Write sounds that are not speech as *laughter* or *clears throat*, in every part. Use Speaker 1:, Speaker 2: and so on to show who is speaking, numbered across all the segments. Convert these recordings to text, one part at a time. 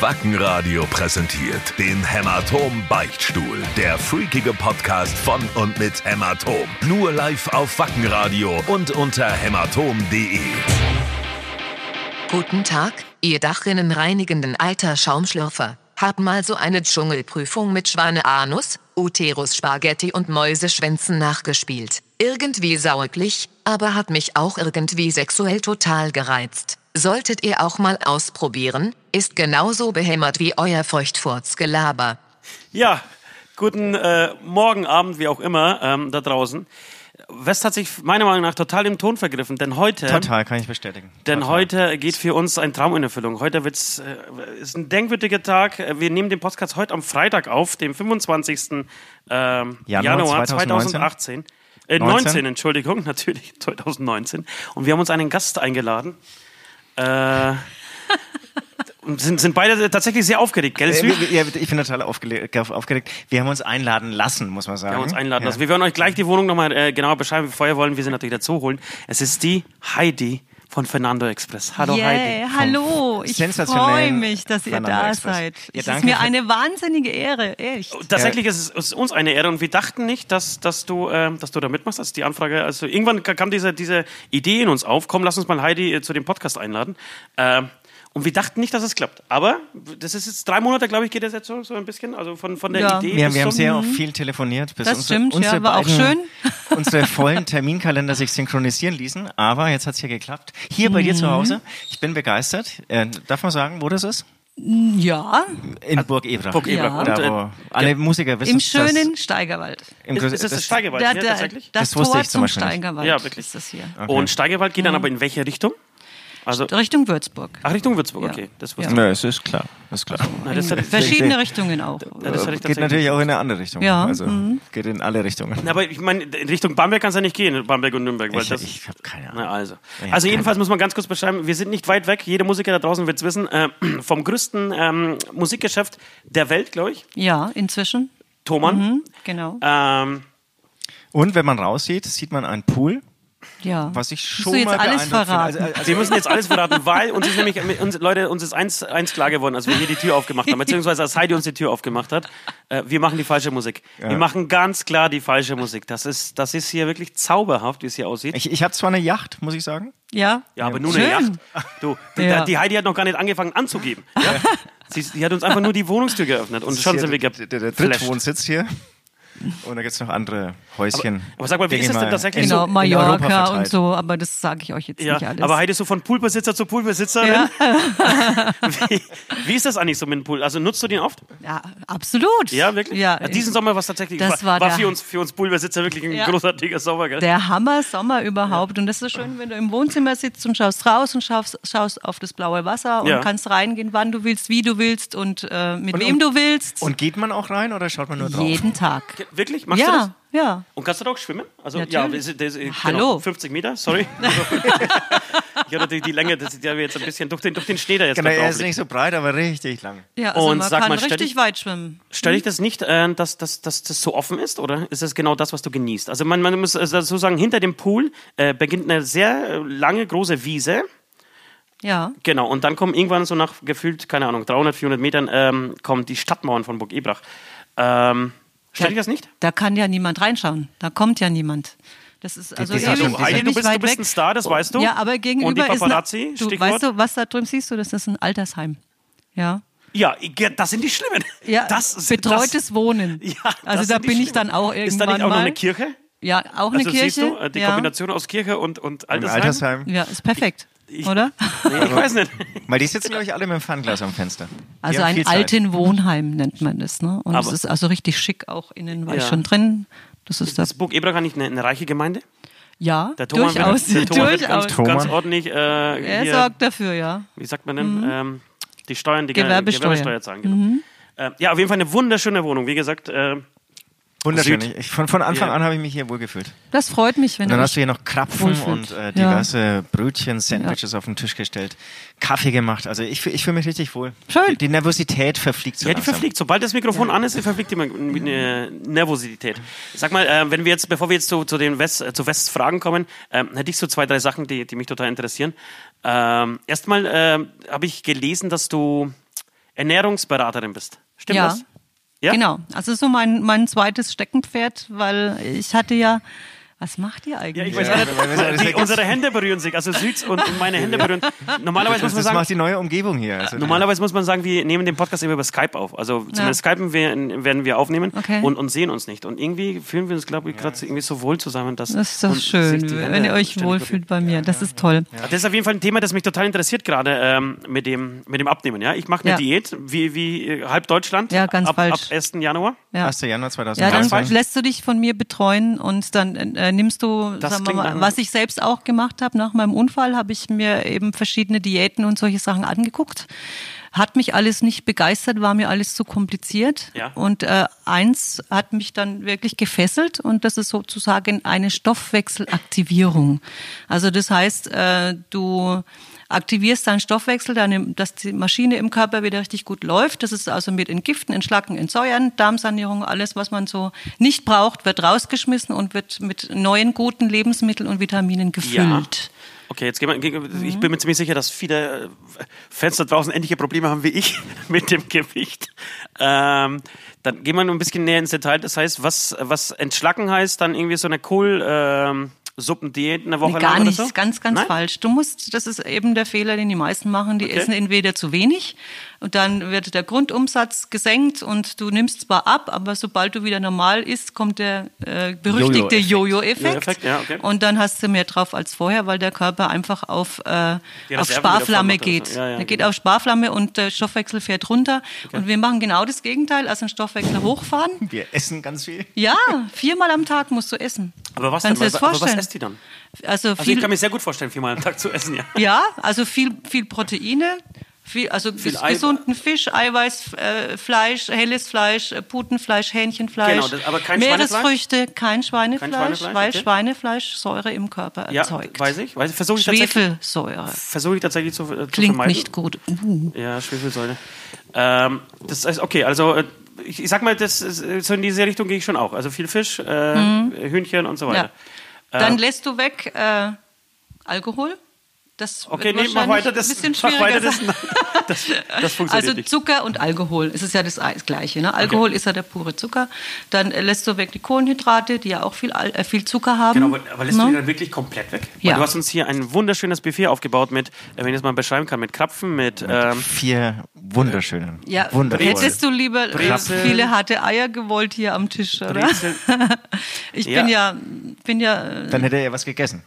Speaker 1: Wackenradio präsentiert den Hämatom Beichtstuhl. Der freakige Podcast von und mit Hämatom. Nur live auf Wackenradio und unter hämatom.de.
Speaker 2: Guten Tag, ihr dachrinnenreinigenden alter Schaumschlürfer. Hab mal so eine Dschungelprüfung mit Schwaneanus, Uterus Spaghetti und Mäuseschwänzen nachgespielt. Irgendwie sauerlich, aber hat mich auch irgendwie sexuell total gereizt. Solltet ihr auch mal ausprobieren, ist genauso behämmert wie euer Feuchtfurzgelaber.
Speaker 3: Ja, guten äh, Morgen, Abend, wie auch immer, ähm, da draußen. West hat sich meiner Meinung nach total im Ton vergriffen, denn heute,
Speaker 4: Total, kann ich bestätigen.
Speaker 3: denn
Speaker 4: Total.
Speaker 3: heute geht für uns ein Traum in Erfüllung. Heute wird's, äh, ist ein denkwürdiger Tag. Wir nehmen den Podcast heute am Freitag auf, dem 25. Ähm, Januar,
Speaker 4: Januar
Speaker 3: 2018.
Speaker 4: 2018.
Speaker 3: Äh, 19.
Speaker 4: 19.
Speaker 3: Entschuldigung, *laughs* natürlich 2019. Und wir haben uns einen Gast eingeladen.
Speaker 4: *laughs*
Speaker 3: Äh, und sind, sind beide tatsächlich sehr aufgeregt, gell?
Speaker 4: Äh,
Speaker 3: Sü?
Speaker 4: wir- wir- Ich bin total aufgele- ge- aufgeregt. Wir haben uns einladen lassen, muss man sagen.
Speaker 3: Wir haben uns einladen
Speaker 4: Ja.
Speaker 3: lassen. Wir werden euch gleich die Wohnung nochmal äh, genauer beschreiben. Vorher wollen wir sie natürlich dazu holen. Es ist die Heidi von Fernando Express. Hallo
Speaker 5: Yay,
Speaker 3: Heidi.
Speaker 5: Hallo, ich
Speaker 4: sensationellen
Speaker 5: freue mich, dass ihr
Speaker 4: Fernando
Speaker 5: da
Speaker 4: Express.
Speaker 5: seid.
Speaker 4: Ja,
Speaker 5: es ist
Speaker 4: danke
Speaker 5: mir
Speaker 4: für-
Speaker 5: eine wahnsinnige Ehre, echt.
Speaker 3: Tatsächlich ist es ist uns eine Ehre und wir dachten nicht, dass, dass, du, ähm, dass du da mitmachst. Das ist die Anfrage. Also irgendwann ka- kam diese, diese Idee in uns auf. Komm, lass uns mal Heidi äh, zu dem Podcast einladen. Ähm, und wir dachten nicht, dass es klappt. Aber das ist jetzt drei Monate, glaube ich, geht das jetzt so, so ein bisschen. Also von, von der
Speaker 5: Ja.
Speaker 3: Idee
Speaker 4: Wir,
Speaker 3: bis
Speaker 4: wir haben
Speaker 3: zum-
Speaker 4: sehr auch viel telefoniert, bis
Speaker 5: Das
Speaker 4: unsere,
Speaker 5: stimmt, ja,
Speaker 4: unsere
Speaker 5: war auch
Speaker 4: beiden,
Speaker 5: schön.
Speaker 4: *laughs* unsere vollen Terminkalender sich synchronisieren ließen. Aber jetzt hat es hier geklappt. Hier bei
Speaker 5: Mhm.
Speaker 4: dir zu Hause. Ich bin begeistert. Äh, darf man sagen, wo das ist?
Speaker 5: Ja,
Speaker 4: In Burg Ebra.
Speaker 3: Burg Ebra.
Speaker 5: Ja.
Speaker 4: Da,
Speaker 3: Und, äh,
Speaker 4: wo alle Musiker wissen
Speaker 5: im schönen Steigerwald.
Speaker 4: Im
Speaker 3: Ist, ist das, das Steigerwald
Speaker 5: Da-
Speaker 3: hier
Speaker 5: da-
Speaker 3: tatsächlich?
Speaker 5: das
Speaker 4: Das wusste
Speaker 5: Tor
Speaker 4: ich zum
Speaker 5: zum
Speaker 4: Beispiel nicht.
Speaker 5: Steigerwald
Speaker 3: Ja, wirklich.
Speaker 5: ist das hier.
Speaker 3: Und Steigerwald
Speaker 5: Mhm.
Speaker 3: geht dann aber in welche Richtung? Also
Speaker 5: Richtung Würzburg.
Speaker 3: Ach, Richtung Würzburg,
Speaker 5: Ja.
Speaker 3: okay. Das
Speaker 5: Ja.
Speaker 3: wusste
Speaker 4: Nö, es ist klar. Das ist klar.
Speaker 3: Na, Ah, das hatte ich-
Speaker 5: Verschiedene Richtungen auch.
Speaker 3: Ja, das hatte ich
Speaker 4: Hm. äh, Geht
Speaker 3: tatsächlich-
Speaker 4: natürlich auch in eine andere Richtung.
Speaker 5: Ja, mhm.
Speaker 4: Also geht in alle Richtungen.
Speaker 3: Na, aber ich meine, in Richtung Bamberg kannst du ja nicht gehen, Bamberg und Nürnberg. Weil
Speaker 4: Ich,
Speaker 3: das,
Speaker 4: ich habe keine Ahnung.
Speaker 3: na, also.
Speaker 4: Ja,
Speaker 3: also
Speaker 4: keine
Speaker 3: jedenfalls muss man ganz kurz beschreiben, wir sind nicht weit weg, jeder Musiker da draußen wird es wissen, äh, *clears throat* vom größten ähm, Musikgeschäft der Welt, glaube ich,
Speaker 5: Ja, inzwischen,
Speaker 3: Thomann.
Speaker 4: Mhm.
Speaker 5: genau.
Speaker 3: Ähm,
Speaker 4: Und wenn man raussieht, sieht man einen Pool.
Speaker 5: Ja.
Speaker 4: Was ich
Speaker 5: Hast
Speaker 4: schon
Speaker 5: du jetzt
Speaker 4: mal
Speaker 5: alles
Speaker 4: beeindruckt finde.
Speaker 5: verraten.
Speaker 4: Also, also,
Speaker 3: wir müssen jetzt alles verraten, weil uns ist nämlich, uns, Leute, uns ist eins, eins klar geworden, als wir hier die Tür aufgemacht haben, beziehungsweise als Heidi uns die Tür aufgemacht hat, äh, wir machen die falsche Musik. Wir machen ganz klar die falsche Musik. Das ist, das ist hier wirklich zauberhaft, wie es hier aussieht.
Speaker 4: ich ich habe zwar eine Yacht, muss ich sagen.
Speaker 5: ja.
Speaker 3: Ja, aber nur
Speaker 5: Schön.
Speaker 3: eine Yacht. Du, die,
Speaker 5: Ja.
Speaker 3: die Heidi hat noch gar nicht angefangen anzugeben. Ja? Sie, sie hat uns einfach nur die Wohnungstür geöffnet und
Speaker 4: Das
Speaker 3: schon
Speaker 4: ist
Speaker 3: sind wir
Speaker 4: hier der, der, der
Speaker 3: geflasht.
Speaker 4: Drittwohnsitz hier. Und da gibt es noch andere Häuschen.
Speaker 3: aber sag mal, wie
Speaker 4: Denke
Speaker 3: ist es
Speaker 4: ich
Speaker 3: denn tatsächlich
Speaker 4: in-
Speaker 5: Genau,
Speaker 4: also in Europa
Speaker 5: Mallorca
Speaker 4: verteilt.
Speaker 5: und so, aber das sage ich euch jetzt
Speaker 3: Ja,
Speaker 5: nicht alles.
Speaker 3: aber halt Heidi ist so von Poolbesitzer zu Poolbesitzerin.
Speaker 5: Ja.
Speaker 3: *laughs* wie, wie ist das eigentlich so mit dem Pool? Also nutzt du den oft?
Speaker 5: ja, absolut.
Speaker 3: Ja, wirklich?
Speaker 5: Ja,
Speaker 3: Diesen Sommer war es tatsächlich.
Speaker 5: Das war
Speaker 3: war
Speaker 5: der-
Speaker 3: für, uns, für uns Poolbesitzer wirklich ein
Speaker 5: Ja.
Speaker 3: großartiger Sommer, gell?
Speaker 5: Der Hammer Sommer überhaupt. Und das ist so schön, wenn du im Wohnzimmer sitzt und schaust raus und schaust, schaust auf das blaue Wasser und
Speaker 3: Ja.
Speaker 5: kannst reingehen, wann du willst, wie du willst und äh, mit wem
Speaker 4: und-
Speaker 5: du willst.
Speaker 4: Und geht man auch rein oder schaut man nur drauf?
Speaker 5: Jeden Tag.
Speaker 3: Wirklich? Machst du das?
Speaker 5: ja, ja.
Speaker 3: Und kannst du da auch schwimmen? Also
Speaker 5: Natürlich.
Speaker 3: ja, das, das, genau,
Speaker 5: Hallo.
Speaker 3: 50 Meter, sorry.
Speaker 5: *laughs*
Speaker 3: *laughs* ich hatte die, die Länge, das ist ja jetzt ein bisschen durch den, durch den Schnee da jetzt
Speaker 4: Genau,
Speaker 3: da
Speaker 4: er
Speaker 3: drauf
Speaker 4: ist
Speaker 3: liegt.
Speaker 4: nicht so breit, aber richtig lang.
Speaker 5: ja also
Speaker 3: Und
Speaker 5: man
Speaker 3: sag
Speaker 5: kann
Speaker 3: mal, stell dich-
Speaker 5: richtig weit schwimmen.
Speaker 3: Stelle ich das nicht, äh, dass, dass, dass das so offen ist, oder ist das genau das, was du genießt? Also man, man muss also dazu sagen, hinter dem Pool äh, beginnt eine sehr äh, lange, große Wiese.
Speaker 5: Ja.
Speaker 3: Genau, und dann kommen irgendwann so nach gefühlt, keine Ahnung, 300, 400 Metern, ähm, kommen die Stadtmauern von Burg Ebrach. Ähm, Stelle ich das nicht?
Speaker 5: Da kann ja niemand reinschauen. Da kommt ja niemand. Das ist also
Speaker 4: die- die-
Speaker 5: ewig,
Speaker 4: die-
Speaker 3: Heidi, um du
Speaker 5: ewig
Speaker 3: bist- du
Speaker 5: weit
Speaker 3: bist
Speaker 5: weg.
Speaker 3: ein Star, das weißt du.
Speaker 5: Ja, aber gegenüber
Speaker 3: Und die Paparazzi,
Speaker 5: ist ein, du,
Speaker 3: Stichwort.
Speaker 5: weißt du, was da drüben siehst du, das ist ein Altersheim. Ja.
Speaker 3: Ja, ich- ja, das sind die Schlimmen.
Speaker 5: Ja,
Speaker 3: das,
Speaker 5: betreutes
Speaker 3: das,
Speaker 5: Wohnen.
Speaker 3: *laughs* Ja, das
Speaker 5: also da
Speaker 3: sind die
Speaker 5: bin ich
Speaker 3: Schlimmen.
Speaker 5: dann auch irgendwann
Speaker 3: Ist da nicht auch
Speaker 5: mal.
Speaker 3: noch eine Kirche?
Speaker 5: Ja, auch eine
Speaker 3: also
Speaker 5: Kirche.
Speaker 3: siehst du, äh, die
Speaker 5: ja.
Speaker 3: Kombination aus Kirche und, und
Speaker 4: Im
Speaker 3: Altersheim?
Speaker 4: Altersheim.
Speaker 5: Ja, ist perfekt,
Speaker 3: Ich-
Speaker 5: oder?
Speaker 3: Nee, ich weiß nicht.
Speaker 4: Weil die sitzen, glaube ich, alle mit dem Fernglas am Fenster. Die
Speaker 5: Also
Speaker 4: haben
Speaker 5: ein
Speaker 4: viel Zeit.
Speaker 5: alten Wohnheim nennt man das, ne? Und
Speaker 3: Mhm. Aber-
Speaker 5: es ist also richtig schick auch innen war
Speaker 3: Ja.
Speaker 5: ich schon drin. Das ist das.
Speaker 3: Ist Burg Ebrach nicht eine, eine reiche Gemeinde?
Speaker 5: Ja,
Speaker 3: Der Thomas
Speaker 5: durchaus,
Speaker 3: wird, der Thomas Wird ganz,
Speaker 5: durchaus.
Speaker 4: Thomas.
Speaker 3: ganz ordentlich, äh,
Speaker 5: Er
Speaker 3: hier,
Speaker 5: sorgt dafür, ja.
Speaker 3: wie sagt man denn, ähm, die Steuern, die
Speaker 5: Gewerbesteuer. Mhm.
Speaker 3: Gewerbesteuer zahlen. Genau. Äh, ja, auf jeden Fall eine wunderschöne Wohnung. Wie gesagt, äh,
Speaker 4: Wunderschön.
Speaker 3: Süd.
Speaker 4: Ich, von, von Anfang
Speaker 3: Ja.
Speaker 4: an habe ich mich hier wohlgefühlt.
Speaker 5: Das freut mich, wenn
Speaker 4: Und dann
Speaker 5: du
Speaker 4: hast du hier noch Krapfen
Speaker 5: wohlfühlt.
Speaker 4: und äh,
Speaker 5: Ja.
Speaker 4: diverse Brötchen, Sandwiches auf den Tisch gestellt, Kaffee gemacht. Also ich, fühl- ich fühle mich richtig wohl.
Speaker 5: Schön.
Speaker 4: Die, die Nervosität verfliegt so
Speaker 3: ja, die
Speaker 4: langsam.
Speaker 3: verfliegt. Sobald das Mikrofon an ist, die verfliegt die äh, Nervosität. Sag mal, äh, wenn wir jetzt, bevor wir jetzt zu, zu den West, äh, zu Wests Fragen kommen, ähm, hätte ich so zwei, drei Sachen, die, die mich total interessieren. Ähm, erstmal ähm, habe ich gelesen, dass du Ernährungsberaterin bist. Stimmt
Speaker 5: ja.
Speaker 3: das? Ja?
Speaker 5: Genau. Also so mein, mein zweites Steckenpferd, weil ich hatte ja, was macht ihr
Speaker 3: Ja, ich
Speaker 5: eigentlich?
Speaker 3: weiß
Speaker 4: Ja, weil wir sind
Speaker 3: nicht,
Speaker 4: alles
Speaker 3: die,
Speaker 4: weg.
Speaker 3: unsere Hände berühren sich, also Süds und, und meine Hände berühren. Normalerweise muss
Speaker 4: Das,
Speaker 3: man
Speaker 4: das
Speaker 3: sagen,
Speaker 4: macht die neue Umgebung hier. Also,
Speaker 3: Normalerweise muss man sagen, wir nehmen den Podcast immer über Skype auf. Also zumindest Skypen wir, werden wir aufnehmen
Speaker 5: Okay.
Speaker 3: und, und sehen uns nicht. Und irgendwie fühlen wir uns, glaube ich, gerade so- irgendwie so wohl zusammen, dass
Speaker 5: Das ist doch
Speaker 3: und sich
Speaker 5: schön,
Speaker 3: die Hände
Speaker 5: wenn ihr euch
Speaker 3: ständig
Speaker 5: wohlfühlt bei mir. Das ist toll.
Speaker 3: berühren. Das ist auf jeden Fall ein Thema, das mich total interessiert gerade ähm, mit, dem, mit dem Abnehmen. Ja, ich mache eine
Speaker 5: Ja.
Speaker 3: Diät wie, wie äh, halb Deutschland
Speaker 5: Ja, ganz
Speaker 3: ab, ab
Speaker 5: falsch.
Speaker 3: 1. Januar.
Speaker 5: Ja.
Speaker 4: 1. äh, Januar
Speaker 5: Ja, dann
Speaker 4: 2019.
Speaker 5: lässt du dich von mir betreuen und dann äh, nimmst du,
Speaker 3: Das
Speaker 5: sagen wir
Speaker 3: klingt nach-
Speaker 5: mal, was ich selbst auch gemacht habe. Nach meinem Unfall habe ich mir eben verschiedene Diäten und solche Sachen angeguckt. Hat mich alles nicht begeistert, war mir alles zu kompliziert.
Speaker 3: Ja.
Speaker 5: Und äh, eins hat mich dann wirklich gefesselt und das ist sozusagen eine Stoffwechselaktivierung. Also das heißt, äh, du aktivierst deinen Stoffwechsel, deine, dass die Maschine im Körper wieder richtig gut läuft. Das ist also mit Entgiften, Entschlacken, Entsäuern, Darmsanierung, alles, was man so nicht braucht, wird rausgeschmissen und wird mit neuen guten Lebensmitteln und Vitaminen gefüllt.
Speaker 3: Okay, jetzt gehen wir, gehen- ich bin
Speaker 5: Mhm.
Speaker 3: mir ziemlich sicher, dass viele äh, Fans da draußen ähnliche Probleme haben wie ich *laughs* mit dem Gewicht. Ähm, dann gehen wir noch ein bisschen näher ins Detail. Das heißt, was, was entschlacken heißt, dann irgendwie so eine Kohl, ähm, Suppendiät eine Woche
Speaker 5: Nee,
Speaker 3: lang
Speaker 5: gar nicht,
Speaker 3: oder so?
Speaker 5: ganz, ganz
Speaker 3: Nein?
Speaker 5: falsch. Du musst, das ist eben der Fehler, den die meisten machen. Die
Speaker 3: Okay.
Speaker 5: essen entweder zu wenig und dann wird der Grundumsatz gesenkt und du nimmst zwar ab, aber sobald du wieder normal isst, kommt der äh, berüchtigte
Speaker 4: Jojo-Effekt.
Speaker 5: Jojo-Effekt.
Speaker 3: Jojo-Effekt, ja, okay.
Speaker 5: Und dann hast du mehr drauf als vorher, weil der Körper einfach auf, äh,
Speaker 3: Die
Speaker 5: auf
Speaker 3: Reserven
Speaker 5: Sparflamme
Speaker 3: wieder voll macht oder
Speaker 5: geht.
Speaker 3: so. Ja, ja,
Speaker 5: der geht
Speaker 3: genau.
Speaker 5: auf Sparflamme und der Stoffwechsel fährt runter. Und wir machen genau das Gegenteil, also den Stoffwechsel hochfahren.
Speaker 4: Wir essen ganz viel.
Speaker 5: Ja, viermal am Tag musst du essen.
Speaker 3: Aber was,
Speaker 5: Kannst
Speaker 3: denn?
Speaker 5: du dir das
Speaker 3: Aber- aber was
Speaker 5: vorstellen?
Speaker 3: esst die dann?
Speaker 5: Also,
Speaker 3: Also
Speaker 5: viel,
Speaker 3: ich kann mir sehr gut vorstellen, viermal am Tag zu essen, ja.
Speaker 5: ja, also viel, viel Proteine, viel, also
Speaker 3: Viel
Speaker 5: ges
Speaker 3: Eiweiß.
Speaker 5: gesunden Fisch, Eiweiß, äh, Fleisch, helles Fleisch, äh, Putenfleisch, Hähnchenfleisch.
Speaker 3: Genau, das- aber kein
Speaker 5: Meeresfrüchte, kein Schweinefleisch,
Speaker 3: Kein Schweinefleisch,
Speaker 5: weil
Speaker 3: okay.
Speaker 5: Schweinefleisch Säure im Körper
Speaker 3: Ja,
Speaker 5: erzeugt.
Speaker 3: weiß ich. Weiß ich. Versuche ich tatsächlich,
Speaker 5: Schwefelsäure.
Speaker 3: versuche ich tatsächlich zu, äh, zu
Speaker 5: Klingt
Speaker 3: vermeiden.
Speaker 5: nicht gut. Uh.
Speaker 3: Ja, Schwefelsäure. Ähm, das heißt, okay, also äh, ich, ich sag mal, das ist, so in diese Richtung gehe ich schon auch. Also viel Fisch, äh, Hühnchen und so weiter.
Speaker 5: Mhm. Ja. Dann lässt du weg äh, Alkohol. Das
Speaker 3: Okay,
Speaker 5: wird
Speaker 3: nee, mach
Speaker 5: wahrscheinlich
Speaker 3: weiter das.
Speaker 5: ein bisschen
Speaker 3: mach
Speaker 5: schwieriger
Speaker 3: weiter
Speaker 5: sein.
Speaker 3: das, *laughs* das, das funktioniert
Speaker 5: Also
Speaker 3: nicht.
Speaker 5: Zucker und Alkohol, es ist ja das Gleiche. Ne? Alkohol ist ja der pure Zucker. Dann äh, lässt du weg die Kohlenhydrate, die ja auch viel, Al- äh, viel Zucker haben.
Speaker 3: Genau, aber, aber lässt
Speaker 5: Ne?
Speaker 3: du die dann wirklich komplett weg? Weil
Speaker 5: Ja.
Speaker 3: Du hast uns hier ein wunderschönes Buffet aufgebaut mit, äh, wenn ich das mal beschreiben kann, mit Krapfen, mit, ähm,
Speaker 4: Vier wunderschöne,
Speaker 5: ja,
Speaker 4: wundervoll.
Speaker 5: hättest du lieber äh,
Speaker 3: Brezel.
Speaker 5: viele harte Eier gewollt hier am Tisch, oder?
Speaker 3: Brezel.
Speaker 5: *laughs* Ich
Speaker 3: Ja.
Speaker 5: bin ja, bin ja, äh,
Speaker 4: Dann hätte er ja was gegessen.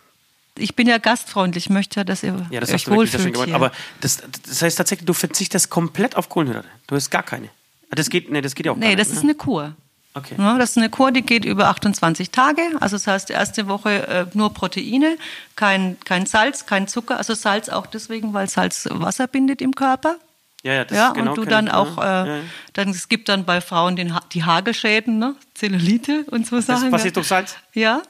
Speaker 5: ich bin ja gastfreundlich, möchte ja, dass ihr
Speaker 3: ja, das
Speaker 5: euch
Speaker 3: hast du wirklich sehr
Speaker 5: wohlfühlt
Speaker 3: schön gemacht.
Speaker 5: hier.
Speaker 3: Aber das, das heißt tatsächlich, du verzichtest komplett auf Kohlenhydrate. Du hast gar keine. Ah, Das geht, nee, das geht ja auch gar
Speaker 5: nee,
Speaker 3: nicht.
Speaker 5: das ist
Speaker 3: ne?
Speaker 5: eine Ne? Kur.
Speaker 3: Okay.
Speaker 5: Ja, das ist eine Kur, die geht über 28 Tage. Also das heißt, die erste Woche äh, nur Proteine, kein, kein Salz, kein Zucker. Also Salz auch deswegen, weil Salz Wasser bindet im Körper.
Speaker 3: Ja, ja, das
Speaker 5: ja,
Speaker 3: genau
Speaker 5: und du
Speaker 3: kenn
Speaker 5: dann
Speaker 3: ich, ne?
Speaker 5: auch, äh,
Speaker 3: Ja, ja.
Speaker 5: dann es gibt dann bei Frauen den, Ha- die Hagelschäden, ne? Zellulite und so Sachen.
Speaker 3: passiert
Speaker 5: ja.
Speaker 3: durch Salz?
Speaker 5: Ja.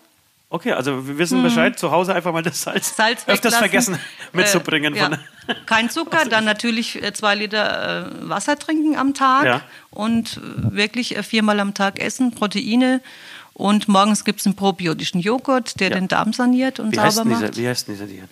Speaker 3: Okay, also wir wissen Bescheid. Zu Hause einfach mal das Salz,
Speaker 5: Hm. Salz
Speaker 3: öfters
Speaker 5: weglassen.
Speaker 3: vergessen mitzubringen.
Speaker 5: *laughs* Äh, ja.
Speaker 3: von-
Speaker 5: Kein Zucker, dann natürlich äh, zwei Liter äh, Wasser trinken am Tag
Speaker 3: Ja.
Speaker 5: und äh, wirklich äh, viermal am Tag essen, Proteine. Und morgens gibt es einen probiotischen Joghurt, der
Speaker 3: Ja.
Speaker 5: den Darm saniert und
Speaker 3: Wie heißt,
Speaker 5: sauber
Speaker 3: denn
Speaker 5: macht.
Speaker 3: dieser, wie heißt denn dieser Diät?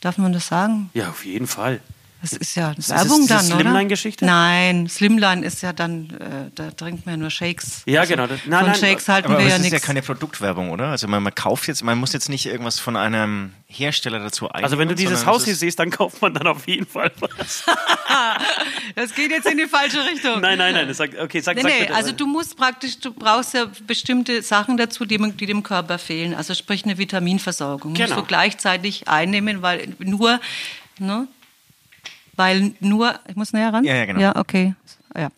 Speaker 5: Darf man das sagen?
Speaker 3: Ja, auf jeden Fall.
Speaker 5: Das ist ja
Speaker 3: ist-
Speaker 5: Werbung
Speaker 3: ist das
Speaker 5: dann, oder?
Speaker 3: Slimline-Geschichte?
Speaker 5: Nein, Slimline ist ja dann, äh, da trinkt man ja nur Shakes. Also
Speaker 3: Ja, genau. Das, nein,
Speaker 5: Von
Speaker 3: nein,
Speaker 5: Shakes halten
Speaker 4: Aber
Speaker 5: wir
Speaker 4: es
Speaker 5: ja
Speaker 4: ist ja
Speaker 5: nichts.
Speaker 4: keine Produktwerbung, oder? Also man, man kauft jetzt, man muss jetzt nicht irgendwas von einem Hersteller dazu eigen.
Speaker 3: Also wenn du dieses Haus hier siehst, dann kauft man dann auf jeden Fall was.
Speaker 5: Ah, *laughs* das geht jetzt in die falsche Richtung.
Speaker 3: nein, nein, nein. Sag, okay, sag,
Speaker 5: Nee,
Speaker 3: sag
Speaker 5: nee,
Speaker 3: bitte.
Speaker 5: also du musst praktisch, du brauchst ja bestimmte Sachen dazu, die, die dem Körper fehlen. Also sprich eine Vitaminversorgung.
Speaker 3: Genau.
Speaker 5: Musst du gleichzeitig einnehmen, weil nur, ne? Weil nur, ich muss näher ran?
Speaker 4: Ja, ja, genau.
Speaker 5: Ja, okay. Ja.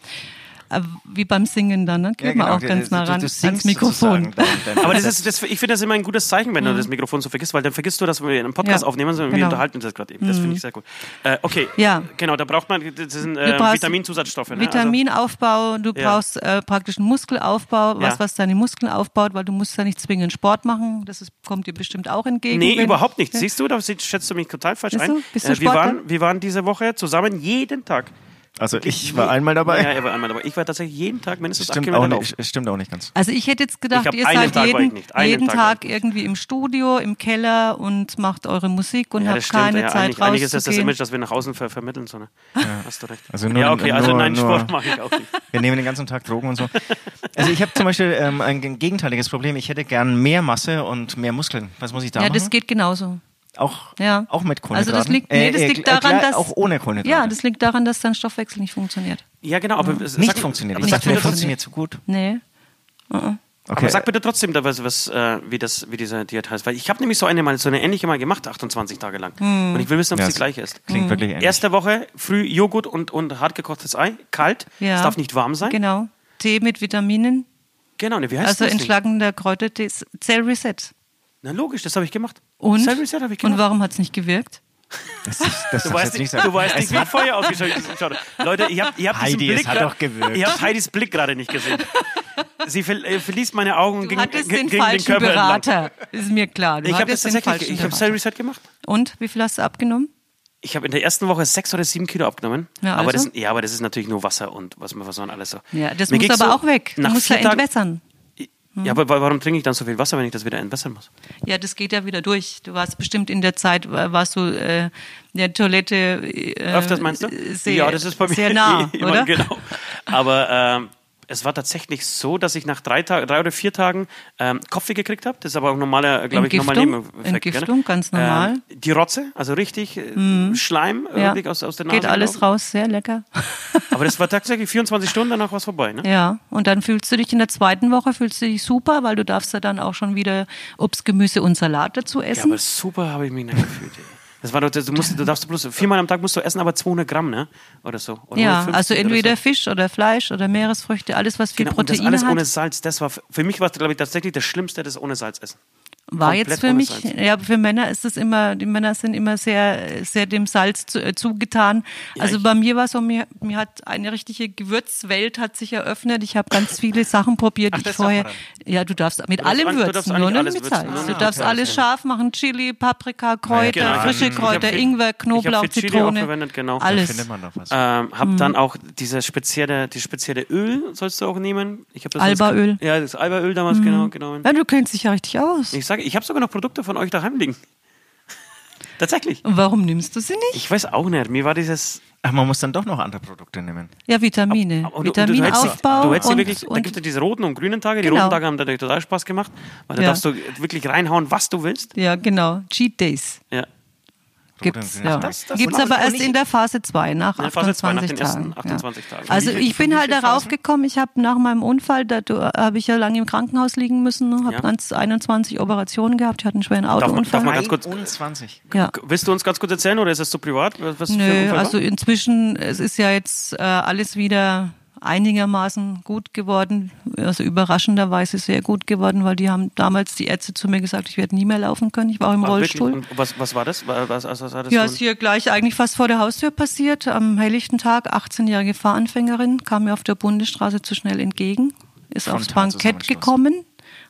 Speaker 5: Äh, Wie beim Singen dann, ne? Geht
Speaker 4: Ja,
Speaker 5: man
Speaker 4: genau.
Speaker 5: auch ganz
Speaker 4: Du-
Speaker 5: nah
Speaker 4: du-
Speaker 5: ran
Speaker 4: du
Speaker 5: ans
Speaker 4: singst
Speaker 5: Mikrofon.
Speaker 4: sozusagen dein-
Speaker 5: *laughs*
Speaker 4: dein
Speaker 3: aber das ist, das, ich finde das immer ein gutes Zeichen, wenn du das Mikrofon so vergisst, weil dann vergisst du, dass wir einen Podcast
Speaker 5: Mhm. Ja,
Speaker 3: aufnehmen, sondern wir
Speaker 5: genau.
Speaker 3: unterhalten uns jetzt gerade eben. Das finde ich sehr gut. Äh, okay,
Speaker 5: Ja.
Speaker 3: genau, da braucht man, das sind
Speaker 5: Du
Speaker 3: äh,
Speaker 5: brauchst
Speaker 3: Vitaminzusatzstoffe. Ne?
Speaker 5: Vitaminaufbau, du
Speaker 3: Ja.
Speaker 5: brauchst äh, praktisch einen Muskelaufbau, was,
Speaker 3: Ja.
Speaker 5: was deine Muskeln aufbaut, weil du musst ja nicht zwingend Sport machen. Das ist, kommt dir bestimmt auch entgegen.
Speaker 3: Nee,
Speaker 5: wenn-
Speaker 3: überhaupt nicht.
Speaker 5: Ja.
Speaker 3: Siehst du, da sie- schätzt du mich total falsch
Speaker 5: Bist
Speaker 3: ein. Äh,
Speaker 5: du- bist du
Speaker 3: wir,
Speaker 5: Sportler?
Speaker 3: waren, wir waren diese Woche zusammen jeden Tag
Speaker 4: Also ich war einmal dabei.
Speaker 3: Ja, er war einmal dabei. Ich war tatsächlich jeden Tag mindestens acht
Speaker 4: Stimmt
Speaker 3: Kilometer
Speaker 4: auch,
Speaker 3: laufen.
Speaker 4: nicht, stimmt auch nicht ganz.
Speaker 5: Also ich hätte jetzt
Speaker 3: Ich
Speaker 5: gedacht,
Speaker 3: hab
Speaker 5: ihr
Speaker 3: einen
Speaker 5: seid
Speaker 3: Tag war ich
Speaker 5: jeden,
Speaker 3: nicht. Einen
Speaker 5: jeden
Speaker 3: Tag war
Speaker 5: Tag irgendwie im Studio, im Keller und macht eure Musik und
Speaker 3: Ja,
Speaker 5: habt
Speaker 3: das stimmt.
Speaker 5: keine
Speaker 3: ja,
Speaker 5: Zeit
Speaker 3: eigentlich, eigentlich ist das das
Speaker 5: rauszugehen.
Speaker 3: Image, das wir nach außen ver vermitteln. So, ne? Hast du recht.
Speaker 4: Also nur-
Speaker 3: ja, okay, also
Speaker 4: nur-
Speaker 3: nein,
Speaker 4: nur-
Speaker 3: Sport mache ich auch nicht.
Speaker 4: Wir nehmen den ganzen Tag Drogen und so. Also ich habe zum Beispiel ähm, ein ge- gegenteiliges Problem. Ich hätte gern mehr Masse und mehr Muskeln. Was muss ich da
Speaker 5: ja,
Speaker 4: machen?
Speaker 5: das geht genauso.
Speaker 4: auch,
Speaker 5: Ja.
Speaker 4: auch mit
Speaker 5: Also
Speaker 4: Kohlenhydraten.
Speaker 5: das liegt, nee, das
Speaker 4: Äh, äh,
Speaker 5: liegt daran,
Speaker 4: klar,
Speaker 5: dass
Speaker 4: auch ohne Kohlenhydrate.
Speaker 5: Ja, das liegt daran, dass dein Stoffwechsel nicht funktioniert.
Speaker 3: Ja, genau. Aber es-
Speaker 4: nicht
Speaker 3: sag-
Speaker 4: funktioniert.
Speaker 3: Aber
Speaker 4: ich
Speaker 5: Nicht
Speaker 3: sag
Speaker 4: dachte,
Speaker 3: mir
Speaker 4: mir
Speaker 5: funktioniert.
Speaker 3: trotzdem,
Speaker 4: funktioniert so gut.
Speaker 5: Nee.
Speaker 4: Okay.
Speaker 3: aber sag bitte trotzdem, da was, was, äh, wie, das, wie dieser Diät heißt. Weil ich habe nämlich so eine mal, so eine ähnliche mal gemacht, 28 Tage lang. Und ich will wissen, ob
Speaker 4: Ja,
Speaker 3: es die
Speaker 4: es
Speaker 3: gleiche ist.
Speaker 5: Mhm.
Speaker 4: Klingt wirklich ähnlich.
Speaker 3: Erste Woche früh Joghurt und, und hart gekochtes Ei, kalt.
Speaker 5: Ja.
Speaker 3: Es darf nicht warm sein.
Speaker 5: Genau. Tee mit Vitaminen,
Speaker 3: Genau, ne, wie heißt
Speaker 5: also
Speaker 3: das? Ding?
Speaker 5: entschlackender Kräutertee, Cell Reset.
Speaker 3: Na logisch, das habe ich gemacht.
Speaker 5: Und,
Speaker 3: Cell Reset habe ich
Speaker 5: und
Speaker 3: gemacht.
Speaker 5: warum hat es nicht gewirkt?
Speaker 4: das, das, das
Speaker 3: Du weißt, nicht,
Speaker 4: sagen.
Speaker 3: du weißt nicht, wie Feuer ausgeschaltet ist. Schade. Leute, ihr habt, ihr habt diesen
Speaker 4: Heidi, es
Speaker 3: Blick
Speaker 4: hat
Speaker 3: grad-
Speaker 4: doch gewirkt.
Speaker 3: Ihr habt Heidis Blick gerade nicht gesehen. Sie verl- äh, verließ meine Augen
Speaker 5: Du
Speaker 3: gegen,
Speaker 5: hattest
Speaker 3: ge-
Speaker 5: den
Speaker 3: gegen den
Speaker 5: falschen
Speaker 3: Körper entlang.
Speaker 5: Berater, ist mir klar. Du
Speaker 3: Ich habe das
Speaker 5: hattest den
Speaker 3: tatsächlich,
Speaker 5: falschen
Speaker 3: ich habe
Speaker 5: Berater.
Speaker 3: Cell Reset gemacht.
Speaker 5: Und wie viel hast du abgenommen?
Speaker 3: Ich habe in der ersten Woche sechs oder sieben Kilo abgenommen.
Speaker 5: Ja,
Speaker 3: aber,
Speaker 5: also?
Speaker 3: das, ja, aber das ist natürlich nur Wasser und was, was man alles so.
Speaker 5: Ja, das
Speaker 3: Mir
Speaker 5: muss
Speaker 3: ging's
Speaker 5: aber
Speaker 3: so,
Speaker 5: auch weg. Du
Speaker 3: nach
Speaker 5: musst ja
Speaker 3: vier Tagen-
Speaker 5: entwässern. Hm?
Speaker 3: Ja, aber wa- warum trinke ich dann so viel Wasser, wenn ich das wieder entwässern muss?
Speaker 5: Ja, das geht ja wieder durch. Du warst bestimmt in der Zeit, wa- warst du äh, in der Toilette äh,
Speaker 3: Öfters meinst du?
Speaker 5: Sehr,
Speaker 3: ja, das ist bei mir *laughs*
Speaker 5: sehr nah,
Speaker 3: immer,
Speaker 5: oder?
Speaker 3: Genau. Aber ähm, es war tatsächlich so, dass ich nach drei, Tagen, drei oder vier Tagen ähm, Kopfweh gekriegt habe. Das ist aber auch ein normaler, glaube ich, normaler
Speaker 5: Entgiftung?
Speaker 3: Nebeneffekt. gell?
Speaker 5: Entgiftung, ganz normal. Hm.
Speaker 3: Ähm, die Rotze, also richtig äh, Schleim äh,
Speaker 5: Ja.
Speaker 3: richtig aus, aus der Nase.
Speaker 5: Geht alles
Speaker 3: gelaufen.
Speaker 5: raus, sehr lecker.
Speaker 3: *laughs* Aber das war tatsächlich 24 Stunden, danach war es vorbei. Ne?
Speaker 5: *laughs* ja, und dann fühlst du dich in der zweiten Woche fühlst du dich super, weil du darfst ja dann auch schon wieder Obst, Gemüse und Salat dazu
Speaker 3: Ja,
Speaker 5: essen.
Speaker 3: aber super habe ich mich nicht gefühlt. Ey. Das war doch, das- du, musst, du darfst bloß viermal am Tag musst du essen, aber 200 Gramm, ne? Oder so. Oder
Speaker 5: Ja,
Speaker 3: 150
Speaker 5: also
Speaker 3: oder
Speaker 5: entweder
Speaker 3: so.
Speaker 5: Fisch oder Fleisch oder Meeresfrüchte, alles was viel
Speaker 3: Genau, und das
Speaker 5: Proteine
Speaker 3: alles
Speaker 5: hat.
Speaker 3: ohne Salz. Das war für für mich war glaube ich tatsächlich das Schlimmste, das ohne Salz essen.
Speaker 5: War
Speaker 3: Komplett
Speaker 5: jetzt für
Speaker 3: ohne
Speaker 5: mich,
Speaker 3: Salz.
Speaker 5: ja, für Männer ist es immer, die Männer sind immer sehr, sehr dem Salz zu, äh, zugetan. also
Speaker 3: ich-
Speaker 5: bei mir war es so, mir, mir hat eine richtige Gewürzwelt hat sich eröffnet. Ich habe
Speaker 3: *laughs*
Speaker 5: ganz viele Sachen probiert, die ich
Speaker 3: das darf
Speaker 5: vorher,
Speaker 3: man
Speaker 5: ja, du darfst mit
Speaker 3: darfst
Speaker 5: allem
Speaker 3: an- du darfst
Speaker 5: würzen,
Speaker 3: eigentlich
Speaker 5: nur nicht
Speaker 3: alles
Speaker 5: mit
Speaker 3: würzen,
Speaker 5: Salz.
Speaker 3: ne?
Speaker 5: Du
Speaker 3: Ah,
Speaker 5: darfst
Speaker 4: okay,
Speaker 5: alles
Speaker 4: okay.
Speaker 5: scharf machen, Chili, Paprika, Kräuter,
Speaker 3: Genau, ich
Speaker 5: frische
Speaker 3: hab- ich hab
Speaker 5: Kräuter,
Speaker 3: viel-
Speaker 5: Ingwer,
Speaker 3: ich hab
Speaker 5: Knoblauch,
Speaker 3: viel Chili auch
Speaker 5: Zitrone,
Speaker 3: verwendet, genau. Da
Speaker 5: alles.
Speaker 4: Findet man doch was.
Speaker 3: Ähm, hab
Speaker 5: Mhm.
Speaker 3: dann auch dieses spezielle, die spezielle Öl sollst du auch nehmen. Ich hab das
Speaker 5: Albaöl.
Speaker 3: Ja, das Albaöl damals genau
Speaker 5: Mhm.
Speaker 3: genommen.
Speaker 5: Ja, du kennst dich ja richtig aus.
Speaker 3: Ich sage, ich habe sogar noch Produkte von euch daheim liegen. *laughs* tatsächlich.
Speaker 5: Und warum nimmst du sie nicht?
Speaker 3: Ich weiß auch nicht. Mir war dieses
Speaker 4: Ach, man muss dann doch noch andere Produkte nehmen.
Speaker 5: Ja, Vitamine.
Speaker 3: Aber du-
Speaker 5: Vitaminaufbau
Speaker 3: Du, du hättest ja
Speaker 5: und,
Speaker 3: wirklich, da
Speaker 5: und
Speaker 3: gibt es diese roten und grünen Tage. Die
Speaker 5: Genau.
Speaker 3: roten Tage haben dadurch total Spaß gemacht, weil da
Speaker 5: Ja.
Speaker 3: darfst du wirklich reinhauen, was du willst.
Speaker 5: ja, genau, Cheat Days.
Speaker 3: Ja.
Speaker 5: Gibt's,
Speaker 4: Rote-
Speaker 5: ja.
Speaker 3: Das- das-
Speaker 5: Gibt's
Speaker 3: und-
Speaker 5: aber
Speaker 3: und
Speaker 5: erst
Speaker 3: ich-
Speaker 5: in der Phase 2, nach
Speaker 3: In der Phase zwei, nach
Speaker 5: 28
Speaker 3: den ersten
Speaker 5: Tagen.
Speaker 3: 28 Tagen.
Speaker 5: Also
Speaker 4: Wie viel-
Speaker 5: ich bin
Speaker 4: wie
Speaker 5: halt
Speaker 4: viel
Speaker 5: darauf
Speaker 4: Phasen?
Speaker 5: gekommen, ich habe nach meinem Unfall, da habe ich ja lange im Krankenhaus liegen müssen, habe
Speaker 3: Ja.
Speaker 5: ganz 21 Operationen gehabt, ich hatte einen schweren
Speaker 3: man-
Speaker 5: Autounfall.
Speaker 3: darf man ganz kurz-
Speaker 4: 21.
Speaker 5: ja.
Speaker 3: Willst du uns ganz kurz erzählen oder ist das zu privat? Was, was für ein
Speaker 5: Nö,
Speaker 3: Unfall war?
Speaker 5: also inzwischen, es ist ja jetzt äh, alles wieder einigermaßen gut geworden, also überraschenderweise sehr gut geworden, weil die haben damals die Ärzte zu mir gesagt, ich werde nie mehr laufen können, ich war auch im
Speaker 3: Ah, wirklich?
Speaker 5: Rollstuhl.
Speaker 3: Und was, was war das? War- Was, was, was war das
Speaker 5: Ja,
Speaker 3: für ein-
Speaker 5: ist hier gleich eigentlich fast vor der Haustür passiert. Am helllichten Tag, 18-jährige Fahranfängerin kam mir auf der Bundesstraße zu schnell entgegen, ist aufs
Speaker 4: Frontal
Speaker 5: Bankett
Speaker 4: zusammengestoßen.
Speaker 5: gekommen,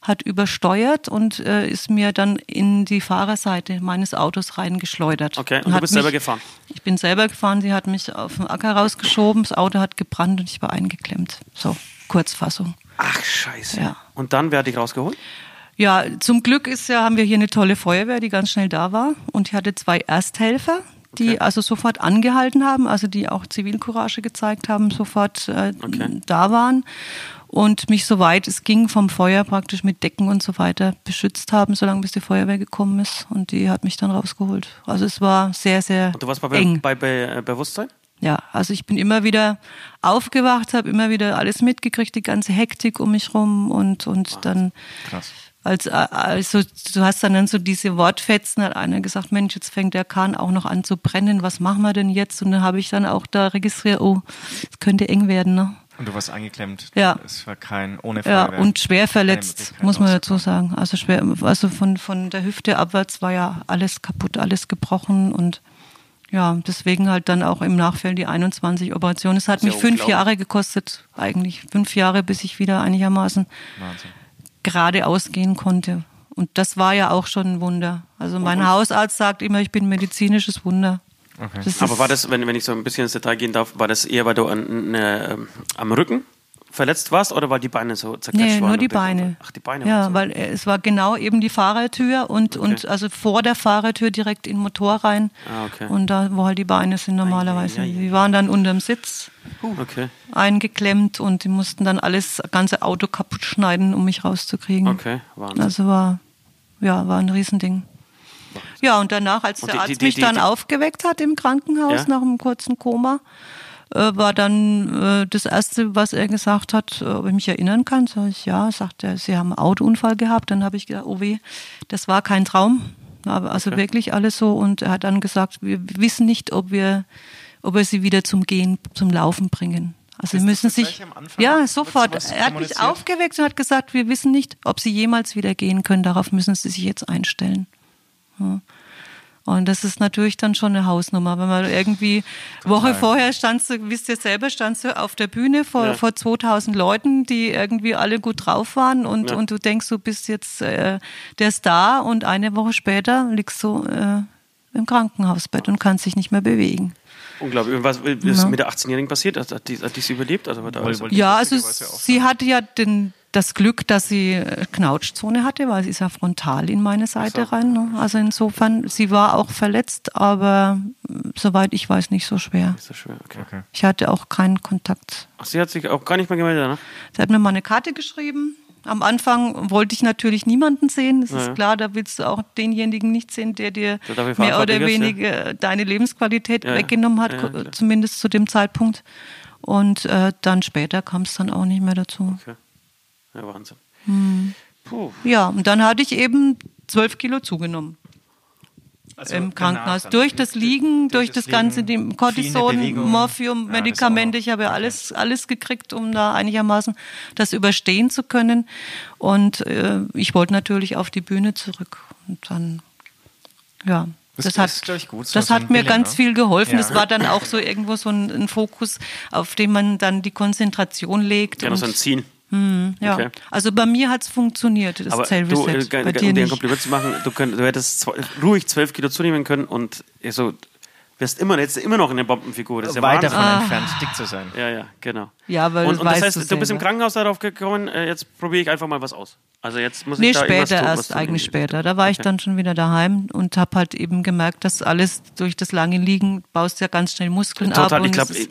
Speaker 5: hat übersteuert und äh, ist mir dann in die Fahrerseite meines Autos reingeschleudert.
Speaker 3: Okay, und du
Speaker 5: hat
Speaker 3: bist selber gefahren?
Speaker 5: Ich bin selber gefahren, sie hat mich auf den Acker rausgeschoben, das Auto hat gebrannt und ich war eingeklemmt. So, Kurzfassung.
Speaker 3: Ach, scheiße.
Speaker 5: Ja.
Speaker 3: Und dann, wer hat dich rausgeholt?
Speaker 5: Ja, zum Glück ist ja, haben wir hier eine tolle Feuerwehr, die ganz schnell da war. Und ich hatte zwei Ersthelfer, die
Speaker 3: Okay.
Speaker 5: also sofort angehalten haben, also die auch Zivilcourage gezeigt haben, sofort äh,
Speaker 3: Okay.
Speaker 5: da waren und mich soweit es ging vom Feuer praktisch mit Decken und so weiter beschützt haben, solange bis die Feuerwehr gekommen ist. Und die hat mich dann rausgeholt. Also es war sehr, sehr
Speaker 3: Und du warst bei,
Speaker 5: eng.
Speaker 3: bei, bei äh, Bewusstsein?
Speaker 5: Ja, also ich bin immer wieder aufgewacht, habe immer wieder alles mitgekriegt, die ganze Hektik um mich rum und und dann
Speaker 4: Krass.
Speaker 5: als also du hast dann, dann so diese Wortfetzen hat einer gesagt, Mensch, jetzt fängt der Kahn auch noch an zu brennen, was machen wir denn jetzt? Und dann habe ich dann auch da registriert, oh, es könnte eng werden, ne?
Speaker 4: Und du warst eingeklemmt.
Speaker 5: Ja.
Speaker 4: Es war kein ohne
Speaker 5: Ja,
Speaker 4: Feuerwehr.
Speaker 5: und schwer
Speaker 4: Keine
Speaker 5: verletzt,
Speaker 4: Möglichkeit
Speaker 5: muss man dazu
Speaker 4: rauszukommen.
Speaker 5: sagen. Also schwer, also von, von der Hüfte abwärts war ja alles kaputt, alles gebrochen und ja, deswegen halt dann auch im Nachfällen die 21 Operationen. Es hat
Speaker 3: ja
Speaker 5: mich fünf
Speaker 3: unglaublich.
Speaker 5: Jahre gekostet, eigentlich fünf Jahre, bis ich wieder einigermaßen
Speaker 4: Wahnsinn.
Speaker 5: geradeaus gehen konnte. Und das war ja auch schon ein Wunder. Also mein Hausarzt sagt immer, ich bin ein medizinisches Wunder. Das
Speaker 3: Aber
Speaker 5: ist-
Speaker 3: war das, wenn, wenn ich so ein bisschen ins Detail gehen darf, war das eher, weil du an, äh, am Rücken verletzt warst oder weil die Beine so zerquetscht
Speaker 5: Nee,
Speaker 3: waren?
Speaker 5: nur die
Speaker 3: und der-
Speaker 5: Beine.
Speaker 3: Ach, die Beine.
Speaker 5: Ja,
Speaker 3: waren so.
Speaker 5: weil äh, es war genau eben die Fahrertür und, und also vor der Fahrertür direkt in den Motor rein.
Speaker 3: Ah, okay.
Speaker 5: Und da, wo halt die Beine sind normalerweise.
Speaker 3: Ei, ei, ei.
Speaker 5: Die waren dann unterm Sitz
Speaker 3: Okay,
Speaker 5: eingeklemmt und die mussten dann alles, das ganze Auto kaputt schneiden, um mich rauszukriegen.
Speaker 3: okay, Wahnsinn.
Speaker 5: Also war, ja, war ein Riesending. Ja, und danach, als
Speaker 3: Und
Speaker 5: der
Speaker 3: die-
Speaker 5: Arzt
Speaker 3: die- die-
Speaker 5: mich
Speaker 3: die-
Speaker 5: dann
Speaker 3: die-
Speaker 5: aufgeweckt hat im Krankenhaus
Speaker 3: Ja?
Speaker 5: nach einem kurzen Koma, äh, war dann äh, das Erste, was er gesagt hat, äh, ob ich mich erinnern kann. Sag ich, ja, sagt er, Sie haben einen Autounfall gehabt. Dann habe ich gedacht, oh weh, das war kein Traum. Aber also wirklich alles so. Und er hat dann gesagt, wir wissen nicht, ob wir, ob wir Sie wieder zum Gehen, zum Laufen bringen. Also
Speaker 4: Ist
Speaker 5: Sie
Speaker 4: das
Speaker 5: müssen
Speaker 4: das
Speaker 5: sich,
Speaker 4: gleich am Anfang?
Speaker 5: ja,
Speaker 4: Wird
Speaker 5: sofort.
Speaker 4: sowas
Speaker 5: Er hat mich
Speaker 4: kommuniziert?
Speaker 5: auf, aufgeweckt und hat gesagt, wir wissen nicht, ob sie jemals wieder gehen können. Darauf müssen sie sich jetzt einstellen. Ja. Und das ist natürlich dann schon eine Hausnummer, wenn man irgendwie Woche vorher standst du, wisst ihr selber, standst du auf der Bühne vor,
Speaker 3: Ja.
Speaker 5: vor 2000 Leuten, die irgendwie alle gut drauf waren und,
Speaker 3: Ja.
Speaker 5: und du denkst, du bist jetzt äh, der Star und eine Woche später liegst du äh, im Krankenhausbett und kannst dich nicht mehr bewegen.
Speaker 3: Unglaublich. Und was ist mit der 18-Jährigen passiert? Hat, hat die hat die's überlebt? Also, war da alles
Speaker 4: wohl-
Speaker 5: Ja,
Speaker 4: Das
Speaker 5: also
Speaker 4: Lustige war's ja auch
Speaker 5: sie hatte ja den, das Glück, dass sie äh, Knautschzone hatte, weil sie ist ja frontal in meine Seite rein. Ne? Also insofern, sie war auch verletzt, aber äh, soweit ich weiß, nicht so schwer.
Speaker 3: so schwer? Okay.
Speaker 5: Ich hatte auch keinen Kontakt.
Speaker 3: Ach, sie hat sich auch gar nicht mehr gemeldet, ne?
Speaker 5: Sie hat mir mal eine Karte geschrieben. Am Anfang wollte ich natürlich niemanden sehen. Das
Speaker 3: ja.
Speaker 5: ist klar, da willst du auch denjenigen nicht sehen, der dir
Speaker 3: Der dafür
Speaker 5: mehr
Speaker 3: verantwortlich
Speaker 5: oder
Speaker 3: ist, ja.
Speaker 5: weniger deine Lebensqualität
Speaker 3: Ja, ja.
Speaker 5: weggenommen hat,
Speaker 3: Ja, ja,
Speaker 5: ko-
Speaker 3: klar.
Speaker 5: zumindest zu dem Zeitpunkt. Und äh, dann später kam es dann auch nicht mehr dazu.
Speaker 3: Ja, Wahnsinn.
Speaker 5: Hm.
Speaker 3: Puh.
Speaker 5: Ja, und dann hatte ich eben zwölf Kilo zugenommen
Speaker 4: Also
Speaker 5: im
Speaker 4: danach
Speaker 5: Krankenhaus.
Speaker 4: dann.
Speaker 5: Durch das Liegen, durch, das ganze
Speaker 4: Liegen,
Speaker 5: dem
Speaker 4: viel
Speaker 5: Cortison,
Speaker 4: Bewegung.
Speaker 5: Morphium,
Speaker 4: Ja, das
Speaker 5: Medikamente.
Speaker 4: auch.
Speaker 5: Ich habe ja alles, alles gekriegt, um da einigermaßen das überstehen zu können. Und äh, ich wollte natürlich auf die Bühne zurück. Und dann, ja.
Speaker 4: Das
Speaker 5: Das,
Speaker 4: ist,
Speaker 5: hat,
Speaker 4: glaub ich, gut, so-
Speaker 5: das
Speaker 4: so
Speaker 5: hat
Speaker 4: ein
Speaker 5: mir
Speaker 4: Wille,
Speaker 5: ganz
Speaker 4: ne?
Speaker 5: viel geholfen.
Speaker 4: Ja.
Speaker 5: Es war dann auch so irgendwo so ein, ein Fokus, auf den man dann die Konzentration legt.
Speaker 3: Ja, noch
Speaker 5: und,
Speaker 3: so ein Ziehen.
Speaker 5: ja.
Speaker 3: okay.
Speaker 5: Also bei mir hat es funktioniert, das
Speaker 3: Aber
Speaker 5: Cell
Speaker 3: du,
Speaker 5: Reset.
Speaker 3: äh, ge- ge- um
Speaker 5: bei dir
Speaker 3: dir ein
Speaker 5: nicht.
Speaker 3: Kompliment zu machen, du, könnt, du hättest zwei, ruhig 12 Kilo zunehmen können und äh, so wirst immer, jetzt immer noch in der Bombenfigur. Das ist ja
Speaker 4: Weit
Speaker 3: Wahnsinn.
Speaker 4: davon entfernt, dick zu sein.
Speaker 3: Ja, ja, genau.
Speaker 5: Ja, aber
Speaker 3: und,
Speaker 5: das
Speaker 3: und das
Speaker 5: weißt
Speaker 3: heißt,
Speaker 5: du
Speaker 3: du, bist im
Speaker 5: selber.
Speaker 3: Krankenhaus darauf gekommen, äh, jetzt probiere ich einfach mal was aus. Also jetzt muss ich
Speaker 5: Nee,
Speaker 3: da irgendwas
Speaker 5: später
Speaker 3: tun, was
Speaker 5: erst,
Speaker 3: tun.
Speaker 5: eigentlich später. Da war ich dann schon wieder daheim und habe halt eben gemerkt, dass alles durch das lange Liegen baust ja ganz schnell Muskeln ab.
Speaker 3: Total,
Speaker 5: und
Speaker 3: ich
Speaker 5: es
Speaker 3: glaube,
Speaker 5: ist-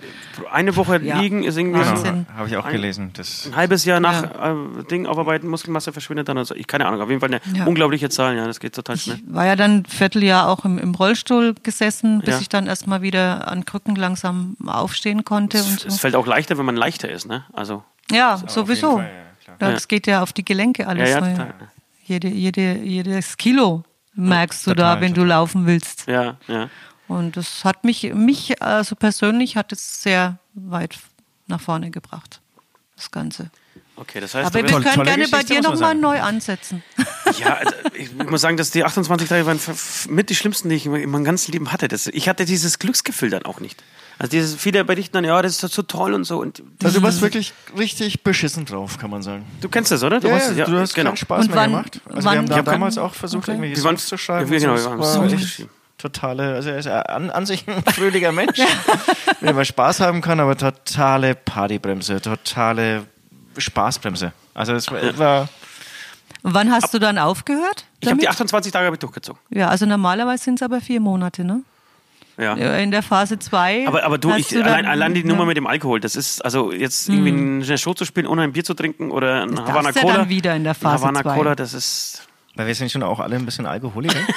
Speaker 3: eine Woche
Speaker 5: Ja.
Speaker 3: liegen ist irgendwie
Speaker 5: Wahnsinn.
Speaker 3: so
Speaker 5: Sinn.
Speaker 4: Genau. Habe ich auch gelesen. Das
Speaker 3: ein halbes Jahr nach äh, Ding aufarbeiten, Muskelmasse verschwindet dann. Also ich keine Ahnung, auf jeden Fall eine
Speaker 5: Ja.
Speaker 3: unglaubliche Zahl, ja, das geht total schnell.
Speaker 5: ich war ja dann ein Vierteljahr auch im, im Rollstuhl gesessen, bis
Speaker 3: Ja.
Speaker 5: ich dann erstmal wieder an Krücken langsam aufstehen konnte. Und
Speaker 3: Es, es
Speaker 5: so.
Speaker 3: fällt auch leichter, wenn man leichter ist, ne? Also
Speaker 5: Ja, sowieso.
Speaker 4: jeden Fall, ja, klar.
Speaker 5: Ja, Das geht ja auf die Gelenke alles.
Speaker 3: Ja, ja,
Speaker 5: weil
Speaker 3: total.
Speaker 5: jede, jede, jedes Kilo merkst du
Speaker 4: total,
Speaker 5: da, wenn du laufen willst.
Speaker 3: ja, ja.
Speaker 5: Und das hat mich, mich also persönlich hat es sehr weit nach vorne gebracht, das Ganze.
Speaker 3: Okay, das heißt,
Speaker 5: Aber wir
Speaker 3: du wirst-
Speaker 5: können
Speaker 4: tolle
Speaker 5: gerne bei
Speaker 4: Geschichte,
Speaker 5: dir
Speaker 4: muss man
Speaker 5: nochmal
Speaker 4: sagen.
Speaker 5: neu ansetzen. *laughs*
Speaker 3: ja, also ich muss sagen, dass die 28 Tage waren f- f- mit die schlimmsten, die ich in meinem ganzen Leben hatte. Das, ich hatte dieses Glücksgefühl dann auch nicht. Also dieses, viele berichten dann, ja, das ist doch so toll und so. Und
Speaker 4: Also du warst wirklich richtig beschissen drauf, kann man sagen.
Speaker 3: du kennst das, genau. oder?
Speaker 4: Ja,
Speaker 3: warst-
Speaker 4: ja, du hast keinen Spaß
Speaker 5: Und
Speaker 4: mehr
Speaker 5: wann-
Speaker 4: gemacht. Also
Speaker 5: wann-
Speaker 4: wir haben da
Speaker 5: Ja, wann-
Speaker 4: damals auch versucht, irgendwelche
Speaker 3: Wir waren-
Speaker 4: Songs zu schreiben.
Speaker 3: ja,
Speaker 4: und
Speaker 3: genau,
Speaker 4: so.
Speaker 3: wir haben
Speaker 4: Es war
Speaker 3: Songs
Speaker 4: echt
Speaker 3: geschrieben.
Speaker 4: Totale, also er ist an, an sich ein fröhlicher Mensch, mit dem man Spaß haben kann, aber totale Partybremse, totale Spaßbremse. Also es war, war
Speaker 5: Und wann hast du dann aufgehört?
Speaker 3: Ich habe
Speaker 5: damit?
Speaker 3: die 28 Tage hab ich durchgezogen.
Speaker 5: ja, also normalerweise sind es aber vier Monate, ne?
Speaker 3: Ja.
Speaker 5: In der Phase zwei.
Speaker 3: Aber, aber du,
Speaker 5: hast
Speaker 3: ich,
Speaker 5: dann-
Speaker 3: allein, allein die
Speaker 5: ja. Hm.
Speaker 3: Nummer mit dem Alkohol, das ist also jetzt irgendwie eine Show zu spielen, ohne ein Bier zu trinken oder ein
Speaker 5: Das
Speaker 3: Havana
Speaker 5: darfst du
Speaker 3: Cola.
Speaker 5: dann wieder in der Phase
Speaker 3: Havana
Speaker 5: zwei.
Speaker 3: Cola, das ist.
Speaker 4: Weil wir sind schon auch alle ein bisschen Alkoholiker. *laughs*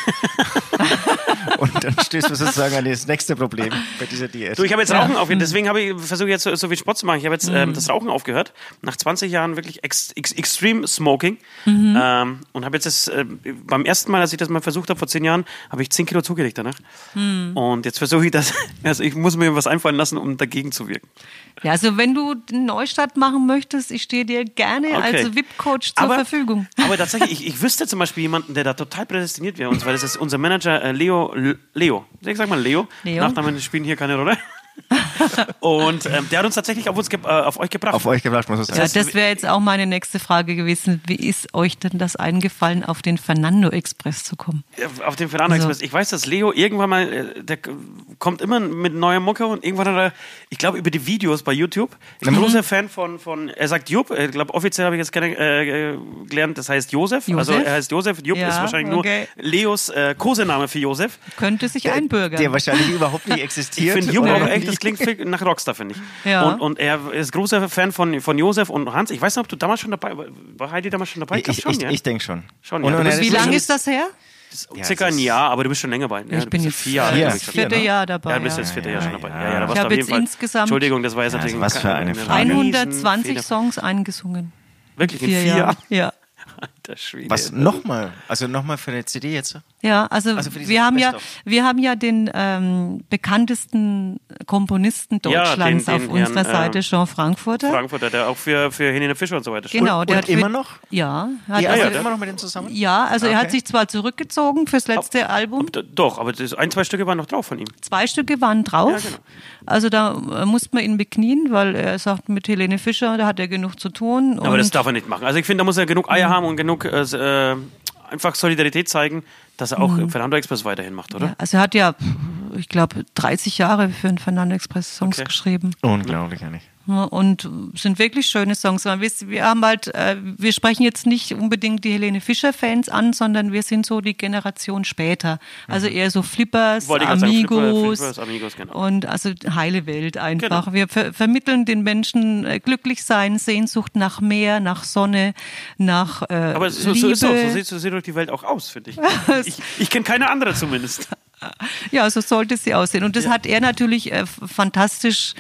Speaker 4: Und dann stößt du sozusagen an das nächste Problem bei dieser Diät.
Speaker 3: Du, ich habe jetzt Rauchen aufgehört,
Speaker 5: Mhm.
Speaker 3: deswegen habe ich versuche jetzt so, so viel Sport zu machen. Ich habe jetzt ähm, das Rauchen aufgehört, nach 20 Jahren wirklich ex, ex, Extreme Smoking
Speaker 5: Mhm.
Speaker 3: ähm, und habe jetzt das, ähm, beim ersten Mal, als ich das mal versucht habe vor 10 Jahren, habe ich 10 Kilo zugelegt danach.
Speaker 5: Mhm.
Speaker 3: Und jetzt versuche ich das, *laughs* also ich muss mir was einfallen lassen, um dagegen zu wirken.
Speaker 5: Ja, also wenn du einen Neustart machen möchtest, ich stehe dir gerne
Speaker 3: Okay.
Speaker 5: als VIP-Coach also zur
Speaker 3: aber,
Speaker 5: Verfügung. *laughs*
Speaker 3: Aber tatsächlich, ich, ich wüsste zum Beispiel jemanden, der da total prädestiniert wäre, und zwar das ist unser Manager äh, Leo, L- Leo, ich sag mal Leo,
Speaker 5: Leo. *laughs*
Speaker 3: Nachnamen spielen hier keine Rolle. Und ähm, der hat uns tatsächlich auf, uns ge äh, auf euch gebracht.
Speaker 4: Auf euch gebracht, muss ich sagen.
Speaker 5: Ja, das wäre jetzt auch meine nächste Frage gewesen. Wie ist euch denn das eingefallen, auf den Fernando Express zu kommen?
Speaker 3: Äh, auf dem Fernando
Speaker 5: Also-
Speaker 3: Express. Ich weiß, dass Leo irgendwann mal, äh, der k- kommt immer mit neuer Mucke und irgendwann hat er, ich glaube, über die Videos bei YouTube. Ich
Speaker 5: Mhm.
Speaker 3: bin großer Fan von, von er sagt Jupp, ich glaube, offiziell habe ich jetzt gerne, äh, gelernt, das heißt Josef.
Speaker 5: Josef?
Speaker 3: Also er heißt Josef, Jupp
Speaker 5: Ja,
Speaker 3: ist wahrscheinlich
Speaker 5: okay.
Speaker 3: nur Leos äh, Kosename für Josef.
Speaker 5: Könnte sich
Speaker 4: Der,
Speaker 5: einbürgern.
Speaker 4: der wahrscheinlich überhaupt nicht
Speaker 3: Ich
Speaker 4: existiert.
Speaker 3: finde Jupp
Speaker 4: oder
Speaker 3: auch echt, das klingt viel nach Rockstar, finde ich.
Speaker 5: Ja.
Speaker 3: Und, und er ist großer Fan von, von Josef und Hans. Ich weiß nicht, ob du damals schon dabei war- War Heidi damals schon dabei?
Speaker 4: Ich, ich, ich, ich denke schon.
Speaker 3: Schon,
Speaker 4: Und-
Speaker 3: ja.
Speaker 4: und
Speaker 3: Du bist
Speaker 4: er
Speaker 5: *laughs* Wie
Speaker 3: ist
Speaker 5: lange
Speaker 3: schon-
Speaker 5: ist das her?
Speaker 4: Ja,
Speaker 3: Circa
Speaker 4: das
Speaker 3: ein
Speaker 4: ist-
Speaker 3: Jahr, aber du bist schon länger bei. Ja,
Speaker 5: ich
Speaker 3: du
Speaker 5: bin
Speaker 3: bist
Speaker 5: jetzt
Speaker 3: vier Jahre.
Speaker 5: äh,
Speaker 4: Ja,
Speaker 3: glaub ich,
Speaker 5: das
Speaker 3: schon.
Speaker 4: vier,
Speaker 5: vierte
Speaker 4: ne?
Speaker 5: Jahr dabei.
Speaker 3: Ja, du bist jetzt
Speaker 5: ja.
Speaker 3: vierte
Speaker 4: ja,
Speaker 3: Jahr schon
Speaker 4: ja,
Speaker 3: dabei.
Speaker 4: ja.
Speaker 3: Ja, ja, da
Speaker 4: Ich
Speaker 3: warst du
Speaker 5: hab
Speaker 3: auf
Speaker 5: jetzt
Speaker 3: jeden Fall.
Speaker 5: insgesamt
Speaker 3: Entschuldigung, das war jetzt
Speaker 4: Ja, also
Speaker 3: natürlich
Speaker 4: was für eine
Speaker 3: riesen-
Speaker 4: Frage.
Speaker 5: 120
Speaker 3: Fehler.
Speaker 5: Songs eingesungen.
Speaker 3: Wirklich in
Speaker 5: Vier Jahre.
Speaker 3: *laughs*
Speaker 5: Ja.
Speaker 3: Alter Schwede.
Speaker 4: Was nochmal? Also nochmal für eine CD jetzt?
Speaker 5: Ja, also,
Speaker 4: Also für dieses
Speaker 5: wir haben ja,
Speaker 4: Best-of.
Speaker 5: wir haben ja den ähm, bekanntesten Komponisten
Speaker 3: Ja,
Speaker 5: Deutschlands
Speaker 3: den- den
Speaker 5: auf unserer
Speaker 3: Herrn, äh,
Speaker 5: Seite, Jean Frankfurter.
Speaker 3: Frankfurter, der auch für, für Helene Fischer und so weiter spielt.
Speaker 5: genau, der
Speaker 4: und
Speaker 5: hat für-
Speaker 4: immer noch?
Speaker 5: Ja, hat
Speaker 4: Ja,
Speaker 5: also,
Speaker 4: also
Speaker 3: ja,
Speaker 4: immer noch mit denen zusammen? Ah,
Speaker 5: ja, also er
Speaker 4: Okay.
Speaker 5: hat sich zwar zurückgezogen fürs letzte Album.
Speaker 3: D- Doch, aber das, ein, zwei Stücke waren noch drauf von ihm.
Speaker 5: Zwei Stücke waren drauf.
Speaker 3: Ja, genau.
Speaker 5: Also da äh, musste man ihn beknien, weil er sagt, mit Helene Fischer, da hat er genug zu tun.
Speaker 3: Aber
Speaker 5: und
Speaker 3: das darf er nicht machen. Also ich finde, da muss er genug
Speaker 5: Mhm.
Speaker 3: Eier haben und genug äh, s- äh, einfach Solidarität zeigen, dass er auch Fernando Express weiterhin macht, oder?
Speaker 5: Mhm. ja, also er hat ja, ich glaube, 30 Jahre für den Fernando Express Songs
Speaker 3: Okay.
Speaker 5: geschrieben.
Speaker 4: Unglaublich eigentlich.
Speaker 5: Ja, Und sind wirklich schöne Songs. Man wisst, Wir haben halt, äh, wir sprechen jetzt nicht unbedingt die Helene Fischer-Fans an, sondern wir sind so die Generation später. Also eher so Flippers,
Speaker 3: Wollte Mhm. ich grad sagen, Flipper-
Speaker 5: Amigos,
Speaker 3: Flippers, Amigos, genau.
Speaker 5: und also heile Welt einfach.
Speaker 3: Genau.
Speaker 5: Wir ver vermitteln den Menschen äh, glücklich sein, Sehnsucht nach Meer, nach Sonne, nach äh,
Speaker 3: Aber so,
Speaker 5: Liebe.
Speaker 3: so ist es auch. So sieht, so sieht doch die Welt auch aus, finde
Speaker 5: *laughs*
Speaker 3: ich. Ich, ich kenne keine andere zumindest.
Speaker 5: Ja, so sollte sie aussehen. Und das hat er natürlich äh, f- fantastisch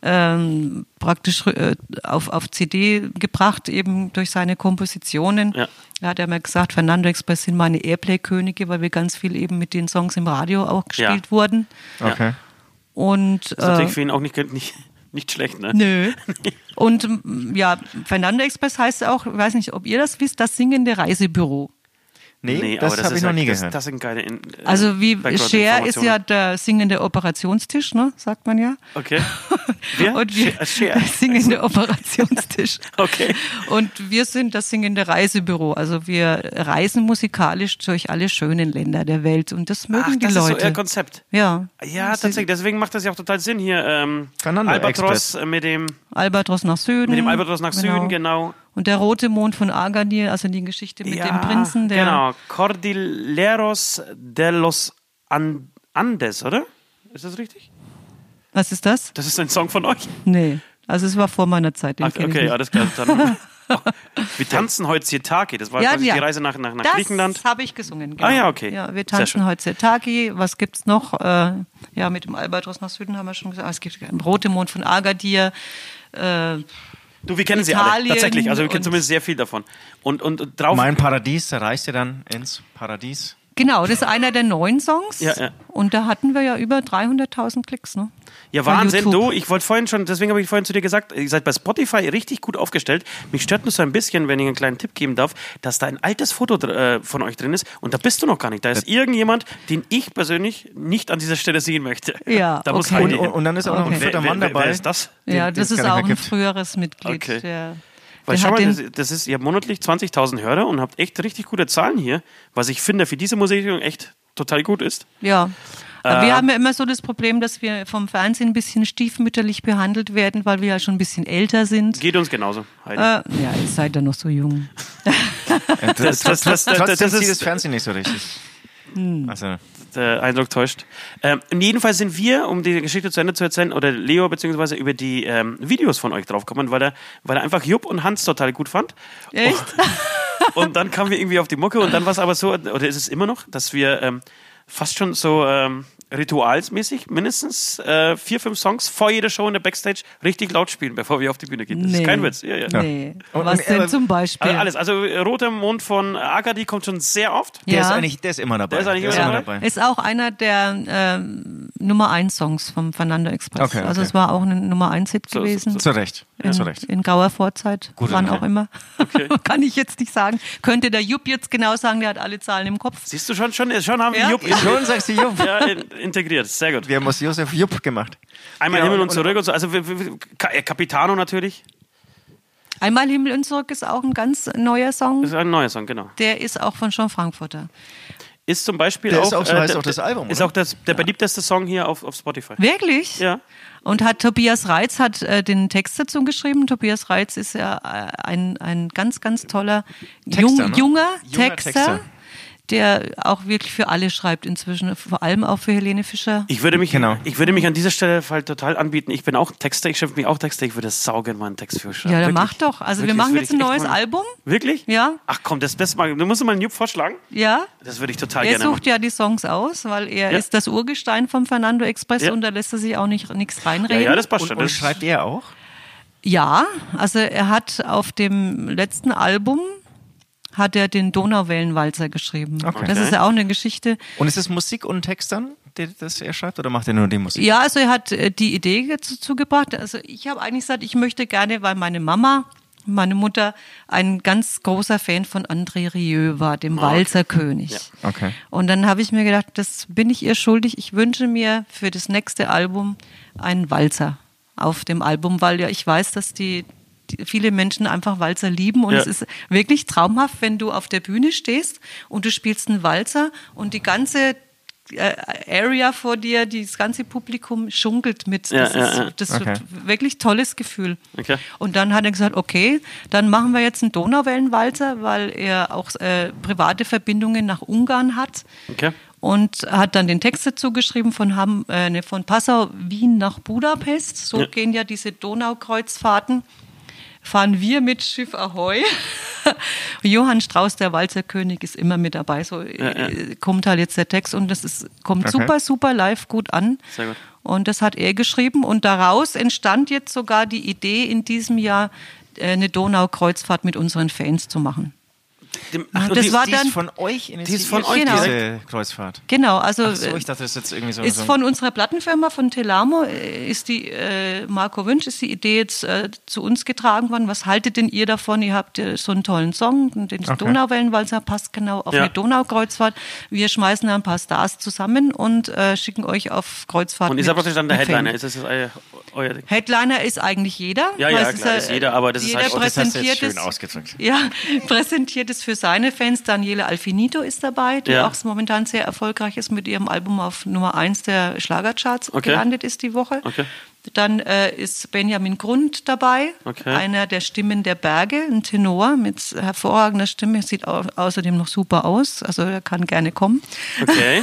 Speaker 5: ähm, praktisch äh, auf, auf CD gebracht, eben durch seine Kompositionen.
Speaker 3: Ja.
Speaker 5: Da hat er mal gesagt, Fernando Express sind meine Airplay-Könige, weil wir ganz viel eben mit den Songs im Radio auch gespielt
Speaker 3: Ja.
Speaker 5: wurden.
Speaker 4: Okay.
Speaker 3: Das
Speaker 5: Und
Speaker 3: ist
Speaker 5: äh,
Speaker 3: natürlich für ihn auch nicht, nicht, nicht schlecht, ne? *laughs*
Speaker 5: nö. Und m, ja, Fernando Express heißt auch, ich weiß nicht, ob ihr das wisst, das singende Reisebüro.
Speaker 4: Nee,
Speaker 3: Nee, aber
Speaker 4: das
Speaker 3: das
Speaker 4: habe ich
Speaker 3: ist
Speaker 4: noch
Speaker 3: ja-
Speaker 4: nie
Speaker 3: das,
Speaker 4: gehört.
Speaker 3: Das sind geile In äh,
Speaker 5: Also wie Cher ist
Speaker 3: Background-Informationen.
Speaker 5: ja der singende Operationstisch, ne? Sagt man ja. *laughs*
Speaker 3: Okay. Wer?
Speaker 5: Und wir
Speaker 3: Cher-
Speaker 5: *laughs*
Speaker 3: Cher.
Speaker 5: das singende Operationstisch.
Speaker 3: Also *laughs* Okay.
Speaker 5: Und wir sind das singende Reisebüro. Also wir reisen musikalisch durch alle schönen Länder der Welt und das mögen
Speaker 3: Ach,
Speaker 5: die
Speaker 3: das
Speaker 5: Leute.
Speaker 3: ist so ihr Konzept.
Speaker 5: ja.
Speaker 3: Ja, tatsächlich. Deswegen macht das ja auch total Sinn hier. Ähm,
Speaker 4: Fernando
Speaker 3: Albatros
Speaker 4: Express.
Speaker 3: äh, mit dem,
Speaker 5: Albatros nach Süden.
Speaker 3: mit dem Albatros nach Süden, genau.
Speaker 5: Und der rote Mond von Agadir, also die Geschichte mit dem Prinzen, der
Speaker 3: genau. Cordilleros de los An Andes, oder? Ist das richtig?
Speaker 5: Was ist das?
Speaker 3: Das ist ein Song von euch.
Speaker 5: Nee. Also es war vor meiner Zeit, den
Speaker 3: Ach,
Speaker 5: kenn ich
Speaker 3: okay,
Speaker 5: nicht.
Speaker 3: alles klar.
Speaker 5: *laughs*
Speaker 3: Dann, Oh, wir tanzen heute Sitake. Das war quasi die Reise nach, nach, nach
Speaker 5: das
Speaker 3: Griechenland.
Speaker 5: habe ich gesungen. Genau.
Speaker 3: Ah, ja, okay.
Speaker 5: Ja, wir
Speaker 3: Sehr
Speaker 5: tanzen
Speaker 3: schön.
Speaker 5: heute Setaki. Was gibt's noch? Äh, ja, mit dem Albatros nach Süden haben wir schon gesagt. Ah, Es gibt Rote Mond von Agadir. Äh,
Speaker 3: Du, wir kennen sie alle.
Speaker 5: Italien
Speaker 3: Tatsächlich. Also wir kennen
Speaker 5: und-
Speaker 3: zumindest sehr viel davon. Und, und, und drauf.
Speaker 4: Mein Paradies, da reist ihr dann ins Paradies.
Speaker 5: genau, das ist einer der neuen Songs.
Speaker 3: Ja, ja.
Speaker 5: Und da hatten wir ja über 300.000 Klicks. Ne?
Speaker 3: Ja,
Speaker 5: Bei
Speaker 3: Wahnsinn,
Speaker 5: YouTube.
Speaker 3: du. Ich wollte vorhin schon, deswegen habe ich vorhin zu dir gesagt, ihr seid bei Spotify richtig gut aufgestellt. Mich stört nur so ein bisschen, wenn ich einen kleinen Tipp geben darf, dass da ein altes Foto dr- äh, von euch drin ist und da bist du noch gar nicht. Da ist irgendjemand, den ich persönlich nicht an dieser Stelle sehen möchte.
Speaker 5: Ja,
Speaker 3: *laughs* da muss
Speaker 5: okay.
Speaker 3: Heidi
Speaker 4: Und,
Speaker 3: hin.
Speaker 4: und, und dann ist auch noch
Speaker 5: Okay.
Speaker 4: ein vierter
Speaker 3: Wer-
Speaker 4: Mann
Speaker 3: wer-
Speaker 4: dabei.
Speaker 3: Wer ist das?
Speaker 4: Den-
Speaker 5: ja,
Speaker 4: den es
Speaker 5: das ist
Speaker 4: gar nicht
Speaker 5: auch
Speaker 4: mehr
Speaker 5: ein
Speaker 4: gibt.
Speaker 5: früheres Mitglied.
Speaker 3: Okay.
Speaker 5: Der,
Speaker 3: Weil
Speaker 5: der
Speaker 3: schau
Speaker 5: hat
Speaker 3: mal,
Speaker 5: den,
Speaker 3: das, das ist, ihr habt monatlich 20.000 Hörer und habt echt richtig gute Zahlen hier, was ich finde für diese Musikrichtung echt total gut ist.
Speaker 5: Ja. Aber
Speaker 3: Ähm.
Speaker 5: wir haben ja immer so das Problem, dass wir vom Fernsehen ein bisschen stiefmütterlich behandelt werden, weil wir ja schon ein bisschen älter sind.
Speaker 3: Geht uns genauso, Heidi.
Speaker 5: Äh, ja, ihr seid ja noch so jung.
Speaker 3: das, das, das, das, das,
Speaker 4: Trotzdem
Speaker 3: das
Speaker 4: sieht das
Speaker 3: ist
Speaker 4: Fernsehen nicht so richtig.
Speaker 5: Hm.
Speaker 4: Also,
Speaker 3: der Eindruck täuscht. Ähm, jedenfalls sind wir, um die Geschichte zu Ende zu erzählen, oder Leo beziehungsweise über die ähm, Videos von euch draufgekommen, weil er, weil er einfach Jupp und Hans total gut fand.
Speaker 5: Echt?
Speaker 3: Und dann kamen wir irgendwie auf die Mucke und dann war es aber so, oder ist es immer noch, dass wir ähm, fast schon so ähm, ritualsmäßig mindestens äh, vier, fünf Songs vor jeder Show in der Backstage richtig laut spielen, bevor wir auf die Bühne gehen. Das ist kein Witz. Ja, ja.
Speaker 5: Nee.
Speaker 4: Und-
Speaker 5: Was
Speaker 4: und-
Speaker 5: denn
Speaker 4: aber-
Speaker 5: zum Beispiel?
Speaker 3: Also alles, also äh, Roter Mond von Agadi kommt schon sehr oft.
Speaker 4: der,
Speaker 5: Ja.
Speaker 4: ist eigentlich, der ist immer dabei.
Speaker 3: Der ist eigentlich immer
Speaker 5: ja. Ist auch einer der ähm, Nummer 1 Songs vom Fernando Express.
Speaker 4: Okay,
Speaker 5: Also
Speaker 4: okay.
Speaker 5: es war auch ein Nummer 1 Hit
Speaker 3: So- so-
Speaker 5: gewesen.
Speaker 4: Zu Recht.
Speaker 5: in,
Speaker 4: Zu Recht.
Speaker 5: in grauer Vorzeit,
Speaker 4: Gute
Speaker 5: wann
Speaker 4: Nummer.
Speaker 5: auch immer. *laughs* Kann ich jetzt nicht sagen. Könnte der Jupp jetzt genau sagen, der hat alle Zahlen im Kopf.
Speaker 3: Siehst du schon, schon, schon haben wir
Speaker 5: Ja.
Speaker 3: Jupp
Speaker 4: Schon sagst du Jupp.
Speaker 3: ja, in, integriert. Sehr gut.
Speaker 4: Wir haben aus Josef Jupp gemacht.
Speaker 3: Einmal
Speaker 4: Genau,
Speaker 3: Himmel und
Speaker 4: und-
Speaker 3: zurück und so. Also wir- wir- wir- Ka- äh, Capitano natürlich.
Speaker 5: Einmal Himmel und zurück ist auch ein ganz neuer Song.
Speaker 3: Das ist ein neuer Song, genau.
Speaker 5: Der ist auch von Sean Frankfurter.
Speaker 3: Ist zum Beispiel
Speaker 4: Der
Speaker 3: auch, äh,
Speaker 4: ist auch so heißt
Speaker 3: der-
Speaker 4: auch das Album,
Speaker 3: Ist
Speaker 4: oder?
Speaker 3: auch das, der beliebteste Song hier auf, auf Spotify.
Speaker 5: Wirklich?
Speaker 3: Ja.
Speaker 5: Und hat Tobias Reitz hat äh, den Text dazu geschrieben. Tobias Reitz ist ja äh, ein, ein ganz, ganz toller jung,
Speaker 4: Texter, ne?
Speaker 5: junger,
Speaker 4: Junger
Speaker 5: Texter,
Speaker 4: Texter.
Speaker 5: der auch wirklich für alle schreibt inzwischen, vor allem auch für Helene Fischer.
Speaker 3: Ich würde mich,
Speaker 4: Genau.
Speaker 3: ich würde mich an dieser Stelle halt total anbieten. Ich bin auch Texter, ich schreibe mich auch Texter. Ich würde saugen mal einen Text für schreiben.
Speaker 5: Ja, dann
Speaker 3: Wirklich.
Speaker 5: mach doch. Also wir
Speaker 3: Wirklich,
Speaker 5: machen
Speaker 3: das
Speaker 5: jetzt ein
Speaker 3: würde ich echt
Speaker 5: neues
Speaker 3: mal-
Speaker 5: Album.
Speaker 3: Wirklich?
Speaker 5: Ja.
Speaker 3: Ach komm, das Beste mal. Du musst mal einen Jupp vorschlagen.
Speaker 5: Ja.
Speaker 3: Das würde ich total
Speaker 5: Er
Speaker 3: gerne
Speaker 5: sucht
Speaker 3: machen.
Speaker 5: ja die Songs aus, weil er
Speaker 3: Ja.
Speaker 5: ist das Urgestein vom Fernando Express
Speaker 3: Ja.
Speaker 5: und da lässt er sich auch nicht nichts
Speaker 3: Ja,
Speaker 5: reinreden.
Speaker 3: ja, das passt
Speaker 4: Und,
Speaker 3: schon.
Speaker 4: und
Speaker 3: Das-
Speaker 4: schreibt er auch?
Speaker 5: Ja, also er hat auf dem letzten Album hat er den Donauwellenwalzer geschrieben.
Speaker 4: Okay.
Speaker 5: Das ist ja auch eine Geschichte.
Speaker 4: Und ist es Musik und Text dann, der, das er schreibt? Oder macht er nur die Musik?
Speaker 5: Ja, also er hat äh, die Idee dazu zugebracht. Also ich habe eigentlich gesagt, ich möchte gerne, weil meine Mama, meine Mutter ein ganz großer Fan von André Rieu war, dem Walzerkönig.
Speaker 4: Okay.
Speaker 5: Und dann habe ich mir gedacht, das bin ich ihr schuldig. Ich wünsche mir für das nächste Album einen Walzer auf dem Album, weil ja ich weiß, dass die, die viele Menschen einfach Walzer lieben und
Speaker 3: Ja.
Speaker 5: es ist wirklich traumhaft, wenn du auf der Bühne stehst und du spielst einen Walzer und die ganze äh, Area vor dir, das ganze Publikum schunkelt mit.
Speaker 3: Ja,
Speaker 5: das
Speaker 3: ja,
Speaker 5: ist,
Speaker 3: ja.
Speaker 5: das
Speaker 4: Okay.
Speaker 5: ist wirklich tolles Gefühl.
Speaker 3: Okay.
Speaker 5: Und dann hat er gesagt, okay, dann machen wir jetzt einen Donauwellenwalzer, weil er auch äh, private Verbindungen nach Ungarn hat.
Speaker 3: Okay.
Speaker 5: Und hat dann den Text dazu geschrieben von, Ham, äh, ne, von Passau, Wien nach Budapest. So
Speaker 3: Ja.
Speaker 5: gehen ja diese Donaukreuzfahrten. Fahren wir mit Schiff Ahoi. *laughs* Johann Strauß, der Walzerkönig, ist immer mit dabei. So äh, kommt halt jetzt der Text und das ist, kommt
Speaker 4: Okay.
Speaker 5: super, super live gut an.
Speaker 3: Sehr gut.
Speaker 5: Und das hat er geschrieben. Und daraus entstand jetzt sogar die Idee, in diesem Jahr äh, eine Donaukreuzfahrt mit unseren Fans zu machen.
Speaker 3: Dem- Ach, und
Speaker 5: das
Speaker 3: die-
Speaker 5: war
Speaker 4: die
Speaker 5: dann-
Speaker 4: ist von euch initiiert,
Speaker 3: Die ist von euch
Speaker 5: Genau.
Speaker 4: diese Kreuzfahrt.
Speaker 5: Genau, also
Speaker 4: Ach so,
Speaker 5: äh,
Speaker 4: ich dachte, das ist jetzt irgendwie so
Speaker 5: ist
Speaker 4: so ein-
Speaker 5: von unserer Plattenfirma von Telamo äh, ist die äh, Marco Wünsch ist die Idee jetzt äh, zu uns getragen worden. Was haltet denn ihr davon? Ihr habt äh, so einen tollen Song, den Donauwellenwalzer passt genau auf
Speaker 3: Ja.
Speaker 5: eine Donaukreuzfahrt. Wir schmeißen da ein paar Stars zusammen und äh, schicken euch auf Kreuzfahrt.
Speaker 3: Und ist ja
Speaker 5: mit-
Speaker 3: praktisch dann der
Speaker 5: mit
Speaker 3: Headliner.
Speaker 5: Fans.
Speaker 3: Ist das äh, euer, euer Ding?
Speaker 5: Headliner ist eigentlich jeder.
Speaker 3: Ja, ja,
Speaker 5: weil es
Speaker 3: klar, ist jeder, aber das ist
Speaker 5: jeder
Speaker 3: halt- Oh,
Speaker 4: das hast du jetzt
Speaker 5: präsentiert
Speaker 4: schön
Speaker 5: es-
Speaker 4: ausgedrückt.
Speaker 5: Ja, präsentiert es für seine Fans. Daniele Alfinito ist dabei, die
Speaker 3: Ja.
Speaker 5: auch momentan sehr erfolgreich ist mit ihrem Album auf Nummer 1 der Schlagercharts
Speaker 3: Okay.
Speaker 5: gelandet ist die Woche.
Speaker 3: Okay.
Speaker 5: Dann äh, ist Benjamin Grund dabei,
Speaker 3: Okay.
Speaker 5: einer der Stimmen der Berge, ein Tenor mit hervorragender Stimme, sieht au außerdem noch super aus, also er kann gerne kommen.
Speaker 3: Okay.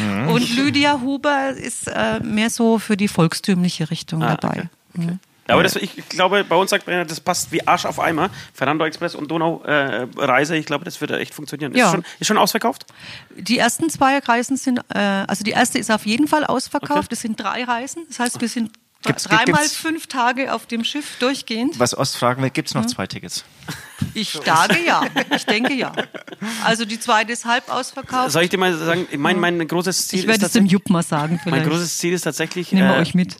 Speaker 3: Mhm.
Speaker 5: Und Lydia Huber ist äh, mehr so für die volkstümliche Richtung
Speaker 3: Ah,
Speaker 5: dabei.
Speaker 3: okay. Ja, aber das, ich ich glaube, bei uns sagt man, ja, das passt wie Arsch auf Eimer. Fernando Express und Donaureise, äh, Reise, ich glaube, das wird echt funktionieren.
Speaker 5: Ja.
Speaker 3: Ist, schon, ist schon ausverkauft?
Speaker 5: Die ersten zwei Reisen sind, äh, also die erste ist auf jeden Fall ausverkauft. Es sind drei Reisen. Das heißt, wir sind dr-
Speaker 4: Gibt's- gibt-
Speaker 5: dreimal
Speaker 4: gibt's-
Speaker 5: fünf Tage auf dem Schiff durchgehend.
Speaker 4: Was Ost fragen will, gibt es noch zwei Tickets?
Speaker 5: Ich sage ja. Ich denke ja. Also die zweite ist halb ausverkauft.
Speaker 3: Soll ich dir mal sagen, mein, mein großes Ziel
Speaker 5: ich werde
Speaker 3: Also, ist
Speaker 5: es dem
Speaker 3: tatsächlich,
Speaker 5: Jupp mal sagen.
Speaker 3: mein
Speaker 5: Vielleicht
Speaker 3: großes Ziel ist tatsächlich
Speaker 5: nehmen wir
Speaker 3: äh,
Speaker 5: euch mit.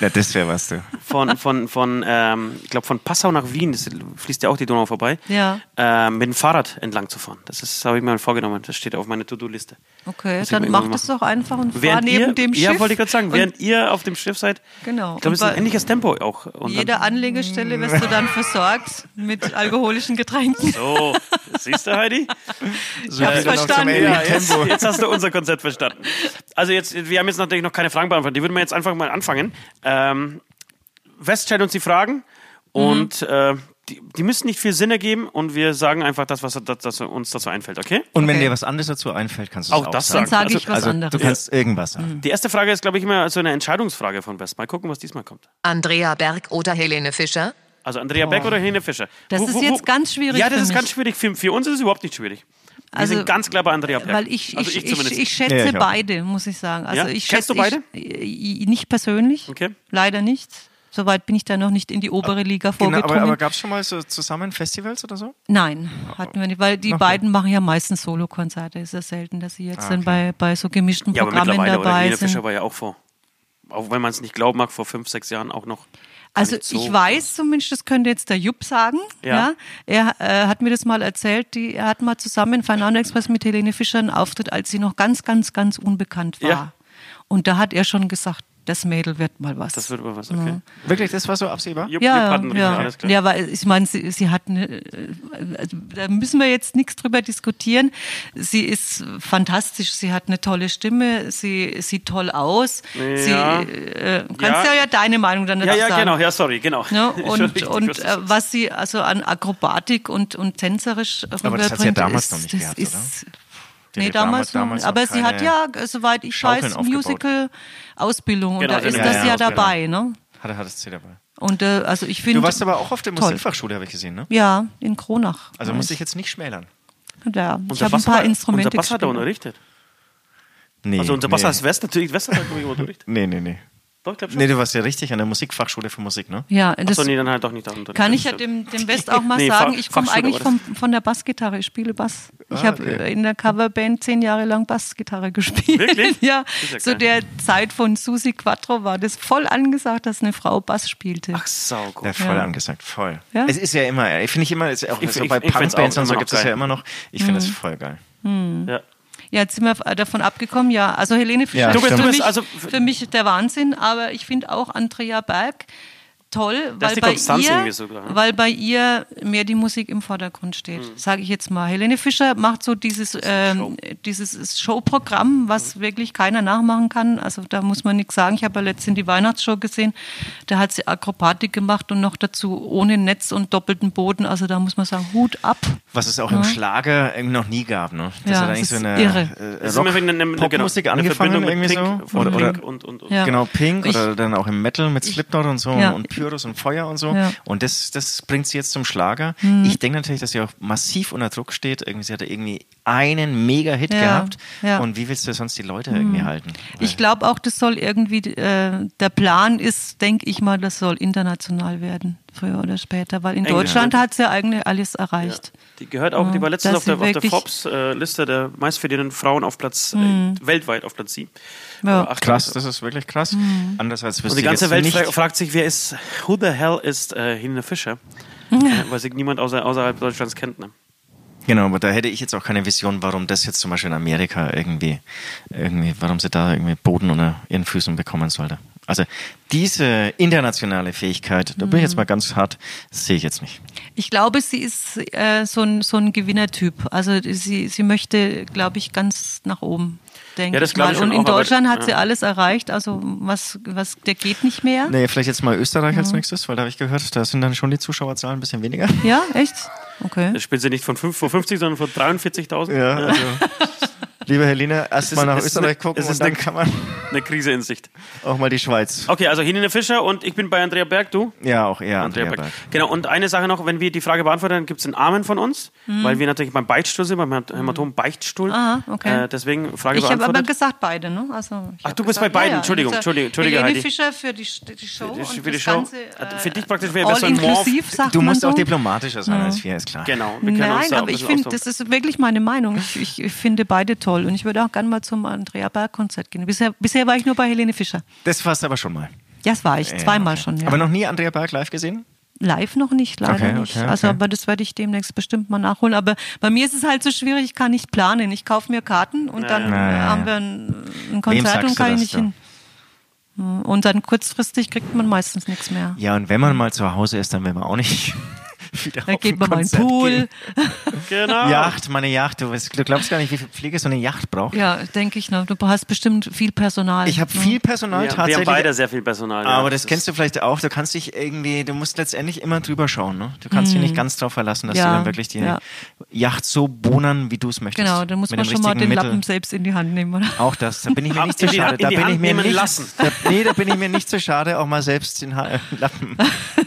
Speaker 4: Ja, das wäre was, du.
Speaker 3: von, von, von ähm, ich glaube, von Passau nach Wien, das fließt ja auch die Donau vorbei,
Speaker 5: Ja.
Speaker 3: äh, mit dem Fahrrad entlang zu fahren. Das ist- habe ich mir vorgenommen. Das steht auf meiner To-Do-Liste.
Speaker 5: Okay,
Speaker 3: Muss ich mir
Speaker 5: dann
Speaker 3: immer
Speaker 5: macht es
Speaker 3: machen.
Speaker 5: doch einfach und fahr
Speaker 3: Während
Speaker 5: neben
Speaker 3: ihr,
Speaker 5: dem Schiff.
Speaker 3: Ja, wollte ich gerade sagen,
Speaker 5: Und
Speaker 3: während ihr auf dem Schiff seid,
Speaker 5: Genau.
Speaker 3: ich glaube, es ist
Speaker 5: Und
Speaker 3: ein
Speaker 5: bei-
Speaker 3: ähnliches Tempo auch. Und dann-
Speaker 5: jeder Anlegestelle wirst du dann versorgt mit alkoholischen Getränken.
Speaker 3: So, Oh, siehst du, Heidi?
Speaker 4: So
Speaker 5: hab's
Speaker 4: wie dann auch zum
Speaker 5: verstanden.
Speaker 4: Ende
Speaker 5: Ja,
Speaker 4: im
Speaker 3: jetzt,
Speaker 4: Tempo.
Speaker 3: jetzt hast du unser Konzept verstanden. Also jetzt, wir haben jetzt natürlich noch keine Fragen beantwortet. Die würden wir jetzt einfach mal anfangen. Ähm, West stellt uns die Fragen
Speaker 5: Mhm.
Speaker 3: und äh, die, die müssen nicht viel Sinn ergeben und wir sagen einfach das, was das, das uns dazu einfällt, okay?
Speaker 4: Und wenn
Speaker 5: Okay.
Speaker 4: dir was anderes dazu einfällt, kannst du
Speaker 3: Auch
Speaker 4: es auch
Speaker 3: das
Speaker 5: Dann
Speaker 4: sagen.
Speaker 3: sagen.
Speaker 5: sage ich was
Speaker 4: also, du
Speaker 5: anderes. Hm.
Speaker 4: kannst irgendwas sagen.
Speaker 3: Die erste Frage ist, glaube ich, immer so eine Entscheidungsfrage von West. Mal gucken, was diesmal kommt.
Speaker 2: Andrea Berg oder Helene Fischer?
Speaker 3: Also Andrea Beck oder Helene Fischer?
Speaker 5: Das ist jetzt ganz schwierig
Speaker 3: Ja, das
Speaker 5: für
Speaker 3: ist
Speaker 5: mich.
Speaker 3: ganz schwierig. Für, für uns ist es überhaupt nicht schwierig. Wir
Speaker 5: Also,
Speaker 3: sind ganz klar bei Andrea Beck.
Speaker 5: Weil ich,
Speaker 3: also
Speaker 5: ich, ich,
Speaker 3: zumindest.
Speaker 5: ich, schätze
Speaker 4: Ja, ich auch.
Speaker 5: beide, muss ich sagen. Also
Speaker 3: Ja?
Speaker 5: ich
Speaker 3: Kennst
Speaker 5: schätze,
Speaker 3: du beide?
Speaker 5: Ich, äh, nicht persönlich,
Speaker 3: Okay.
Speaker 5: leider nicht. Soweit bin ich da noch nicht in die obere Liga
Speaker 4: Genau,
Speaker 5: vorgedrungen.
Speaker 4: aber aber gab es schon mal so zusammen Festivals oder so?
Speaker 5: Nein, hatten wir nicht, weil die
Speaker 4: Okay. Ah,
Speaker 5: beiden machen ja meistens Solokonzerte. Es ist ja selten, dass sie jetzt dann bei, bei so gemischten
Speaker 3: Ja, aber
Speaker 5: Programmen
Speaker 3: mittlerweile, oder?
Speaker 5: dabei
Speaker 3: Helene
Speaker 5: sind.
Speaker 3: Fischer war ja auch vor, auch wenn man es nicht glauben mag, vor fünf, sechs Jahren auch noch.
Speaker 5: Also
Speaker 3: nicht so-
Speaker 5: ich weiß zumindest, das könnte jetzt der Jupp sagen.
Speaker 3: Ja.
Speaker 5: Ja. Er äh, hat mir das mal erzählt. Die, er hat mal zusammen in Fernando Express mit Helene Fischer einen Auftritt, als sie noch ganz, ganz, ganz unbekannt war.
Speaker 3: Ja.
Speaker 5: Und da hat er schon gesagt, das Mädel wird mal was.
Speaker 3: Das wird mal was, okay.
Speaker 4: Wirklich, das war so absehbar?
Speaker 3: Jupp, Jupp
Speaker 5: ja,
Speaker 3: hatten wir
Speaker 5: ja,
Speaker 3: alles
Speaker 5: ja.
Speaker 3: klar.
Speaker 5: ja, weil ich meine, sie, sie hat eine, äh, also da müssen wir jetzt nichts drüber diskutieren. Sie ist fantastisch, sie hat eine tolle Stimme, sie sieht toll aus. Sie,
Speaker 3: Ja.
Speaker 5: äh, kannst
Speaker 3: Ja.
Speaker 5: ja. ja deine Meinung dann dazu
Speaker 3: Ja, ja,
Speaker 5: sagen.
Speaker 3: genau, ja, sorry, genau. *laughs*
Speaker 5: Ne?
Speaker 4: *laughs*
Speaker 3: Ist schon
Speaker 5: Und,
Speaker 3: richtig, was
Speaker 5: und
Speaker 3: du
Speaker 5: äh,
Speaker 3: sagst.
Speaker 5: was sie also an Akrobatik und, und tänzerisch
Speaker 4: Aber das hat sie ja
Speaker 5: rüberbringt,
Speaker 4: damals
Speaker 5: ist,
Speaker 4: noch nicht
Speaker 5: das
Speaker 4: gehabt,
Speaker 5: ist,
Speaker 4: Die
Speaker 5: Nee,
Speaker 4: hat damals- damals
Speaker 5: damals, noch. Aber
Speaker 4: noch
Speaker 5: sie hat
Speaker 4: keine
Speaker 5: ja, äh, soweit ich
Speaker 4: Schaukeln
Speaker 5: weiß,
Speaker 4: aufgebaut.
Speaker 5: Musical-Ausbildung.
Speaker 3: Genau,
Speaker 5: und da
Speaker 3: sie hat
Speaker 5: ist
Speaker 3: eine
Speaker 5: das ja
Speaker 4: Ausbildung.
Speaker 5: dabei. Ne?
Speaker 4: Hatte, hattest sie dabei.
Speaker 5: Und äh, also ich finde.
Speaker 4: Du warst aber auch auf der
Speaker 5: toll.
Speaker 4: Musikfachschule, habe ich gesehen, ne?
Speaker 5: Ja, in Kronach.
Speaker 4: Also muss ich jetzt nicht schmälern.
Speaker 5: Ja, ich
Speaker 3: Unser
Speaker 5: habe ein
Speaker 3: Bass
Speaker 5: paar
Speaker 3: hat-
Speaker 5: Instrumente
Speaker 3: Unser Bass hat da
Speaker 5: gespielt.
Speaker 3: unterrichtet.
Speaker 4: Nee.
Speaker 3: Also unser Bass hat West natürlich, West hat da irgendwo unterrichtet.
Speaker 4: Nee, nee, nee.
Speaker 3: Doch, ich glaube schon.
Speaker 4: Nee, du warst ja richtig an der Musikfachschule für Musik, ne?
Speaker 5: Ja, das
Speaker 3: Achso, nee, dann halt doch nicht da unterrichtet.
Speaker 5: kann ich ja
Speaker 3: Stimmt. *laughs*
Speaker 5: dem, dem West auch mal
Speaker 3: Nee, Fach-
Speaker 5: sagen. Ich komme
Speaker 3: Fachschule
Speaker 5: eigentlich
Speaker 3: war
Speaker 5: vom, von der Bassgitarre. Ich spiele Bass. Ich
Speaker 4: Ah,
Speaker 5: habe
Speaker 4: okay.
Speaker 5: äh, in der Coverband zehn Jahre lang Bassgitarre gespielt.
Speaker 3: Wirklich?
Speaker 5: *laughs* ja,
Speaker 3: Ist ja
Speaker 5: zu
Speaker 3: geil.
Speaker 5: der Zeit von Susi Quattro war das voll angesagt, dass eine Frau Bass spielte.
Speaker 3: Ach, sau
Speaker 4: Ja,
Speaker 3: gut.
Speaker 4: voll
Speaker 5: Ja.
Speaker 4: angesagt, voll.
Speaker 5: Ja?
Speaker 4: Es ist ja immer, ey, finde ich immer, ist ja auch
Speaker 3: Ich-
Speaker 4: so
Speaker 3: ich-
Speaker 4: bei
Speaker 3: ich find's
Speaker 4: Punkbands
Speaker 3: auch
Speaker 4: und so
Speaker 3: immer noch
Speaker 4: gibt es
Speaker 3: geil.
Speaker 4: ja immer noch. Ich finde das voll geil.
Speaker 3: Ja.
Speaker 5: Ja, jetzt sind wir äh, davon abgekommen, ja. Also Helene Fischer
Speaker 4: Ja,
Speaker 5: ist
Speaker 4: Du bist-
Speaker 5: für,
Speaker 4: du
Speaker 3: bist
Speaker 5: mich,
Speaker 3: also-
Speaker 5: für mich der Wahnsinn, aber ich finde auch Andrea Berg toll,
Speaker 3: Da ist
Speaker 5: weil
Speaker 3: die
Speaker 5: bei,
Speaker 3: Konstanz irgendwie
Speaker 5: ihr,
Speaker 3: so klar, ne? Mhm.
Speaker 5: weil bei ihr mehr die Musik im Vordergrund steht, sage ich jetzt mal. Helene Fischer macht so dieses, ähm, dieses Showprogramm,
Speaker 3: Mhm.
Speaker 5: was wirklich keiner nachmachen kann. Also da muss man nichts sagen. Ich habe ja letztens die Weihnachtsshow gesehen, da hat sie Akrobatik gemacht und noch dazu ohne Netz und doppelten Boden. Also da muss man sagen, Hut ab.
Speaker 4: Was es auch im Schlager irgendwie noch nie gab, ne?
Speaker 5: Ja,
Speaker 4: hat
Speaker 5: das
Speaker 4: eigentlich so
Speaker 5: ist
Speaker 4: eine
Speaker 5: irre.
Speaker 4: äh,
Speaker 3: Das ist immer
Speaker 4: Rock,
Speaker 3: eine- eine- eine-
Speaker 4: Popmusik
Speaker 3: genau, eine
Speaker 4: angefangen
Speaker 3: Verbindung mit
Speaker 4: irgendwie
Speaker 3: Pink,
Speaker 4: so.
Speaker 3: von
Speaker 4: Oder, oder
Speaker 3: Pink und, und, und.
Speaker 5: Ja.
Speaker 4: Genau, Pink
Speaker 5: Ich-
Speaker 4: oder dann auch im Metal mit Slipknot und so
Speaker 5: Ja.
Speaker 4: und Pyros und Feuer und so.
Speaker 5: Ja. Mhm.
Speaker 4: Und das, das bringt sie jetzt zum Schlager. Ich denke natürlich, dass sie auch massiv unter Druck steht. Irgendwie, sie hatte irgendwie einen Mega-Hit
Speaker 5: Ja,
Speaker 4: gehabt.
Speaker 5: ja. Mhm.
Speaker 4: Und wie willst du sonst die Leute irgendwie halten?
Speaker 5: Ich glaube auch, das soll irgendwie, äh, der Plan ist, denke ich mal, das soll international werden, früher oder später, weil in
Speaker 3: England.
Speaker 5: Deutschland hat es ja eigentlich alles erreicht.
Speaker 3: Die gehört auch, die war letztens
Speaker 5: dass
Speaker 3: auf der,
Speaker 5: sie
Speaker 3: auf der
Speaker 5: wirklich-
Speaker 3: Forbes-Liste der meistverdienenden Frauen auf Platz, äh, weltweit auf Platz 7.
Speaker 5: Hm. Ja.
Speaker 4: Krass, das ist wirklich krass.
Speaker 5: Mhm.
Speaker 4: Andererseits
Speaker 3: Und
Speaker 4: wüsste
Speaker 3: die
Speaker 4: ich
Speaker 3: ganze
Speaker 4: jetzt
Speaker 3: Welt
Speaker 4: nicht,
Speaker 3: fra fragt sich, wer ist, who the hell ist äh, Helene Fischer? äh, weil sie niemand außer, außerhalb Deutschlands kennt. Ne?
Speaker 4: Genau, aber da hätte ich jetzt auch keine Vision, warum das jetzt zum Beispiel in Amerika irgendwie, irgendwie warum sie da irgendwie Boden unter ihren Füßen bekommen sollte. Also diese internationale Fähigkeit, da bin
Speaker 5: Mhm.
Speaker 4: ich jetzt mal ganz hart, sehe ich jetzt nicht.
Speaker 5: Ich glaube, sie ist äh, so, ein, so ein Gewinnertyp. Also sie, sie möchte, glaube ich, ganz nach oben, denke
Speaker 3: Ja, das
Speaker 5: ich
Speaker 3: glaub
Speaker 5: mal.
Speaker 3: ich schon
Speaker 5: Und in
Speaker 3: auch, aber-
Speaker 5: Deutschland hat sie
Speaker 3: ja.
Speaker 5: alles erreicht, also was, was der geht nicht mehr.
Speaker 4: Nee, vielleicht jetzt mal Österreich als nächstes, weil da habe ich gehört, da sind dann schon die Zuschauerzahlen ein bisschen weniger.
Speaker 5: Ja, echt? Okay.
Speaker 3: Da spielt sie nicht von 5 vor 50, sondern von 43.000.
Speaker 4: *laughs* Ja, also. Liebe Helene,
Speaker 3: ist-
Speaker 4: erstmal nach
Speaker 3: es ist
Speaker 4: Österreich
Speaker 3: eine-
Speaker 4: gucken
Speaker 3: es
Speaker 4: und
Speaker 3: ist
Speaker 4: dann
Speaker 3: eine-
Speaker 4: kann man
Speaker 3: Eine Krise in Sicht.
Speaker 4: auch mal die Schweiz.
Speaker 3: Okay, also Helene Fischer und ich bin bei Andrea Berg, du?
Speaker 4: Ja, auch eher
Speaker 3: Andrea
Speaker 4: Andrea
Speaker 3: Berg.
Speaker 4: Berg.
Speaker 3: Genau, und eine Sache noch, wenn wir die Frage beantworten, dann gibt es einen Amen von uns, weil wir natürlich beim Beichtstuhl sind, beim Hämatom Beichtstuhl.
Speaker 5: Mhm. Aha, okay.
Speaker 3: Äh, deswegen Frage
Speaker 5: Ich habe
Speaker 3: beantwortet.
Speaker 5: aber gesagt beide, ne? Also, ich
Speaker 3: Ach,
Speaker 5: hab
Speaker 3: du bist
Speaker 5: gesagt-
Speaker 3: bei beiden.
Speaker 5: Ja, ja.
Speaker 3: Entschuldigung,
Speaker 5: Ich hab gesagt,
Speaker 3: Entschuldigung, Entschuldige,
Speaker 5: Helene
Speaker 3: Heidi.
Speaker 5: Fischer für die, die Show
Speaker 3: Für die-
Speaker 5: und
Speaker 3: für die
Speaker 5: das
Speaker 3: Show. Also
Speaker 5: Ganze, äh,
Speaker 3: Für dich praktisch wäre
Speaker 5: all
Speaker 3: besser ein Morph.
Speaker 5: inklusiv, sagt
Speaker 4: Du
Speaker 5: man
Speaker 4: musst
Speaker 5: so.
Speaker 4: auch diplomatischer sein als wir, ist klar.
Speaker 3: Genau, wir können uns
Speaker 5: Nein,
Speaker 3: da auch
Speaker 5: aber
Speaker 3: ein
Speaker 5: ich
Speaker 3: bisschen
Speaker 5: finde, das
Speaker 3: austauschen.
Speaker 5: ist wirklich meine Meinung. Ich, ich, ich finde beide toll und ich würde auch gerne mal zum Andrea Berg-Konzert gehen. Bisher, bisher war ich nur bei Helene Fischer.
Speaker 4: Das war's aber schon mal.
Speaker 5: Ja, das war ich,
Speaker 4: Ja,
Speaker 5: zweimal
Speaker 4: Äh, okay.
Speaker 5: schon. Ja.
Speaker 4: Aber noch nie Andrea Berg live gesehen?
Speaker 5: Live noch nicht, leider
Speaker 4: Okay, okay,
Speaker 5: nicht. Also,
Speaker 4: okay.
Speaker 5: aber das werde ich demnächst bestimmt mal nachholen. Aber bei mir ist es halt so schwierig, ich kann nicht planen. Ich kaufe mir Karten und dann äh,
Speaker 4: Ja, ja, ja.
Speaker 5: haben wir ein, ein Konzert
Speaker 4: sagst
Speaker 5: und
Speaker 4: du
Speaker 5: kann ich
Speaker 4: das,
Speaker 5: nicht
Speaker 4: du?
Speaker 5: hin. Hm, Und dann kurzfristig kriegt man meistens nichts mehr.
Speaker 4: Ja, und wenn man mal zu Hause ist, dann will man auch nicht *laughs* wieder
Speaker 5: Dann
Speaker 4: auf
Speaker 5: geht
Speaker 4: ein
Speaker 5: man mal in
Speaker 4: Konzert
Speaker 5: den Pool.
Speaker 4: gehen.
Speaker 3: Genau.
Speaker 4: Yacht, meine Yacht. Du, weißt- du glaubst gar nicht, wie viel Pflege so eine Yacht braucht.
Speaker 5: Ja, denke ich. Ne? Du hast bestimmt viel Personal.
Speaker 4: Ich habe
Speaker 5: ne?
Speaker 4: viel
Speaker 3: Ja,
Speaker 4: Personal
Speaker 3: wir haben
Speaker 4: tatsächlich.
Speaker 3: beide sehr viel Personal. ja.
Speaker 4: aber das kennst du vielleicht auch. Du kannst dich irgendwie, du musst letztendlich immer drüber schauen. Ne? Du kannst dich nicht ganz drauf verlassen, dass
Speaker 5: Mhm. Ja,
Speaker 4: du dann wirklich die
Speaker 5: ja.
Speaker 4: Yacht so bonern, wie du es möchtest.
Speaker 5: Genau, dann muss
Speaker 4: Mit
Speaker 5: man
Speaker 4: dem
Speaker 5: schon mal den
Speaker 4: richtigen
Speaker 5: Lappen
Speaker 4: Mittel.
Speaker 5: selbst in die Hand nehmen, oder?
Speaker 4: Auch das, da bin ich mir nicht zu
Speaker 3: In die-
Speaker 4: schade.
Speaker 3: in
Speaker 4: Da
Speaker 3: die
Speaker 4: bin
Speaker 3: Hand
Speaker 4: ich mir
Speaker 3: nehmen
Speaker 4: nicht,
Speaker 3: lassen.
Speaker 4: *laughs* Da, nee, da bin ich mir nicht zu schade, auch mal selbst den ha *laughs* Lappen.
Speaker 3: in die Hand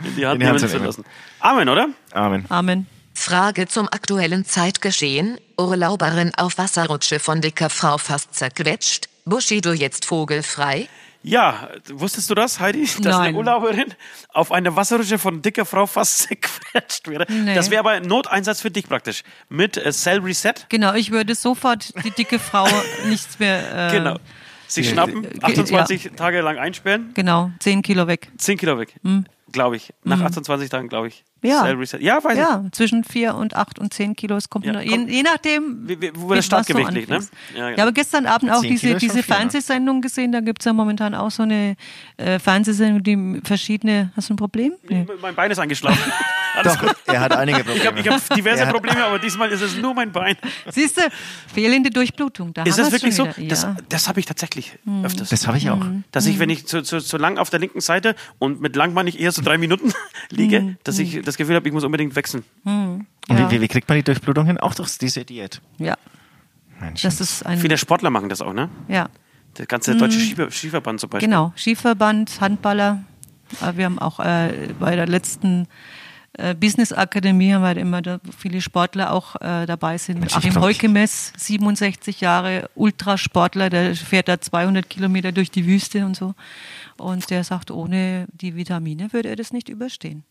Speaker 4: in die Hand
Speaker 3: nehmen
Speaker 4: zu
Speaker 3: zu
Speaker 4: nehmen.
Speaker 3: lassen. Amen, oder?
Speaker 5: *laughs*
Speaker 4: Amen.
Speaker 5: *laughs* Amen.
Speaker 2: Frage zum aktuellen Zeitgeschehen. Urlauberin auf Wasserrutsche von dicker Frau fast zerquetscht. Bushido jetzt vogelfrei?
Speaker 3: Ja, wusstest du das, Heidi, dass
Speaker 5: Nein.
Speaker 3: eine Urlauberin auf eine Wasserrutsche von dicker Frau fast *laughs* zerquetscht wäre?
Speaker 5: Nee.
Speaker 3: Das wäre aber ein Noteinsatz für dich praktisch. Mit äh, Cell Reset.
Speaker 5: Genau, ich würde sofort die dicke Frau nichts mehr. Äh,
Speaker 3: Genau. Sich schnappen, 28 Tage lang einsperren,
Speaker 5: Genau, 10 Kilo weg.
Speaker 3: 10 Kilo weg. Glaube ich. Nach 28 Tagen, glaube ich.
Speaker 5: Hm. Ja.
Speaker 3: Cell Reset. Ja, weiß ich.
Speaker 5: Ja, zwischen 4 und 8 und 10 Kilo. Es kommt
Speaker 3: Ja,
Speaker 5: nur,
Speaker 3: kommt-
Speaker 5: je, je nachdem,
Speaker 3: Wie- wie- wo
Speaker 5: mit
Speaker 3: das Startgewicht
Speaker 5: was du
Speaker 3: liegt, ne?
Speaker 5: anfängst.
Speaker 3: Ja,
Speaker 5: Ja,
Speaker 3: genau.
Speaker 5: aber gestern Abend auch
Speaker 4: 10 Kilo
Speaker 5: diese,
Speaker 4: ist schon
Speaker 5: diese
Speaker 4: viel, ne?
Speaker 5: Fernsehsendung gesehen. Da gibt es ja momentan auch so eine äh, Fernsehsendung, die verschiedene. Hast du ein Problem? Nee.
Speaker 3: Mein Bein ist angeschlafen. *laughs* Alles
Speaker 4: Doch,
Speaker 3: gut.
Speaker 4: er hat einige Probleme.
Speaker 3: Ich habe ich
Speaker 4: *laughs*
Speaker 3: hab diverse
Speaker 4: Er hat-
Speaker 3: Probleme, aber diesmal ist es nur mein Bein.
Speaker 5: Siehst du, fehlende Durchblutung. Da
Speaker 3: Ist
Speaker 5: haben
Speaker 3: das
Speaker 5: wir's
Speaker 3: wirklich so?
Speaker 5: schon wieder.
Speaker 3: Das,
Speaker 5: Ja. Hm.
Speaker 3: das habe ich tatsächlich öfters.
Speaker 4: Das habe ich auch.
Speaker 5: Mhm,
Speaker 3: dass ich, wenn ich zu, zu, zu lang auf der linken Seite und mit lang meine ich eher so drei Minuten *laughs*
Speaker 5: Hm,
Speaker 3: liege, dass ich das Gefühl habe, ich muss unbedingt wechseln.
Speaker 4: Und
Speaker 5: Ja.
Speaker 4: wie, wie kriegt man die Durchblutung hin? Auch durch diese Diät.
Speaker 5: ja,
Speaker 4: Mensch.
Speaker 5: das ist ein.
Speaker 3: Viele Sportler machen das auch, ne?
Speaker 5: Ja,
Speaker 3: Der ganze deutsche Schieber, Schieferband zum Beispiel.
Speaker 5: Hm. genau. Skiverband, Handballer. Äh, Wir haben auch äh, bei der letzten äh, Business Akademie haben wir halt immer da viele Sportler auch äh, dabei sind.
Speaker 4: Mensch, ich
Speaker 5: Achim
Speaker 4: glaub, ich-
Speaker 5: Heukemes, 67 Jahre Ultrasportler, der fährt da 200 Kilometer durch die Wüste und so. Und der sagt, ohne die Vitamine würde er das nicht überstehen.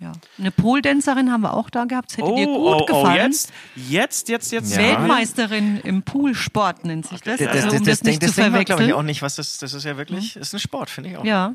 Speaker 5: Ja. Eine Poldänzerin haben wir auch da gehabt, das hätte dir
Speaker 4: Oh,
Speaker 5: gut gefallen.
Speaker 3: Oh, jetzt, jetzt, jetzt, jetzt.
Speaker 4: Ja.
Speaker 5: Weltmeisterin im Poolsport nennt sich das.
Speaker 4: Das,
Speaker 5: Also, um das, nicht zu
Speaker 4: denkt man, glaub
Speaker 5: verwechseln. Mhm.
Speaker 4: ich, auch nicht, was das, das ist ja wirklich, ist ein Sport, finde ich auch.
Speaker 5: Ja.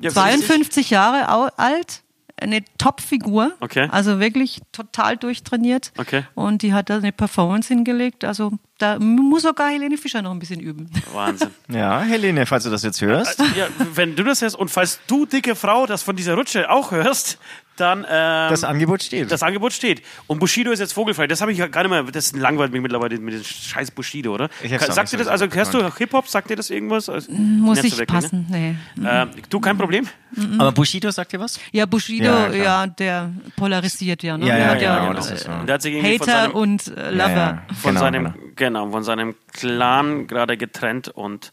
Speaker 3: Ja,
Speaker 5: 52 Jahre au- alt, eine Top-Figur.
Speaker 3: Okay.
Speaker 5: Also wirklich total durchtrainiert.
Speaker 3: Okay.
Speaker 5: Und die hat da eine Performance hingelegt. Also da muss sogar Helene Fischer noch ein bisschen üben.
Speaker 3: Wahnsinn. Äh,
Speaker 4: Ja, Helene, falls du das jetzt
Speaker 5: Äh,
Speaker 4: hörst.
Speaker 3: Ja, wenn du das hörst und falls du, dicke Frau, das von dieser Rutsche auch hörst, dann ähm,
Speaker 4: Das Angebot steht.
Speaker 3: das Angebot steht. Und Bushido ist jetzt vogelfrei. Das habe ich ja gar nicht mehr. Das langweilt mich mittlerweile mit dem scheiß Bushido, oder?
Speaker 4: Ich hab's auch
Speaker 3: Sagt dir
Speaker 4: nicht
Speaker 3: das,
Speaker 4: so
Speaker 3: also
Speaker 4: gut
Speaker 3: hörst du Hip-Hop, sagt dir das irgendwas? Also,
Speaker 5: *laughs* muss
Speaker 3: nervst du
Speaker 5: ich
Speaker 3: wirklich, ne?
Speaker 5: passen. Nee.
Speaker 3: Ähm, du, kein Problem?
Speaker 5: Mhm.
Speaker 4: Aber Bushido sagt dir was?
Speaker 5: Ja, Bushido,
Speaker 4: Ja,
Speaker 5: ja,
Speaker 4: klar.
Speaker 5: der polarisiert ja. Ne?
Speaker 4: Ja, ja,
Speaker 5: Der hat
Speaker 4: genau, das ist so.
Speaker 5: äh,
Speaker 3: Der hat sich irgendwie von
Speaker 5: Hater
Speaker 3: seinem,
Speaker 5: und äh, Lover.
Speaker 3: von
Speaker 4: genau,
Speaker 3: seinem,
Speaker 4: genau.
Speaker 3: genau. von seinem Clan gerade getrennt und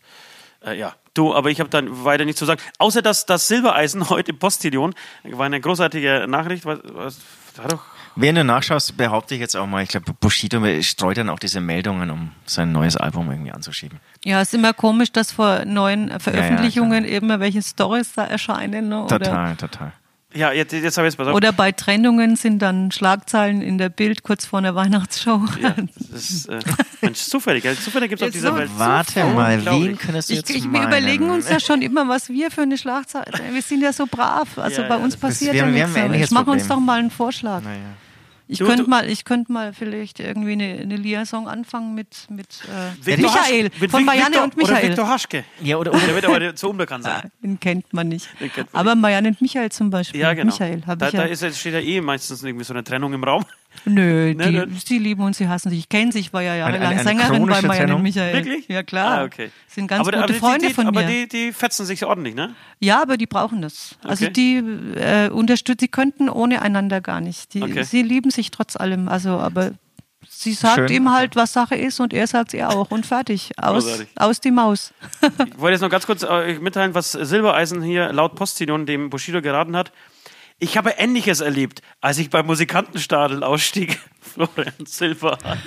Speaker 3: äh, ja. Du, aber ich habe dann weiter nichts zu sagen. Außer dass das Silbereisen *laughs* heute im Postillion war eine großartige Nachricht. Was, was, war doch
Speaker 4: Während du nachschaust, behaupte ich jetzt auch mal, ich glaube, Bushido streut dann auch diese Meldungen, um sein neues Album irgendwie anzuschieben.
Speaker 5: Ja, ist immer komisch, dass vor neuen Veröffentlichungen immer welche Stories da erscheinen. Ne? Oder
Speaker 4: Total, total.
Speaker 3: Ja, jetzt, jetzt habe ich es besser.
Speaker 5: Oder bei Trennungen sind dann Schlagzeilen in der Bild kurz vor einer Weihnachtsshow.
Speaker 3: ja,
Speaker 5: *laughs*
Speaker 3: das ist, äh, Mensch, zufällig. gell? Zufälle gibt es auf
Speaker 5: Jetzt
Speaker 3: dieser
Speaker 5: so-
Speaker 3: Welt.
Speaker 4: Warte mal,
Speaker 3: Unglaublich.
Speaker 4: wen könntest du
Speaker 5: Ich,
Speaker 4: jetzt
Speaker 5: ich, wir
Speaker 4: meinen?
Speaker 5: überlegen uns ja schon immer, was wir für
Speaker 4: *laughs*
Speaker 5: eine Schlagzeile. Wir sind ja so brav. Also
Speaker 3: Ja,
Speaker 5: bei
Speaker 3: ja,
Speaker 5: uns passiert
Speaker 4: wir
Speaker 5: ja
Speaker 4: haben- wir
Speaker 5: nichts.
Speaker 4: haben ein
Speaker 5: aber
Speaker 4: ähnliches
Speaker 5: Jetzt machen wir uns
Speaker 4: Problem.
Speaker 5: doch mal einen Vorschlag.
Speaker 4: Naja.
Speaker 5: Ich
Speaker 3: Du-
Speaker 5: könnte
Speaker 3: du-
Speaker 5: mal, ich könnte mal vielleicht irgendwie eine, eine Liaison anfangen mit, mit äh,
Speaker 3: Viktor
Speaker 5: Michael.
Speaker 3: Hasch- mit
Speaker 5: von
Speaker 3: Vic-
Speaker 5: Marianne
Speaker 3: Viktor-
Speaker 5: und
Speaker 3: Oder
Speaker 5: Michael. Ah,
Speaker 3: Viktor Haschke.
Speaker 4: Ja, oder,
Speaker 3: Der wird aber zu unbekannt sein.
Speaker 5: Den kennt man nicht.
Speaker 3: kennt man
Speaker 5: Aber Marianne und Michael zum Beispiel.
Speaker 3: Ja, genau.
Speaker 5: Michael habe
Speaker 3: da
Speaker 5: ich ja.
Speaker 3: da ist, jetzt- steht ja eh meistens irgendwie so eine Trennung im Raum. *laughs*
Speaker 5: Nö, die,
Speaker 3: Ne, ne.
Speaker 5: die lieben und sie hassen sich. Ich kenne sich, war ja jahrelang
Speaker 4: eine
Speaker 5: Sängerin bei
Speaker 4: chronische
Speaker 5: Marianne
Speaker 4: Trennung?
Speaker 5: und Michael.
Speaker 3: Wirklich?
Speaker 5: Äh, Ja, klar.
Speaker 3: Ah, okay.
Speaker 5: Sind ganz
Speaker 3: aber,
Speaker 5: gute
Speaker 3: aber die-
Speaker 5: Freunde
Speaker 3: die,
Speaker 5: von mir.
Speaker 3: Aber die, die fetzen sich ordentlich, ne?
Speaker 5: ja, aber die brauchen das. Also
Speaker 3: Okay.
Speaker 5: die äh, unterstützen, sie könnten ohne einander gar nicht. Die,
Speaker 3: Okay.
Speaker 5: Sie lieben sich trotz allem. Also, aber sie sagt
Speaker 4: Schön.
Speaker 5: ihm halt, was Sache ist und er sagt ihr auch. Und fertig. Aus,
Speaker 3: Großartig.
Speaker 5: aus die Maus. *laughs*
Speaker 3: Ich wollte jetzt noch ganz kurz äh, euch mitteilen, was Silbereisen hier laut Postillon dem Bushido geraten hat. Ich habe Ähnliches erlebt, als ich beim Musikantenstadel ausstieg. *laughs* Florian Silbereisen.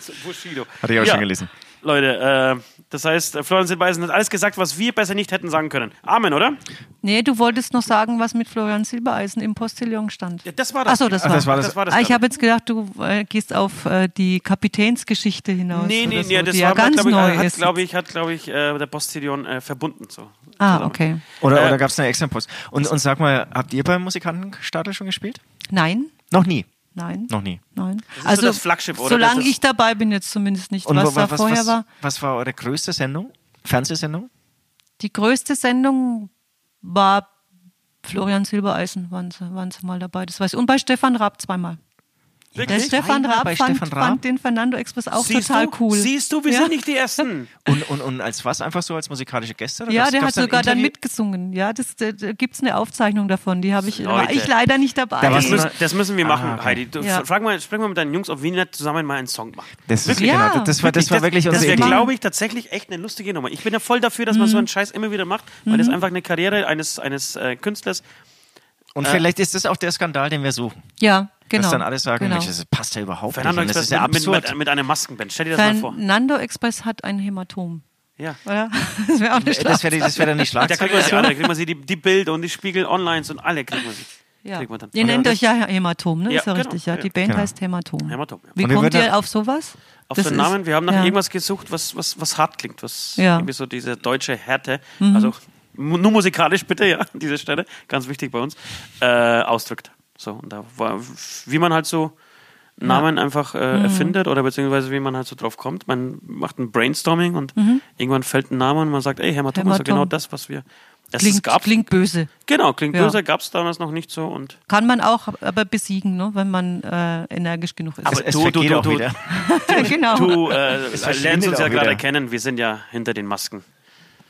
Speaker 3: zu *laughs* Bushido.
Speaker 4: Hatte ich auch schon gelesen.
Speaker 3: Leute, äh, das heißt, äh, Florian Silbereisen hat alles gesagt, was wir besser nicht hätten sagen können. Amen, oder?
Speaker 5: Nee, du wolltest noch sagen, was mit Florian Silbereisen im Postillon stand.
Speaker 3: Ja, das war das.
Speaker 5: Achso, das,
Speaker 4: Ach,
Speaker 5: war.
Speaker 4: das war das.
Speaker 5: Ah, ich habe jetzt gedacht, du äh, gehst auf äh, die Kapitänsgeschichte hinaus.
Speaker 3: Nee, nee,
Speaker 5: oder
Speaker 3: nee,
Speaker 5: so,
Speaker 3: das
Speaker 5: die
Speaker 3: war
Speaker 5: ja ganz
Speaker 3: glaub ich,
Speaker 5: neu.
Speaker 3: hat,
Speaker 5: ist.
Speaker 3: glaube ich, hat, glaube ich, äh, der Postillon äh, verbunden. So.
Speaker 5: ah, okay.
Speaker 4: oder, oder gab es eine extra Post? Und, und sag mal, habt ihr beim Musikantenstadel schon gespielt?
Speaker 5: Nein,
Speaker 4: Noch nie.
Speaker 5: nein.
Speaker 4: Noch nie.
Speaker 5: Nein. Also,
Speaker 3: so das Flaggschiff, oder?
Speaker 5: Solange
Speaker 3: Das ist-
Speaker 5: ich dabei bin, jetzt zumindest nicht.
Speaker 4: Und
Speaker 5: was
Speaker 4: wa-
Speaker 5: da
Speaker 4: wa- was,
Speaker 5: vorher
Speaker 4: was,
Speaker 5: war.
Speaker 4: was war eure größte Sendung? Fernsehsendung?
Speaker 5: Die größte Sendung war Florian Silbereisen, waren sie, waren sie mal dabei. Das weiß ich. Und bei Stefan Raab zweimal. Der
Speaker 3: Wirklich?
Speaker 5: Stefan
Speaker 4: Einmal
Speaker 5: Raab,
Speaker 4: bei
Speaker 5: fand,
Speaker 4: Stefan Raab?
Speaker 5: fand den Fernando Express auch
Speaker 3: Siehst
Speaker 5: total
Speaker 3: du?
Speaker 5: cool.
Speaker 3: Siehst du, wir
Speaker 5: Ja.
Speaker 3: sind nicht die
Speaker 5: *laughs*
Speaker 3: Ersten.
Speaker 4: Und, und, und als was? Einfach so als musikalische Gäste? Oder
Speaker 5: Ja,
Speaker 4: gab's-
Speaker 5: der hat
Speaker 4: gab's ein
Speaker 5: sogar dann
Speaker 4: Interview?
Speaker 5: mitgesungen. Ja, das, da, da gibt es eine Aufzeichnung davon. Die habe ich, da war
Speaker 3: Leute.
Speaker 5: ich leider nicht dabei.
Speaker 4: Da
Speaker 3: Das
Speaker 4: warst du-
Speaker 3: müssen, das müssen wir machen,
Speaker 4: Ah, okay.
Speaker 3: Heidi. Du,
Speaker 5: Ja.
Speaker 3: frag mal, sprich mal mit deinen Jungs, ob wir nicht zusammen mal einen Song machen.
Speaker 4: Das, ist,
Speaker 5: Wirklich?
Speaker 4: genau,
Speaker 5: Ja,
Speaker 4: das, das, war, das war wirklich
Speaker 3: das
Speaker 4: unsere
Speaker 3: wäre,
Speaker 4: Idee.
Speaker 3: glaube ich, tatsächlich echt eine lustige Nummer. Ich bin ja voll dafür, dass man
Speaker 5: Mhm.
Speaker 3: so einen Scheiß immer wieder macht, weil das einfach eine Karriere eines, eines äh, Künstlers.
Speaker 4: Und vielleicht ist das auch der Skandal, den wir suchen.
Speaker 5: ja, Äh. genau.
Speaker 4: Dass dann alle sagen,
Speaker 5: genau.
Speaker 4: Mensch, das passt ja überhaupt
Speaker 3: Fernando
Speaker 4: nicht. Und
Speaker 3: Express
Speaker 4: das ist ja
Speaker 3: mit,
Speaker 4: absurd.
Speaker 3: mit, mit, mit einem Maskenband. Stell dir das mal vor.
Speaker 5: Fernando Express hat ein Hämatom.
Speaker 3: Ja.
Speaker 5: Oder? *laughs* Das wäre auch eine
Speaker 4: Äh, Das wäre das wär dann die
Speaker 3: Da kriegt man sie
Speaker 4: Schlagzeile.
Speaker 3: alle, da kriegt man sie die, die Bilder und die Spiegel Onlines und alle kriegt man sie.
Speaker 5: Ja.
Speaker 3: Kriegt man dann.
Speaker 5: Ihr nennt euch ja Hämatom, ne?
Speaker 3: Ja,
Speaker 5: ist ja
Speaker 3: genau,
Speaker 5: richtig, ja.
Speaker 3: ja.
Speaker 5: Die Band
Speaker 4: Genau.
Speaker 5: heißt Hämatom.
Speaker 3: Hämatom, ja.
Speaker 5: Wie
Speaker 4: Und wir
Speaker 5: kommt
Speaker 4: würden
Speaker 5: ihr
Speaker 4: da-
Speaker 5: auf sowas?
Speaker 3: Auf
Speaker 5: Das
Speaker 3: den
Speaker 5: ist-
Speaker 3: Namen, wir haben nach
Speaker 5: ja.
Speaker 3: irgendwas gesucht, was, was, was hart klingt, was
Speaker 5: Ja. Mhm.
Speaker 3: irgendwie so diese deutsche Härte, also mu- nur musikalisch bitte, ja, an dieser Stelle, ganz wichtig bei uns, äh, ausdrückt. So, und da war, wie man halt so Namen einfach
Speaker 5: Mhm.
Speaker 3: äh, erfindet oder beziehungsweise wie man halt so drauf kommt. Man macht ein Brainstorming und
Speaker 5: Mhm.
Speaker 3: irgendwann fällt ein Name und man sagt, ey, Hämatom ist ja
Speaker 5: Hämatom.
Speaker 3: genau das, was wir. Es
Speaker 5: Klingt,
Speaker 3: gab,
Speaker 5: klingt böse.
Speaker 3: genau, klingt
Speaker 5: Ja.
Speaker 3: böse, gab es damals noch nicht so und
Speaker 5: Kann man auch aber besiegen, ne? wenn man äh, energisch genug ist.
Speaker 3: Aber-
Speaker 5: *laughs*
Speaker 4: Es, es
Speaker 3: Du, du,
Speaker 4: vergeht
Speaker 3: du,
Speaker 4: auch
Speaker 3: du.
Speaker 4: wieder.
Speaker 5: genau.
Speaker 3: du äh, lernst
Speaker 4: verschwindet
Speaker 3: uns ja
Speaker 4: auch
Speaker 3: gerade
Speaker 4: wieder.
Speaker 3: kennen, wir sind ja hinter den Masken.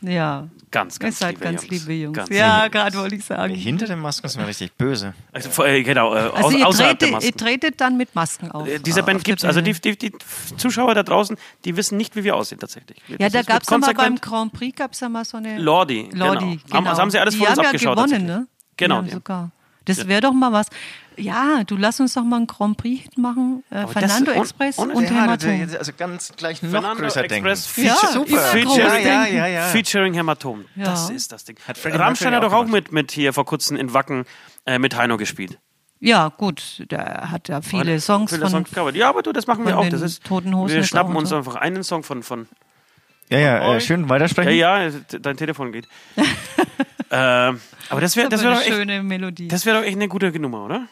Speaker 5: ja.
Speaker 3: Ganz,
Speaker 5: Ihr
Speaker 3: ganz
Speaker 5: seid
Speaker 3: liebe
Speaker 5: ganz
Speaker 3: Jungs.
Speaker 5: liebe Jungs.
Speaker 3: Ganz liebe
Speaker 5: ja,
Speaker 3: Jungs.
Speaker 5: gerade wollte ich sagen.
Speaker 4: Hinter den Masken sind wir richtig böse.
Speaker 3: Also, vor- äh, genau, äh,
Speaker 5: Also
Speaker 3: aus,
Speaker 5: ihr,
Speaker 3: außerhalb der
Speaker 5: tretet, ihr
Speaker 3: Masken.
Speaker 5: tretet dann mit Masken auf.
Speaker 3: Äh, Diese
Speaker 5: auf
Speaker 3: Band
Speaker 5: der
Speaker 3: gibt es. Also die,
Speaker 5: Bühne.
Speaker 3: die, die Zuschauer da draußen, die wissen nicht, wie wir aussehen tatsächlich.
Speaker 5: ja,
Speaker 3: Das
Speaker 5: da
Speaker 3: ist
Speaker 5: gab es ja mal beim
Speaker 3: konsequent
Speaker 5: Grand Prix, gab es ja mal so eine...
Speaker 3: Lordi.
Speaker 5: Lordi,
Speaker 3: genau. Haben- Das haben sie alles
Speaker 5: die
Speaker 3: vor uns
Speaker 5: haben ja
Speaker 3: abgeschaut.
Speaker 5: gewonnen,
Speaker 3: tatsächlich.
Speaker 5: ne?
Speaker 3: Genau.
Speaker 5: Die
Speaker 3: Die
Speaker 5: haben sogar. Das wäre doch mal was. Ja, du lass uns doch mal einen Grand Prix machen. Äh,
Speaker 3: das-
Speaker 5: Fernando
Speaker 3: und-
Speaker 5: Express
Speaker 3: und-
Speaker 5: und,
Speaker 3: ja,
Speaker 5: Hämatom.
Speaker 4: also ganz gleich noch
Speaker 3: Fernando
Speaker 4: größer
Speaker 3: Express
Speaker 4: denken.
Speaker 5: Ja,
Speaker 3: Feature,
Speaker 5: super.
Speaker 3: Featuring,
Speaker 5: Ja,
Speaker 4: ja, ja, ja.
Speaker 3: Featuring Hämatom. Das
Speaker 5: Ja.
Speaker 3: ist das Ding.
Speaker 4: Hat Freddie
Speaker 3: Rammstein hat
Speaker 4: Mercury
Speaker 3: doch auch
Speaker 4: auch
Speaker 3: mit, mit hier vor kurzem in Wacken äh, mit Heino gespielt.
Speaker 5: Ja, gut, der hat ja viele
Speaker 3: Hat
Speaker 5: Songs
Speaker 3: viele
Speaker 5: von.
Speaker 3: Songs gecovert. Ja, aber du, das machen wir
Speaker 5: von
Speaker 3: auch. Das
Speaker 5: den
Speaker 3: ist,
Speaker 5: Toten Hosen
Speaker 3: wir
Speaker 5: jetzt
Speaker 3: schnappen
Speaker 5: auch und
Speaker 3: uns
Speaker 5: so.
Speaker 3: einfach einen Song von, von
Speaker 4: Ja, ja, äh, schön weitersprechen.
Speaker 3: Ja, ja, dein Telefon
Speaker 5: *laughs*
Speaker 3: geht. ähm, aber das wäre das
Speaker 5: Das ist
Speaker 3: wär
Speaker 5: aber
Speaker 3: doch,
Speaker 5: eine
Speaker 3: echt-
Speaker 5: schöne Melodie.
Speaker 3: das wär doch echt eine gute Nummer, oder?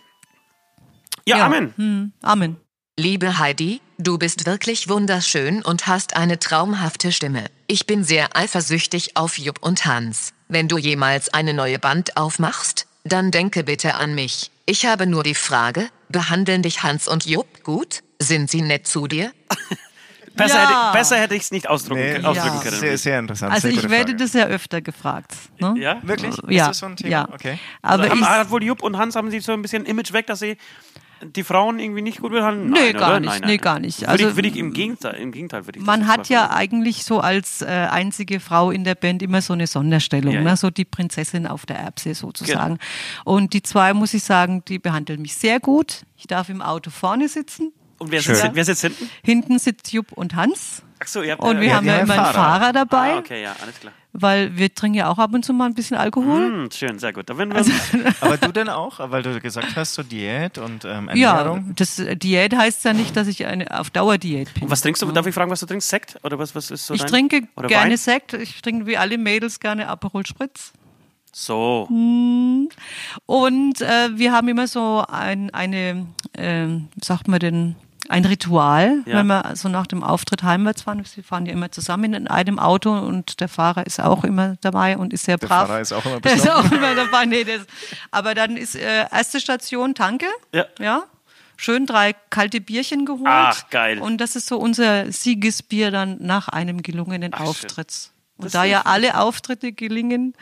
Speaker 3: Ja,
Speaker 5: Ja.
Speaker 3: Amen.
Speaker 5: Hm, Amen.
Speaker 2: Liebe Heidi, du bist wirklich wunderschön und hast eine traumhafte Stimme. Ich bin sehr eifersüchtig auf Jupp und Hans. Wenn du jemals eine neue Band aufmachst, dann denke bitte an mich. Ich habe nur die Frage, behandeln dich Hans und Jupp gut? Sind sie nett zu dir?
Speaker 3: Besser
Speaker 5: Ja.
Speaker 3: hätte, besser hätte ich es nicht ausdrucken,
Speaker 4: Nee,
Speaker 3: können- ausdrücken
Speaker 5: Ja.
Speaker 3: können.
Speaker 4: Äh, sehr, sehr interessant.
Speaker 5: Also
Speaker 4: sehr
Speaker 5: ich
Speaker 4: gute
Speaker 5: werde
Speaker 4: Frage.
Speaker 5: das ja öfter gefragt. Ne?
Speaker 3: Ja?
Speaker 4: Wirklich?
Speaker 5: Ja,
Speaker 4: Ist das so ein Thema?
Speaker 5: ja.
Speaker 4: Okay.
Speaker 5: Aber
Speaker 3: haben,
Speaker 5: ich,
Speaker 3: hat wohl Jupp und Hans haben sich so ein bisschen Image weg, dass sie die Frauen irgendwie nicht gut behandeln?
Speaker 5: Nee,
Speaker 3: Nein,
Speaker 5: gar
Speaker 3: oder?
Speaker 5: nicht,
Speaker 3: Nein,
Speaker 5: nee,
Speaker 3: nein, nein.
Speaker 5: gar nicht.
Speaker 3: würde ich,
Speaker 5: Also-
Speaker 3: würde ich im Gegenteil, im Gegenteil würde ich das
Speaker 5: man
Speaker 3: jetzt
Speaker 5: hat
Speaker 3: machen.
Speaker 5: ja eigentlich so als äh, einzige Frau in der Band immer so eine Sonderstellung,
Speaker 3: Ja, ja.
Speaker 5: Ne? so die Prinzessin auf der Erbse sozusagen. Und die zwei, muss ich sagen, die behandeln mich sehr gut. Ich darf im Auto vorne sitzen.
Speaker 3: Und wer sitzt,
Speaker 4: Schön.
Speaker 3: wer sitzt hinten?
Speaker 5: Hinten sitzt Jupp und Hans.
Speaker 3: Ach so, ihr habt
Speaker 5: Und wir
Speaker 3: Äh, ja,
Speaker 5: haben
Speaker 4: die
Speaker 5: ja
Speaker 4: haben
Speaker 5: immer einen
Speaker 4: Fahrer.
Speaker 5: Fahrer dabei,
Speaker 3: Ah, okay, ja, alles klar.
Speaker 5: weil wir trinken ja auch ab und zu mal ein bisschen Alkohol.
Speaker 3: Hm, schön, sehr gut. Da würden wir
Speaker 5: Also-
Speaker 3: uns-
Speaker 5: *laughs*
Speaker 4: Aber du denn auch, weil du gesagt hast, so Diät und ähm,
Speaker 5: Ja,
Speaker 4: Ernährung?
Speaker 5: das äh, Diät heißt ja nicht, dass ich eine auf Dauer Diät bin.
Speaker 3: Und was trinkst du? Darf ich fragen, was du trinkst? Sekt? Oder was, was ist so
Speaker 5: ich
Speaker 3: dein?
Speaker 5: trinke
Speaker 3: oder
Speaker 5: gerne
Speaker 3: Wein?
Speaker 5: Sekt, ich trinke wie alle Mädels gerne Aperol Spritz.
Speaker 3: So.
Speaker 5: Und äh, wir haben immer so ein, eine, ähm, wie sagt man denn, ein Ritual,
Speaker 3: Ja.
Speaker 5: wenn wir so nach dem Auftritt heimwärts fahren. Wir fahren ja immer zusammen in einem Auto und der Fahrer ist auch immer dabei und ist sehr
Speaker 4: Der
Speaker 5: brav.
Speaker 4: Fahrer ist auch immer
Speaker 5: *laughs* der ist
Speaker 4: besoffen.
Speaker 5: auch immer dabei. Nee, das, aber dann ist äh, erste Station Tanke.
Speaker 3: Ja.
Speaker 5: Schön drei kalte Bierchen geholt.
Speaker 3: Ach, geil.
Speaker 5: Und das ist so unser Siegesbier dann nach einem gelungenen
Speaker 3: schön.
Speaker 5: Auftritt. Und
Speaker 3: Das
Speaker 5: da
Speaker 3: ist
Speaker 5: ja alle Auftritte gelingen,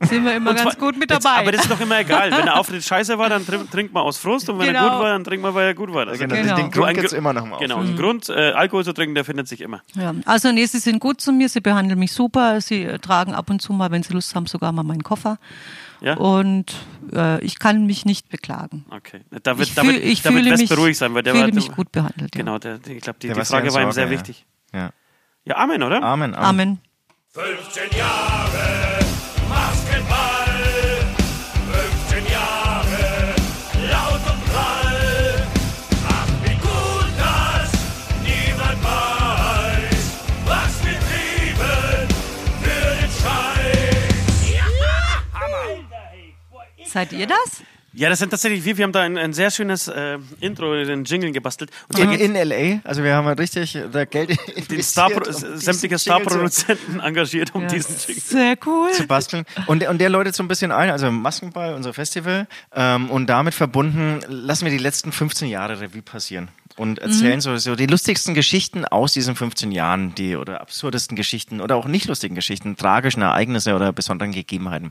Speaker 5: sind wir immer
Speaker 3: Und
Speaker 5: ganz
Speaker 3: zwar-
Speaker 5: gut mit
Speaker 3: jetzt-
Speaker 5: dabei.
Speaker 3: aber das ist doch immer egal. Wenn der Auftritt scheiße war, dann trin- trinkt man aus Frust und wenn er
Speaker 5: Genau.
Speaker 3: gut war, dann trinkt man, weil er gut war. Also
Speaker 4: Genau,
Speaker 3: du-
Speaker 5: Genau.
Speaker 3: du, ein
Speaker 4: Den Grund gibt es
Speaker 3: Gr-
Speaker 4: immer noch mal
Speaker 3: Genau,
Speaker 5: Mhm.
Speaker 3: ein Grund, äh, Alkohol zu trinken, der findet sich immer.
Speaker 5: Ja, also nee, sie sind gut zu mir, sie behandeln mich super, sie äh, tragen ab und zu mal, wenn sie Lust haben, sogar mal meinen Koffer.
Speaker 3: Ja?
Speaker 5: Oh. Und äh, ich kann mich nicht beklagen.
Speaker 3: Okay. Da wird,
Speaker 5: ich
Speaker 3: da wird,
Speaker 5: fühl- ich
Speaker 3: da wird
Speaker 5: fühle
Speaker 3: Wespe
Speaker 5: mich,
Speaker 3: ruhig sein, weil der
Speaker 5: fühle
Speaker 3: war,
Speaker 5: mich gut behandelt. Ja.
Speaker 3: Genau, der, ich glaube, die,
Speaker 4: Der
Speaker 3: die
Speaker 4: war
Speaker 3: Frage war ihm
Speaker 4: Sorge,
Speaker 3: sehr
Speaker 4: ja.
Speaker 3: wichtig.
Speaker 4: Ja.
Speaker 3: Ja, Amen, oder?
Speaker 4: Amen, Amen.
Speaker 5: Amen.
Speaker 6: 15 Jahre Maskenball, 15 Jahre laut und prall. Ach, wie gut, dass niemand weiß, was wir trieben für den Scheiß. Ja, Hammer!
Speaker 5: Seid ihr das?
Speaker 3: Ja, das sind tatsächlich wir. Wir haben da ein, ein sehr schönes äh, Intro, den Jingle gebastelt. Und zwar
Speaker 4: In,
Speaker 3: geht's-
Speaker 4: in LA, also wir haben richtig äh, da Geld *laughs*
Speaker 3: den
Speaker 4: investiert,
Speaker 3: Star
Speaker 4: um diesen
Speaker 3: sämtliche
Speaker 4: Jingle zu-
Speaker 3: Starproduzenten *laughs* engagiert, um diesen Jingle.
Speaker 5: Sehr cool.
Speaker 4: zu basteln. Und, der- und der läutet so ein bisschen ein, also Maskenball, unser Festival. Ähm, und damit verbunden lassen wir die letzten 15 Jahre Revue passieren und erzählen so, so die lustigsten Geschichten aus diesen 15 Jahren, die oder absurdesten Geschichten oder auch nicht lustigen Geschichten, tragischen Ereignisse oder besonderen Gegebenheiten.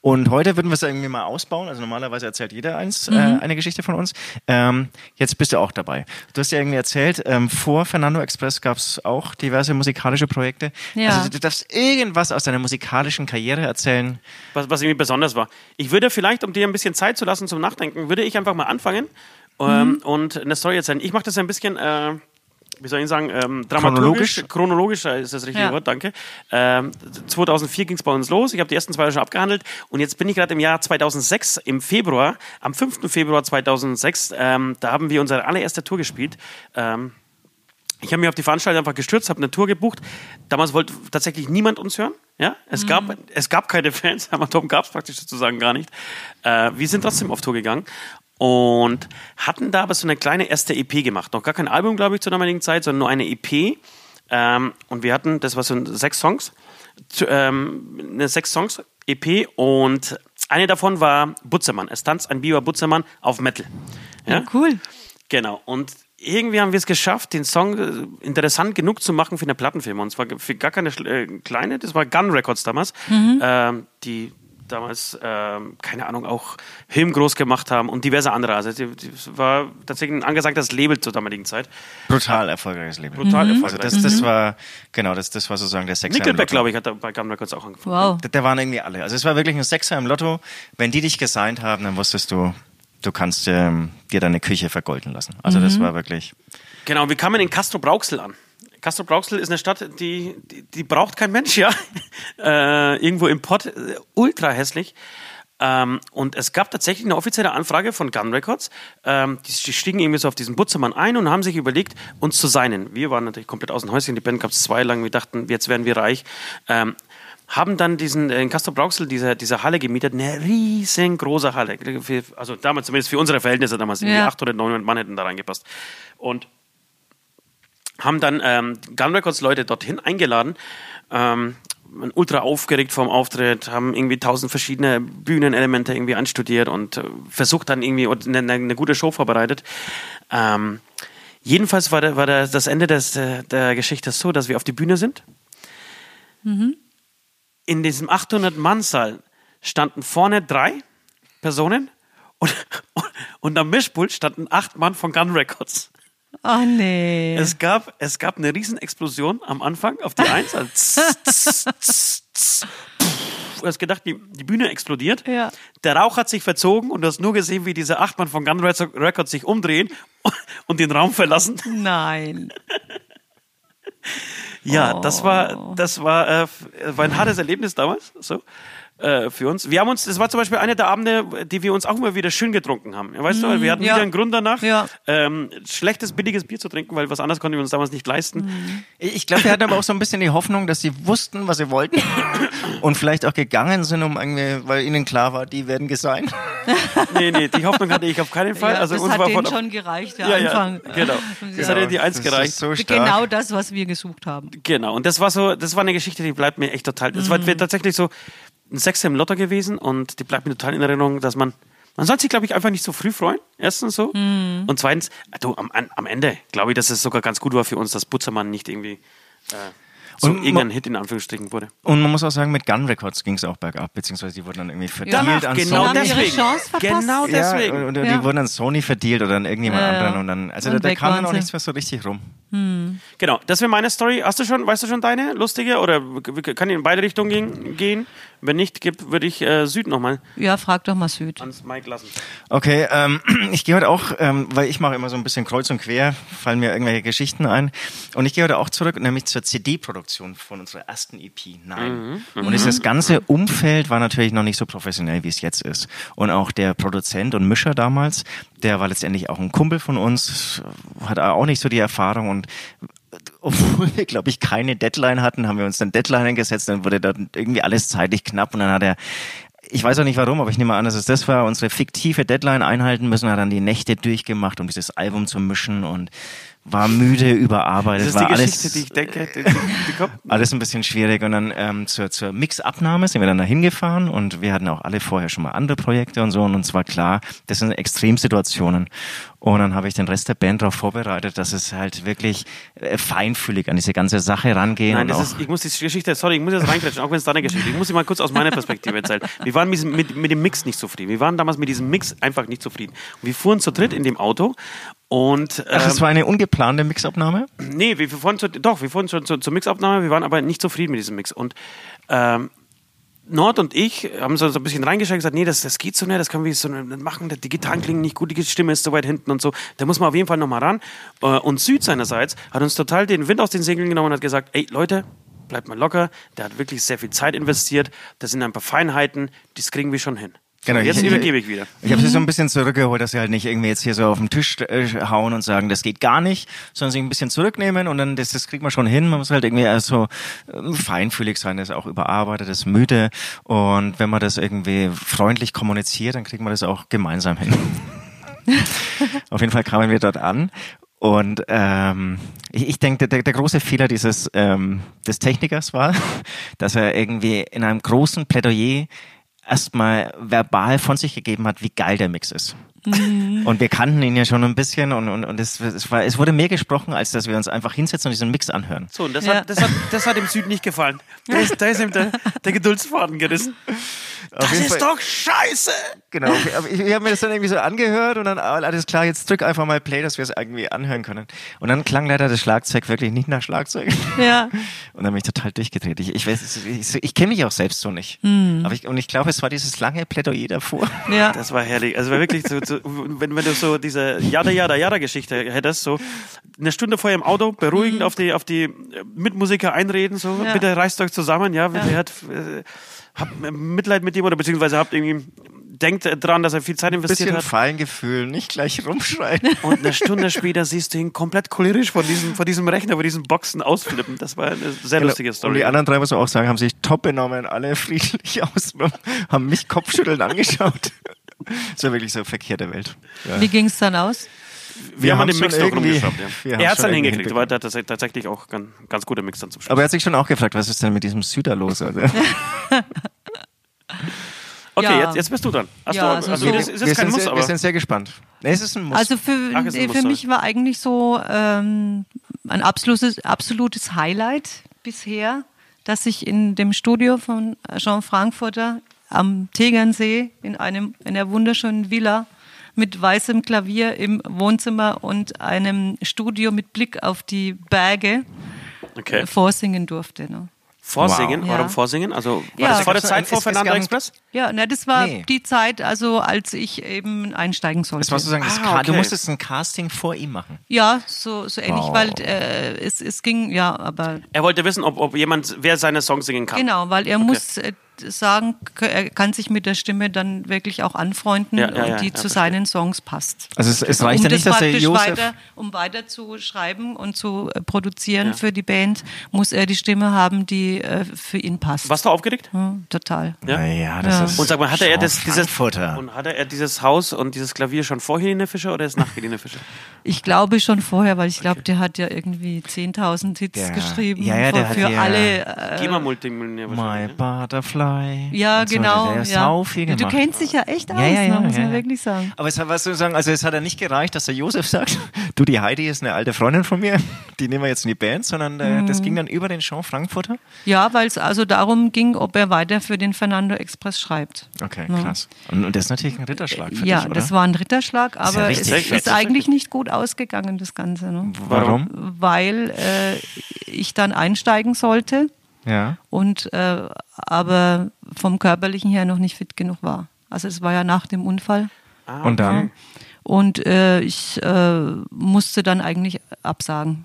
Speaker 4: Und heute würden wir es irgendwie mal ausbauen. Also normalerweise erzählt jeder eins, äh, eine Geschichte von uns. Ähm, jetzt bist du auch dabei. Du hast ja irgendwie erzählt, ähm, vor Fernando Express gab es auch diverse musikalische Projekte.
Speaker 5: Ja.
Speaker 4: Also du darfst irgendwas aus deiner musikalischen Karriere erzählen.
Speaker 3: was, was irgendwie besonders war. Ich würde vielleicht, um dir ein bisschen Zeit zu lassen zum Nachdenken, würde ich einfach mal anfangen ähm, und eine Story erzählen. Ich mache das ein bisschen äh, wie soll ich sagen, ähm, dramaturgisch, chronologisch ist das richtige
Speaker 5: Ja.
Speaker 3: Wort, danke. Ähm, 2004 ging es bei uns los, ich habe die ersten zwei Jahre schon abgehandelt und jetzt bin ich gerade im Jahr 2006, im Februar, am 5. Februar 2006, ähm, da haben wir unsere allererste Tour gespielt. Ähm, ich habe mich auf die Veranstaltung einfach gestürzt, habe eine Tour gebucht. Damals wollte tatsächlich niemand uns hören. Ja? Es, gab, es gab keine Fans, *laughs* Amatom gab es praktisch sozusagen gar nicht. Äh, wir sind trotzdem auf Tour gegangen und hatten da aber so eine kleine erste EP gemacht. Noch gar kein Album, glaube ich, zur damaligen Zeit, sondern nur eine EP. Ähm, und wir hatten, das war so ein- sechs Songs, zu- ähm, eine sechs Songs EP und eine davon war Butzemann. Es tanzt ein Biber Butzemann auf Metal. Ja?
Speaker 5: Cool.
Speaker 3: Genau. Und irgendwie haben wir es geschafft, den Song äh, interessant genug zu machen für eine Plattenfirma. Und zwar für gar keine schl- äh, kleine, das war Gun Records damals, ähm, die damals, ähm, keine Ahnung, auch Him groß gemacht haben und diverse andere. Also die- die- es war tatsächlich ein angesagtes Label zur damaligen Zeit.
Speaker 4: Brutal erfolgreiches Leben.
Speaker 3: Total erfolgreich.
Speaker 4: Mhm. Also, Das, das war, genau, das, das war sozusagen der Sechser. im
Speaker 3: Nickelback,
Speaker 4: Lotto.
Speaker 3: glaube ich, hat da bei Gun Records auch angefangen.
Speaker 5: Wow.
Speaker 4: Da, da waren irgendwie alle. Also es war wirklich ein Sechser im Lotto. Wenn die dich gesigned haben, dann wusstest du, du kannst ähm, dir deine Küche vergolden lassen. Also
Speaker 5: Mhm.
Speaker 4: das war wirklich.
Speaker 3: Genau, wir kamen in Castro Brauxel an. Castro Brauxel ist eine Stadt, die, die, die braucht kein Mensch, ja. *laughs* äh, irgendwo im Pott, äh, ultra hässlich. Ähm, und es gab tatsächlich eine offizielle Anfrage von Gun Records. Ähm, die, die stiegen irgendwie so auf diesen Butzemann ein und haben sich überlegt, uns zu signen. Wir waren natürlich komplett aus dem Häuschen, die Band gab es zwei lang, wir dachten, jetzt werden wir reich. Ähm, haben dann diesen äh, in Castor Brauxel diese, diese Halle gemietet, eine riesengroße Halle. Für- Also damals zumindest für unsere Verhältnisse damals, irgendwie
Speaker 5: Ja.
Speaker 3: 800, 900 Mann hätten da reingepasst. Und haben dann ähm, Gun Records Leute dorthin eingeladen, ähm, waren ultra aufgeregt vom Auftritt, haben irgendwie tausend verschiedene Bühnenelemente irgendwie anstudiert und äh, versucht dann irgendwie und eine, eine, eine gute Show vorbereitet. Ähm, jedenfalls war, der, war der, das Ende des, der, der Geschichte so, dass wir auf die Bühne sind. In diesem 800-Mann-Saal standen vorne drei Personen und, *laughs* und, und am Mischpult standen acht Mann von Gun Records.
Speaker 5: Oh nee.
Speaker 3: Es gab, es gab eine Riesenexplosion am Anfang
Speaker 5: *laughs*
Speaker 3: auf die Eins. Also tss, tss, tss, tss. Du hast gedacht, die, die Bühne explodiert.
Speaker 5: Ja.
Speaker 3: Der Rauch hat sich verzogen und du hast nur gesehen, wie diese acht Mann von Gun Records sich umdrehen *laughs* und den Raum verlassen.
Speaker 5: Nein.
Speaker 3: Ja, das
Speaker 5: Oh.
Speaker 3: war, das war, äh, f- äh, war ein hartes Erlebnis damals, so, äh, für uns. Wir haben uns, das war zum Beispiel einer der Abende, die wir uns auch immer wieder schön getrunken haben. Weißt du, wir hatten
Speaker 5: Mhm. ja.
Speaker 3: wieder einen Grund danach,
Speaker 5: Ja.
Speaker 3: ähm, schlechtes, billiges Bier zu trinken, weil was anderes konnten wir uns damals nicht leisten.
Speaker 5: Mhm.
Speaker 4: Ich ich glaube, wir hatten aber auch so ein bisschen die Hoffnung, dass sie wussten, was
Speaker 3: *laughs*
Speaker 4: sie wollten und vielleicht auch gegangen sind, um irgendwie, weil ihnen klar war, die werden gesigned.
Speaker 3: *laughs* Nee, nee, die Hoffnung hatte ich auf keinen Fall.
Speaker 5: Ja,
Speaker 3: also
Speaker 5: das
Speaker 3: uns
Speaker 5: hat
Speaker 3: war
Speaker 5: denen
Speaker 3: von-
Speaker 5: schon gereicht, der
Speaker 3: ja,
Speaker 5: Anfang.
Speaker 3: Ja, genau. Das hat ja die Eins
Speaker 4: Das
Speaker 3: gereicht.
Speaker 4: ist so stark.
Speaker 5: Genau das, was wir gesucht haben.
Speaker 3: Genau. Und das war so, das war eine Geschichte, die bleibt mir echt total. Das
Speaker 5: Mhm.
Speaker 3: war tatsächlich so ein Sechser im Lotto gewesen und die bleibt mir total in Erinnerung, dass man. Man soll sich, glaube ich, einfach nicht so früh freuen. Erstens so.
Speaker 5: Mhm.
Speaker 3: Und zweitens, ah, du, am, am am Ende glaube ich, dass es sogar ganz gut war für uns, dass Butzermann nicht irgendwie äh, so
Speaker 4: Und ma-
Speaker 3: irgendein Hit in Anführungsstrichen wurde.
Speaker 4: Und man muss auch sagen, mit Gun Records ging es auch bergab, beziehungsweise die wurden dann irgendwie verdealt
Speaker 3: Danach,
Speaker 4: an
Speaker 3: genau
Speaker 5: haben
Speaker 4: Sony.
Speaker 5: ihre
Speaker 3: deswegen.
Speaker 5: Chance verpasst.
Speaker 3: Genau
Speaker 4: Ja,
Speaker 3: deswegen.
Speaker 4: und, und
Speaker 5: Ja.
Speaker 4: die wurden an Sony verdealt oder an irgendjemand
Speaker 5: Ja, ja.
Speaker 4: anderen und dann, also
Speaker 5: Und
Speaker 4: da, da
Speaker 5: weg
Speaker 4: kam
Speaker 5: waren
Speaker 4: dann auch
Speaker 5: sie.
Speaker 4: nichts mehr so richtig rum.
Speaker 3: Genau, das wäre meine Story. Hast du schon, weißt du schon deine lustige? Oder k- kann die in beide Richtungen gehen? gehen? Wenn nicht, gibt- würde ich äh, Süd nochmal
Speaker 5: Ja, frag doch mal Süd.
Speaker 3: ans Mike lassen.
Speaker 4: Okay, ähm, *clears throat* ich gehe heute auch, ähm, weil ich mache immer so ein bisschen kreuz und quer, fallen mir irgendwelche Geschichten ein. Und ich gehe heute auch zurück, nämlich zur CD-Produktion von unserer ersten EP. Nein. Und ist das ganze Umfeld war natürlich noch nicht so professionell, wie es jetzt ist. Und auch der Produzent und Mischer damals, der war letztendlich auch ein Kumpel von uns, hat auch nicht so die Erfahrung und obwohl wir, glaube ich, keine Deadline hatten, haben wir uns dann Deadline gesetzt, dann wurde dann irgendwie alles zeitlich knapp und dann hat er, ich weiß auch nicht warum, aber ich nehme an, dass es das war, unsere fiktive Deadline einhalten müssen, hat dann die Nächte durchgemacht, um dieses Album zu mischen und war müde, überarbeitet,
Speaker 3: Das ist die
Speaker 4: war
Speaker 3: Geschichte,
Speaker 4: alles,
Speaker 3: die ich denke. Die, die, die kommt.
Speaker 4: alles ein bisschen schwierig und dann ähm, zur, zur Mix-Abnahme sind wir dann da hingefahren und wir hatten auch alle vorher schon mal andere Projekte und so und uns war klar, das sind Extremsituationen und dann habe ich den Rest der Band darauf vorbereitet, dass es halt wirklich äh, feinfühlig an diese ganze Sache rangehen
Speaker 3: Nein,
Speaker 4: und
Speaker 3: das
Speaker 4: auch
Speaker 3: ist, ich muss die Geschichte, sorry, ich muss jetzt reinklatschen, auch wenn es deine Geschichte ist. Ich muss sie mal kurz aus meiner Perspektive erzählen. Wir waren mit, diesem- mit, mit dem Mix nicht zufrieden. Wir waren damals mit diesem Mix einfach nicht zufrieden. Und wir fuhren zu dritt in dem Auto und.
Speaker 4: Ach,
Speaker 3: ähm,
Speaker 4: das war eine ungeplante Mixabnahme?
Speaker 3: Nee, wir fuhren zur, doch, wir fuhren schon zur, zur Mixabnahme, wir waren aber nicht zufrieden mit diesem Mix. Und ähm, Nord und ich haben so so ein bisschen reingeschaut und gesagt, nee, das, das geht so nicht, das können wir so nicht machen, die Gitarren klingen nicht gut, die Stimme ist so weit hinten und so, da muss man auf jeden Fall nochmal ran. Äh, Und Süd seinerseits hat uns total den Wind aus den Segeln genommen und hat gesagt, ey Leute, bleibt mal locker, der hat wirklich sehr viel Zeit investiert, da sind ein paar Feinheiten, das kriegen wir schon hin. Genau, jetzt übergebe ich wieder.
Speaker 4: Ich habe sie so ein bisschen zurückgeholt, dass sie halt nicht irgendwie jetzt hier so auf den Tisch äh, hauen und sagen, das geht gar nicht, sondern sich ein bisschen zurücknehmen und dann, das, das kriegt man schon hin. Man muss halt irgendwie erst so ähm, feinfühlig sein, das ist auch überarbeitet, das ist müde. Und wenn man das irgendwie freundlich kommuniziert, dann kriegt man das auch gemeinsam hin. Auf jeden Fall kamen wir dort an. Und ähm, ich, ich denke, der, der große Fehler dieses ähm, des Technikers war, *laughs* dass er irgendwie in einem großen Plädoyer erstmal verbal von sich gegeben hat, wie geil der Mix ist. Und wir kannten ihn ja schon ein bisschen und, und, und es, es, war, es wurde mehr gesprochen, als dass wir uns einfach hinsetzen und diesen Mix anhören.
Speaker 3: So, und das,
Speaker 5: Ja.
Speaker 3: hat, das, hat, das hat dem Süd nicht gefallen. Da ist, da ist ihm der, der Geduldsfaden gerissen. Das
Speaker 4: jeden
Speaker 3: ist
Speaker 4: Fall-
Speaker 3: doch scheiße!
Speaker 4: Genau. Aber Ich, ich habe mir das dann irgendwie so angehört und dann ah, alles klar, jetzt drück einfach mal Play, dass wir es irgendwie anhören können. Und dann klang leider das Schlagzeug wirklich nicht nach Schlagzeug.
Speaker 5: Ja.
Speaker 4: Und dann bin ich total durchgedreht. Ich, ich weiß, ich, ich kenne mich auch selbst so nicht. Aber ich, und ich glaube, es war dieses lange Plädoyer *laughs* davor.
Speaker 5: Ja.
Speaker 3: Hm. Das war herrlich. Also war wirklich so, so wenn, wenn du so diese Jada Jada Jada Geschichte hättest, so eine Stunde vorher im Auto beruhigend auf die auf die äh, Mitmusiker einreden, so
Speaker 5: Ja.
Speaker 3: bitte reißt euch zusammen, ja, wer hat äh, habt Mitleid mit dem oder beziehungsweise habt irgendwie denkt äh, dran, dass er viel Zeit investiert
Speaker 4: Bisschen
Speaker 3: hat.
Speaker 4: Fallengefühl, nicht gleich rumschreien.
Speaker 3: halt. *laughs* Und eine
Speaker 4: *laughs*
Speaker 3: Stunde später siehst du ihn komplett cholerisch von diesem von diesem Rechner, von diesen Boxen ausflippen. Das war eine sehr lustige
Speaker 4: Genau. Und
Speaker 3: Story.
Speaker 4: die anderen drei, muss man auch sagen, haben sich top benommen, alle *laughs* friedlich aus, haben mich
Speaker 3: *laughs*
Speaker 4: kopfschütteln angeschaut. Das war wirklich so verkehrte Welt.
Speaker 5: Wie ging's dann aus?
Speaker 3: Wir haben an dem
Speaker 4: schon
Speaker 3: Mix noch
Speaker 4: irgendwie-
Speaker 3: rumgeschraubt.
Speaker 4: wir
Speaker 3: Ja.
Speaker 4: haben
Speaker 3: Er hat es
Speaker 4: schon
Speaker 3: dann
Speaker 4: irgendwie
Speaker 3: hingekriegt, aber der hat tats- tatsächlich auch ganz, ganz guter Mix dann zum Schluss.
Speaker 4: Aber er hat sich schon auch gefragt, was ist denn mit diesem Süder los? Also, *laughs*
Speaker 3: Okay,
Speaker 5: Ja.
Speaker 3: jetzt, jetzt bist du dran. Ach
Speaker 5: Ja,
Speaker 3: so,
Speaker 5: also
Speaker 3: also,
Speaker 5: so-
Speaker 3: das ist jetzt kein
Speaker 4: sind
Speaker 3: Muss,
Speaker 4: sehr,
Speaker 3: aber
Speaker 4: wir sind sehr gespannt. Nee, es ist ein Muss.
Speaker 5: Also für,
Speaker 3: Ach, ist ein
Speaker 5: äh,
Speaker 3: Muss,
Speaker 5: für mich war eigentlich so ähm, ein absolutes, absolutes Highlight bisher, dass ich in dem Studio von Jean Frankfurter am Tegernsee in einem in einer wunderschönen Villa mit weißem Klavier im Wohnzimmer und einem Studio mit Blick auf die Berge
Speaker 3: okay.
Speaker 5: vorsingen durfte. Ne?
Speaker 3: Vorsingen,
Speaker 5: Wow.
Speaker 3: warum
Speaker 5: Ja.
Speaker 3: Vorsingen? Also war
Speaker 5: Ja.
Speaker 3: das vor der
Speaker 4: Es- es-
Speaker 3: Zeit vor
Speaker 4: es
Speaker 3: Fernando
Speaker 4: gab-
Speaker 3: Express?
Speaker 5: Ja, na, das war
Speaker 4: Nee.
Speaker 5: die Zeit, also als ich eben einsteigen sollte.
Speaker 4: das war sozusagen das
Speaker 3: Ah,
Speaker 4: Ca- Du
Speaker 3: okay.
Speaker 4: musstest ein Casting vor ihm machen.
Speaker 5: Ja, so, so ähnlich,
Speaker 4: Wow.
Speaker 5: weil äh, es, es ging, ja, aber
Speaker 3: Er wollte wissen, ob, ob jemand, wer seine Songs singen kann.
Speaker 5: genau, weil er muss äh, sagen, k- er kann sich mit der Stimme dann wirklich auch anfreunden,
Speaker 3: Ja, ja, ja,
Speaker 5: und die
Speaker 3: ja,
Speaker 5: zu
Speaker 3: verstehe.
Speaker 5: seinen Songs passt.
Speaker 4: Also es, es reicht ja
Speaker 5: um
Speaker 4: nicht,
Speaker 5: das
Speaker 4: dass der
Speaker 5: praktisch
Speaker 4: Josef...
Speaker 5: weiter, um weiter zu schreiben und zu äh, produzieren für die Band, muss er die Stimme haben, die äh, für ihn passt.
Speaker 3: Warst du aufgeregt?
Speaker 5: Hm, total.
Speaker 3: Ja.
Speaker 4: Naja, das
Speaker 5: Ja.
Speaker 4: ist...
Speaker 3: Und sag mal, hatte er das, dieses,
Speaker 4: Futter.
Speaker 3: und hatte er dieses Haus und dieses Klavier schon vor Helene Fischer oder erst nach Helene Fischer?
Speaker 5: Ich glaube schon vorher, weil ich glaube, der hat ja irgendwie 10.000 Hits
Speaker 4: Der-
Speaker 5: geschrieben
Speaker 4: ja, ja, der
Speaker 5: für,
Speaker 4: hat
Speaker 5: für
Speaker 4: ja-
Speaker 5: alle äh,
Speaker 3: Geh mal Multimillionär
Speaker 4: My
Speaker 3: wahrscheinlich. ne?
Speaker 4: Butterfly.
Speaker 5: Ja,
Speaker 4: Und so,
Speaker 5: genau.
Speaker 4: Der
Speaker 5: Ja.
Speaker 4: ist sau viel
Speaker 5: Ja,
Speaker 4: gemacht.
Speaker 5: du kennst dich ja echt aus, ne, muss man wirklich sagen.
Speaker 4: Aber es hat, was soll ich sagen, also es hat ja nicht gereicht, dass der Josef sagt, *laughs* du, die Heidi ist eine alte Freundin von mir, *laughs* die nehmen wir jetzt in die Band, sondern
Speaker 5: Mhm.
Speaker 4: äh, das ging dann über den Jean Frankfurter.
Speaker 5: Ja, weil es also darum ging, ob er weiter für den Fernando Express schreibt.
Speaker 4: Okay, krass. Und, und das ist natürlich ein Ritterschlag für
Speaker 5: ja,
Speaker 4: dich, oder?
Speaker 5: das war ein Ritterschlag,
Speaker 4: ja
Speaker 5: aber
Speaker 4: richtig
Speaker 5: es
Speaker 4: fett.
Speaker 5: ist eigentlich nicht gut ausgegangen, das Ganze. Ne?
Speaker 4: Warum?
Speaker 5: Weil äh, ich dann einsteigen sollte
Speaker 4: Ja.
Speaker 5: und äh, aber vom körperlichen her noch nicht fit genug war. Also es war ja nach dem Unfall.
Speaker 4: Und dann?
Speaker 5: Und äh, ich äh, musste dann eigentlich absagen.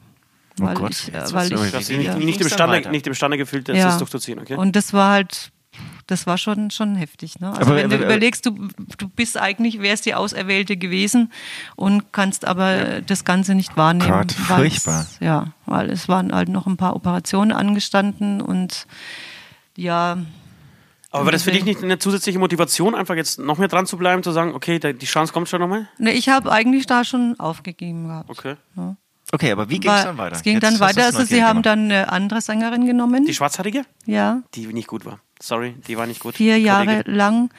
Speaker 4: Oh
Speaker 5: Weil
Speaker 4: Gott,
Speaker 5: ich,
Speaker 4: jetzt
Speaker 5: äh,
Speaker 4: wird's
Speaker 5: weil
Speaker 4: aber
Speaker 5: ich,
Speaker 3: Du hast dich
Speaker 4: wieder-
Speaker 3: nicht,
Speaker 4: Ja.
Speaker 3: nicht, im
Speaker 4: Ging's dann
Speaker 3: Stande,
Speaker 4: weiter?
Speaker 3: nicht im Stande gefühlt, das ist durchzuziehen, okay?
Speaker 5: Und das war halt, das war schon, schon heftig. Ne? Also
Speaker 4: Aber-
Speaker 5: wenn du
Speaker 4: aber- äh,
Speaker 5: überlegst, du, du bist eigentlich, wärst die Auserwählte gewesen und kannst aber das Ganze nicht wahrnehmen.
Speaker 4: Gott,
Speaker 5: weil's-
Speaker 4: furchtbar.
Speaker 5: Ja, weil es waren halt noch ein paar Operationen angestanden und ja,
Speaker 3: aber war das für dich nicht eine zusätzliche Motivation, einfach jetzt noch mehr dran zu bleiben, zu sagen, okay, da, die Chance kommt schon nochmal?
Speaker 5: ne, ich habe eigentlich da schon aufgegeben gehabt.
Speaker 3: Okay.
Speaker 4: Okay, aber wie ging
Speaker 5: Weil
Speaker 4: es dann weiter?
Speaker 5: Es ging
Speaker 4: Jetzt
Speaker 5: dann
Speaker 4: hast
Speaker 5: weiter,
Speaker 4: du's
Speaker 5: also sie
Speaker 4: neugierig
Speaker 5: haben
Speaker 4: gemacht.
Speaker 5: dann eine andere Sängerin genommen.
Speaker 3: Die Schwarzhaarige?
Speaker 5: ja.
Speaker 3: Die nicht gut war. Sorry, die war nicht gut.
Speaker 5: vier Jahre
Speaker 3: Kollege.
Speaker 5: lang.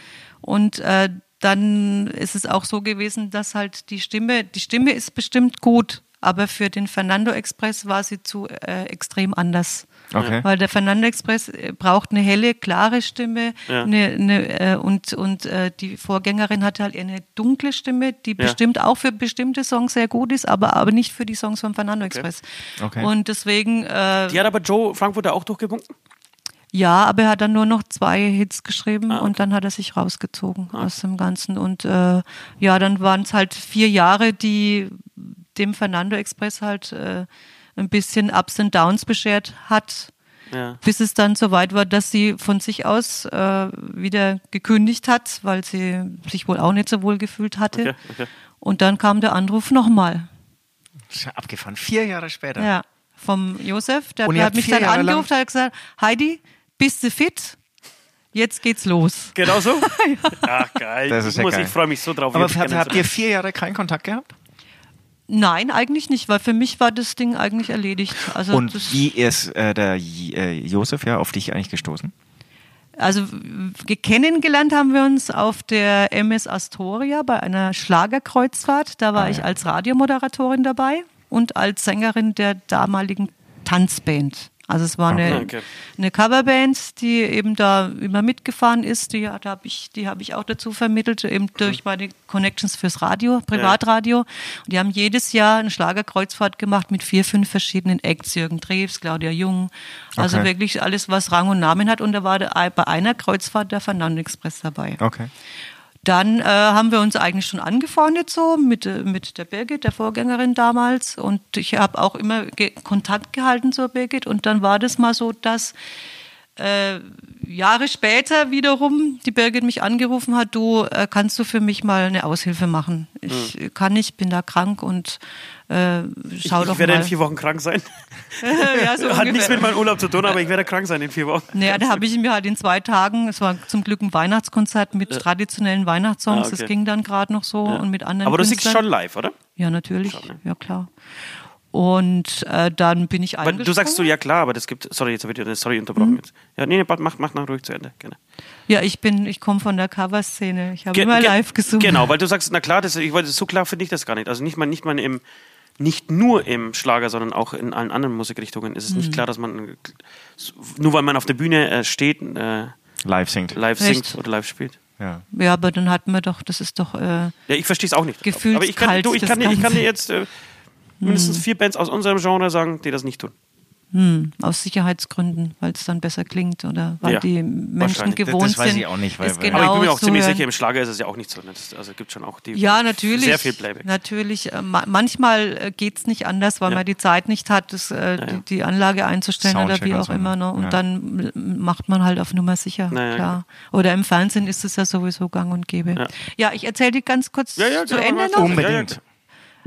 Speaker 5: Und äh, dann ist es auch so gewesen, dass halt die Stimme, die Stimme ist bestimmt gut, aber für den Fernando Express war sie zu äh, extrem anders.
Speaker 4: Okay.
Speaker 5: Weil der Fernando Express äh, braucht eine helle, klare Stimme
Speaker 3: Ja.
Speaker 5: eine, eine, äh, und, und äh, die Vorgängerin hatte halt eher eine dunkle Stimme, die bestimmt auch für bestimmte Songs sehr gut ist, aber, aber nicht für die Songs von Fernando Express.
Speaker 4: Okay.
Speaker 5: Und deswegen äh,
Speaker 3: Die hat aber Joe Frankfurter auch durchgewunken?
Speaker 5: Ja, aber er hat dann nur noch zwei Hits geschrieben
Speaker 3: Ah,
Speaker 5: und dann hat er sich rausgezogen aus dem Ganzen. Und äh, ja, dann waren es halt vier Jahre, die dem Fernando Express halt äh, ein bisschen Ups und Downs beschert hat,
Speaker 3: Ja.
Speaker 5: bis es dann soweit war, dass sie von sich aus äh, wieder gekündigt hat, weil sie sich wohl auch nicht so wohl gefühlt hatte.
Speaker 3: Okay, okay.
Speaker 5: Und dann kam der Anruf nochmal.
Speaker 4: Ist ja Abgefahren. Vier Jahre später.
Speaker 5: Ja, vom Josef. Der
Speaker 4: Und ihr
Speaker 5: hat
Speaker 4: habt
Speaker 5: mich
Speaker 4: vier
Speaker 5: dann
Speaker 4: Jahre lang-
Speaker 5: angerufen, hat gesagt, Heidi, bist du fit? Jetzt geht's los.
Speaker 3: Genau
Speaker 5: *laughs*
Speaker 3: so? Ach, geil.
Speaker 4: Das ist ja
Speaker 3: ich muss-
Speaker 4: geil.
Speaker 3: ich freue mich so drauf.
Speaker 4: Aber
Speaker 3: jetzt
Speaker 4: habt, habt ihr
Speaker 3: kennenzulernen.
Speaker 4: vier Jahre keinen Kontakt gehabt?
Speaker 5: Nein, eigentlich nicht, weil für mich war das Ding eigentlich erledigt. Also,
Speaker 4: Und
Speaker 5: das,
Speaker 4: wie ist äh, der J- äh, Josef ja auf dich eigentlich gestoßen?
Speaker 5: also w- kennengelernt haben wir uns auf der MS Astoria bei einer Schlagerkreuzfahrt. Da war ich als Radiomoderatorin dabei und als Sängerin der damaligen Tanzband. Also es war eine,
Speaker 3: Okay.
Speaker 5: eine Coverband, die eben da immer mitgefahren ist. Die hat- hab ich, die habe ich auch dazu vermittelt, eben durch meine Connections fürs Radio, Privatradio. Und die haben jedes Jahr eine Schlagerkreuzfahrt gemacht mit vier, fünf verschiedenen Acts. Jürgen Drews, Claudia Jung. Also
Speaker 4: Okay.
Speaker 5: wirklich alles, was Rang und Namen hat. Und da war der, bei einer Kreuzfahrt der Fernando Express dabei.
Speaker 4: Okay.
Speaker 5: Dann äh, haben wir uns eigentlich schon angefreundet so mit, äh, mit der Birgit, der Vorgängerin damals. Und ich habe auch immer ge Kontakt gehalten zur Birgit. Und dann war das mal so, dass äh, Jahre später wiederum die Birgit mich angerufen hat, du äh, kannst du für mich mal eine Aushilfe machen. Ich kann nicht, bin da krank und äh, schau
Speaker 3: Hm. ich,
Speaker 5: doch
Speaker 3: ich werde
Speaker 5: mal.
Speaker 3: in vier Wochen krank sein.
Speaker 5: ja, so
Speaker 3: *laughs* Hat nichts
Speaker 5: ungefähr.
Speaker 3: mit meinem Urlaub zu tun, aber ich werde krank sein in vier Wochen.
Speaker 5: Naja, da habe ich mir halt in zwei Tagen, es war zum Glück ein Weihnachtskonzert mit traditionellen Weihnachtssongs,
Speaker 3: Äh. Ah, okay.
Speaker 5: das ging dann gerade noch so und mit anderen
Speaker 3: aber du siehst
Speaker 5: Künstlern.
Speaker 3: schon live, oder?
Speaker 5: Ja, natürlich, ja klar. Und äh, dann bin ich
Speaker 3: Aber
Speaker 5: eingesprungen.
Speaker 3: du sagst so, ja klar, aber das gibt. Sorry, jetzt habe ich dir sorry unterbrochen.
Speaker 5: Hm?
Speaker 3: Jetzt. Ja, nee, nee, mach, mach nach ruhig zu Ende. Gerne.
Speaker 5: Ja, ich bin, ich komme von der Coverszene. Ich habe
Speaker 3: Ge-
Speaker 5: immer
Speaker 3: ge-
Speaker 5: live gesungen.
Speaker 3: Genau, weil du sagst, na klar, das, ich wollte so klar finde ich das gar nicht. Also nicht mal, nicht mal im, nicht nur im Schlager, sondern auch in allen anderen Musikrichtungen ist es
Speaker 5: Mhm.
Speaker 3: nicht klar, dass man nur weil man auf der Bühne äh, steht, äh,
Speaker 4: Live singt.
Speaker 3: live
Speaker 5: Echt?
Speaker 3: singt oder live spielt.
Speaker 4: Ja.
Speaker 5: Ja, aber dann hatten wir doch, das ist doch, äh,
Speaker 3: Ja, ich verstehe es auch nicht.
Speaker 5: Gefühlskalt
Speaker 3: Aber ich kann, du, ich
Speaker 5: das
Speaker 3: kann, dir- ich kann
Speaker 5: Ganze.
Speaker 3: dir jetzt äh, mindestens vier Bands aus unserem Genre sagen, die das nicht tun.
Speaker 5: hm, aus Sicherheitsgründen, weil es dann besser klingt oder weil
Speaker 3: Ja,
Speaker 5: die Menschen
Speaker 3: wahrscheinlich.
Speaker 4: Das- das
Speaker 5: gewohnt
Speaker 4: weiß
Speaker 5: sind.
Speaker 4: ich auch nicht, weil-
Speaker 5: es
Speaker 4: weil-
Speaker 5: genau
Speaker 3: Aber ich bin mir auch ziemlich
Speaker 5: zuhören.
Speaker 3: sicher, im Schlager ist es ja auch nicht so. Ne? Das, also gibt schon auch die
Speaker 5: Ja, natürlich.
Speaker 3: sehr viel Playback.
Speaker 5: Natürlich. Äh, ma- Manchmal äh, geht's nicht anders, weil man die Zeit nicht hat, das, äh,
Speaker 3: ja.
Speaker 5: Die, die Anlage einzustellen
Speaker 4: Soundcheck
Speaker 5: oder wie
Speaker 4: und
Speaker 5: auch
Speaker 4: so,
Speaker 5: immer. Ne? Und
Speaker 4: ja.
Speaker 5: dann m- macht man halt auf Nummer sicher.
Speaker 3: Na ja,
Speaker 5: klar. Oder im Fernsehen ist es ja sowieso gang und gäbe. Ja, ich erzähle dir ganz kurz zu
Speaker 3: genau, mach
Speaker 5: Ende noch.
Speaker 3: das.
Speaker 4: Unbedingt.
Speaker 3: Ja, ja,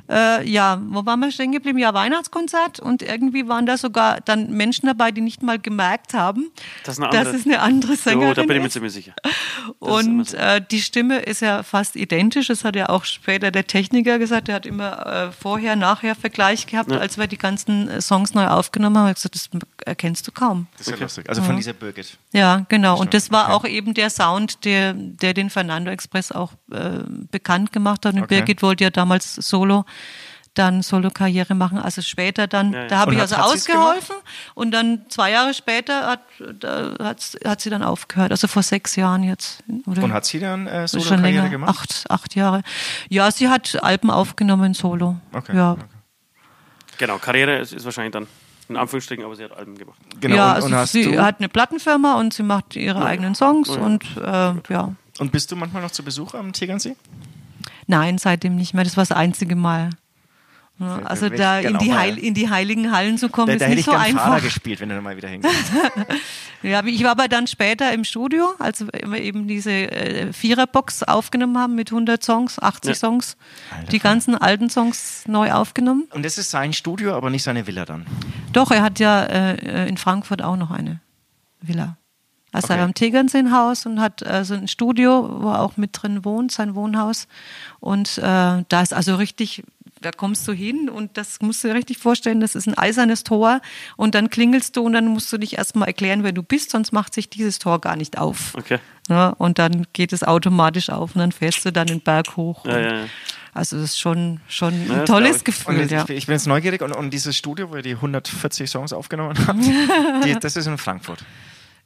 Speaker 5: Äh, ja, wo waren wir stehen geblieben? Ja, Weihnachtskonzert. Und irgendwie waren da sogar dann Menschen dabei, die nicht mal gemerkt haben,
Speaker 3: Das ist eine
Speaker 5: dass
Speaker 3: andere-
Speaker 5: es eine andere Sängerin
Speaker 3: so, da bin ich mir
Speaker 5: ist.
Speaker 3: ziemlich sicher. Das ist immer
Speaker 5: Und
Speaker 3: so.
Speaker 5: äh, die Stimme ist ja fast identisch. Das hat ja auch später der Techniker gesagt. Der hat immer äh, vorher, nachher Vergleich gehabt, als wir die ganzen äh, Songs neu aufgenommen haben. Er hat gesagt, das erkennst du kaum.
Speaker 4: Das ist ja lustig. Also von dieser Birgit.
Speaker 5: Ja, genau. Und das war auch eben der Sound, der, der den Fernando Express auch äh, bekannt gemacht hat. Und
Speaker 4: Okay.
Speaker 5: Birgit wollte ja damals Solo, dann Solo-Karriere machen. Also später dann, da habe
Speaker 4: Und
Speaker 5: ich
Speaker 4: hat-
Speaker 5: also
Speaker 4: hat sie's
Speaker 5: ausgeholfen. Und dann zwei Jahre später hat, da, hat, hat sie dann aufgehört. Also vor sechs Jahren jetzt. Oder?
Speaker 4: Und hat sie dann äh,
Speaker 5: Mhm. Ist schon
Speaker 4: Solo-Karriere
Speaker 5: länger,
Speaker 4: gemacht?
Speaker 5: acht, acht Jahre. Ja, sie hat Alben aufgenommen, Solo.
Speaker 4: Okay,
Speaker 5: Ja,
Speaker 4: okay.
Speaker 3: Genau, Karriere ist, ist wahrscheinlich dann in Anführungsstrichen, aber sie hat Alben gemacht.
Speaker 4: Genau.
Speaker 5: ja
Speaker 4: und,
Speaker 5: also
Speaker 4: und, hast
Speaker 5: sie
Speaker 4: du,
Speaker 5: hat eine Plattenfirma und sie macht ihre eigenen Songs und äh, ja.
Speaker 4: und bist du manchmal noch zu Besuch am Tegernsee?
Speaker 5: Nein, seitdem nicht mehr. Das war das einzige Mal. Ja, Also
Speaker 4: wirklich,
Speaker 5: da in
Speaker 4: genau
Speaker 5: die,
Speaker 4: mal.
Speaker 5: Heil, in die heiligen Hallen zu kommen,
Speaker 4: Da,
Speaker 5: ist
Speaker 4: da hätte
Speaker 5: nicht
Speaker 4: ich
Speaker 5: so
Speaker 4: gern Fahrer
Speaker 5: einfach.
Speaker 4: gespielt, wenn du dann mal wieder
Speaker 5: *laughs*
Speaker 4: hingehst.
Speaker 5: Ja, ich war aber dann später im Studio, als wir eben diese äh, Viererbox aufgenommen haben mit 100 Songs, 80 Songs, die ganzen alten Songs neu aufgenommen.
Speaker 4: Und das ist sein Studio, aber nicht seine Villa dann.
Speaker 5: Doch, er hat ja äh, äh, in Frankfurt auch noch eine Villa. Also er
Speaker 4: Okay.
Speaker 5: hat am Tegernsee-Haus und hat äh, so ein Studio, wo er auch mit drin wohnt, sein Wohnhaus. Und äh, da ist also richtig, da kommst du hin und das musst du dir richtig vorstellen, das ist ein eisernes Tor und dann klingelst du und dann musst du dich erstmal erklären, wer du bist, sonst macht sich dieses Tor gar nicht auf.
Speaker 3: Okay.
Speaker 5: Ne? Und dann geht es automatisch auf und dann fährst du dann den Berg hoch.
Speaker 3: Ja,
Speaker 5: und
Speaker 3: ja, ja.
Speaker 5: Also das ist schon, schon ein
Speaker 3: das glaub
Speaker 5: tolles
Speaker 3: ich.
Speaker 5: Gefühl.
Speaker 4: Und jetzt,
Speaker 5: ja.
Speaker 4: ich, ich bin jetzt neugierig und, und dieses Studio, wo ihr die 140 Songs aufgenommen
Speaker 5: *laughs*
Speaker 4: habt, die, das ist in Frankfurt.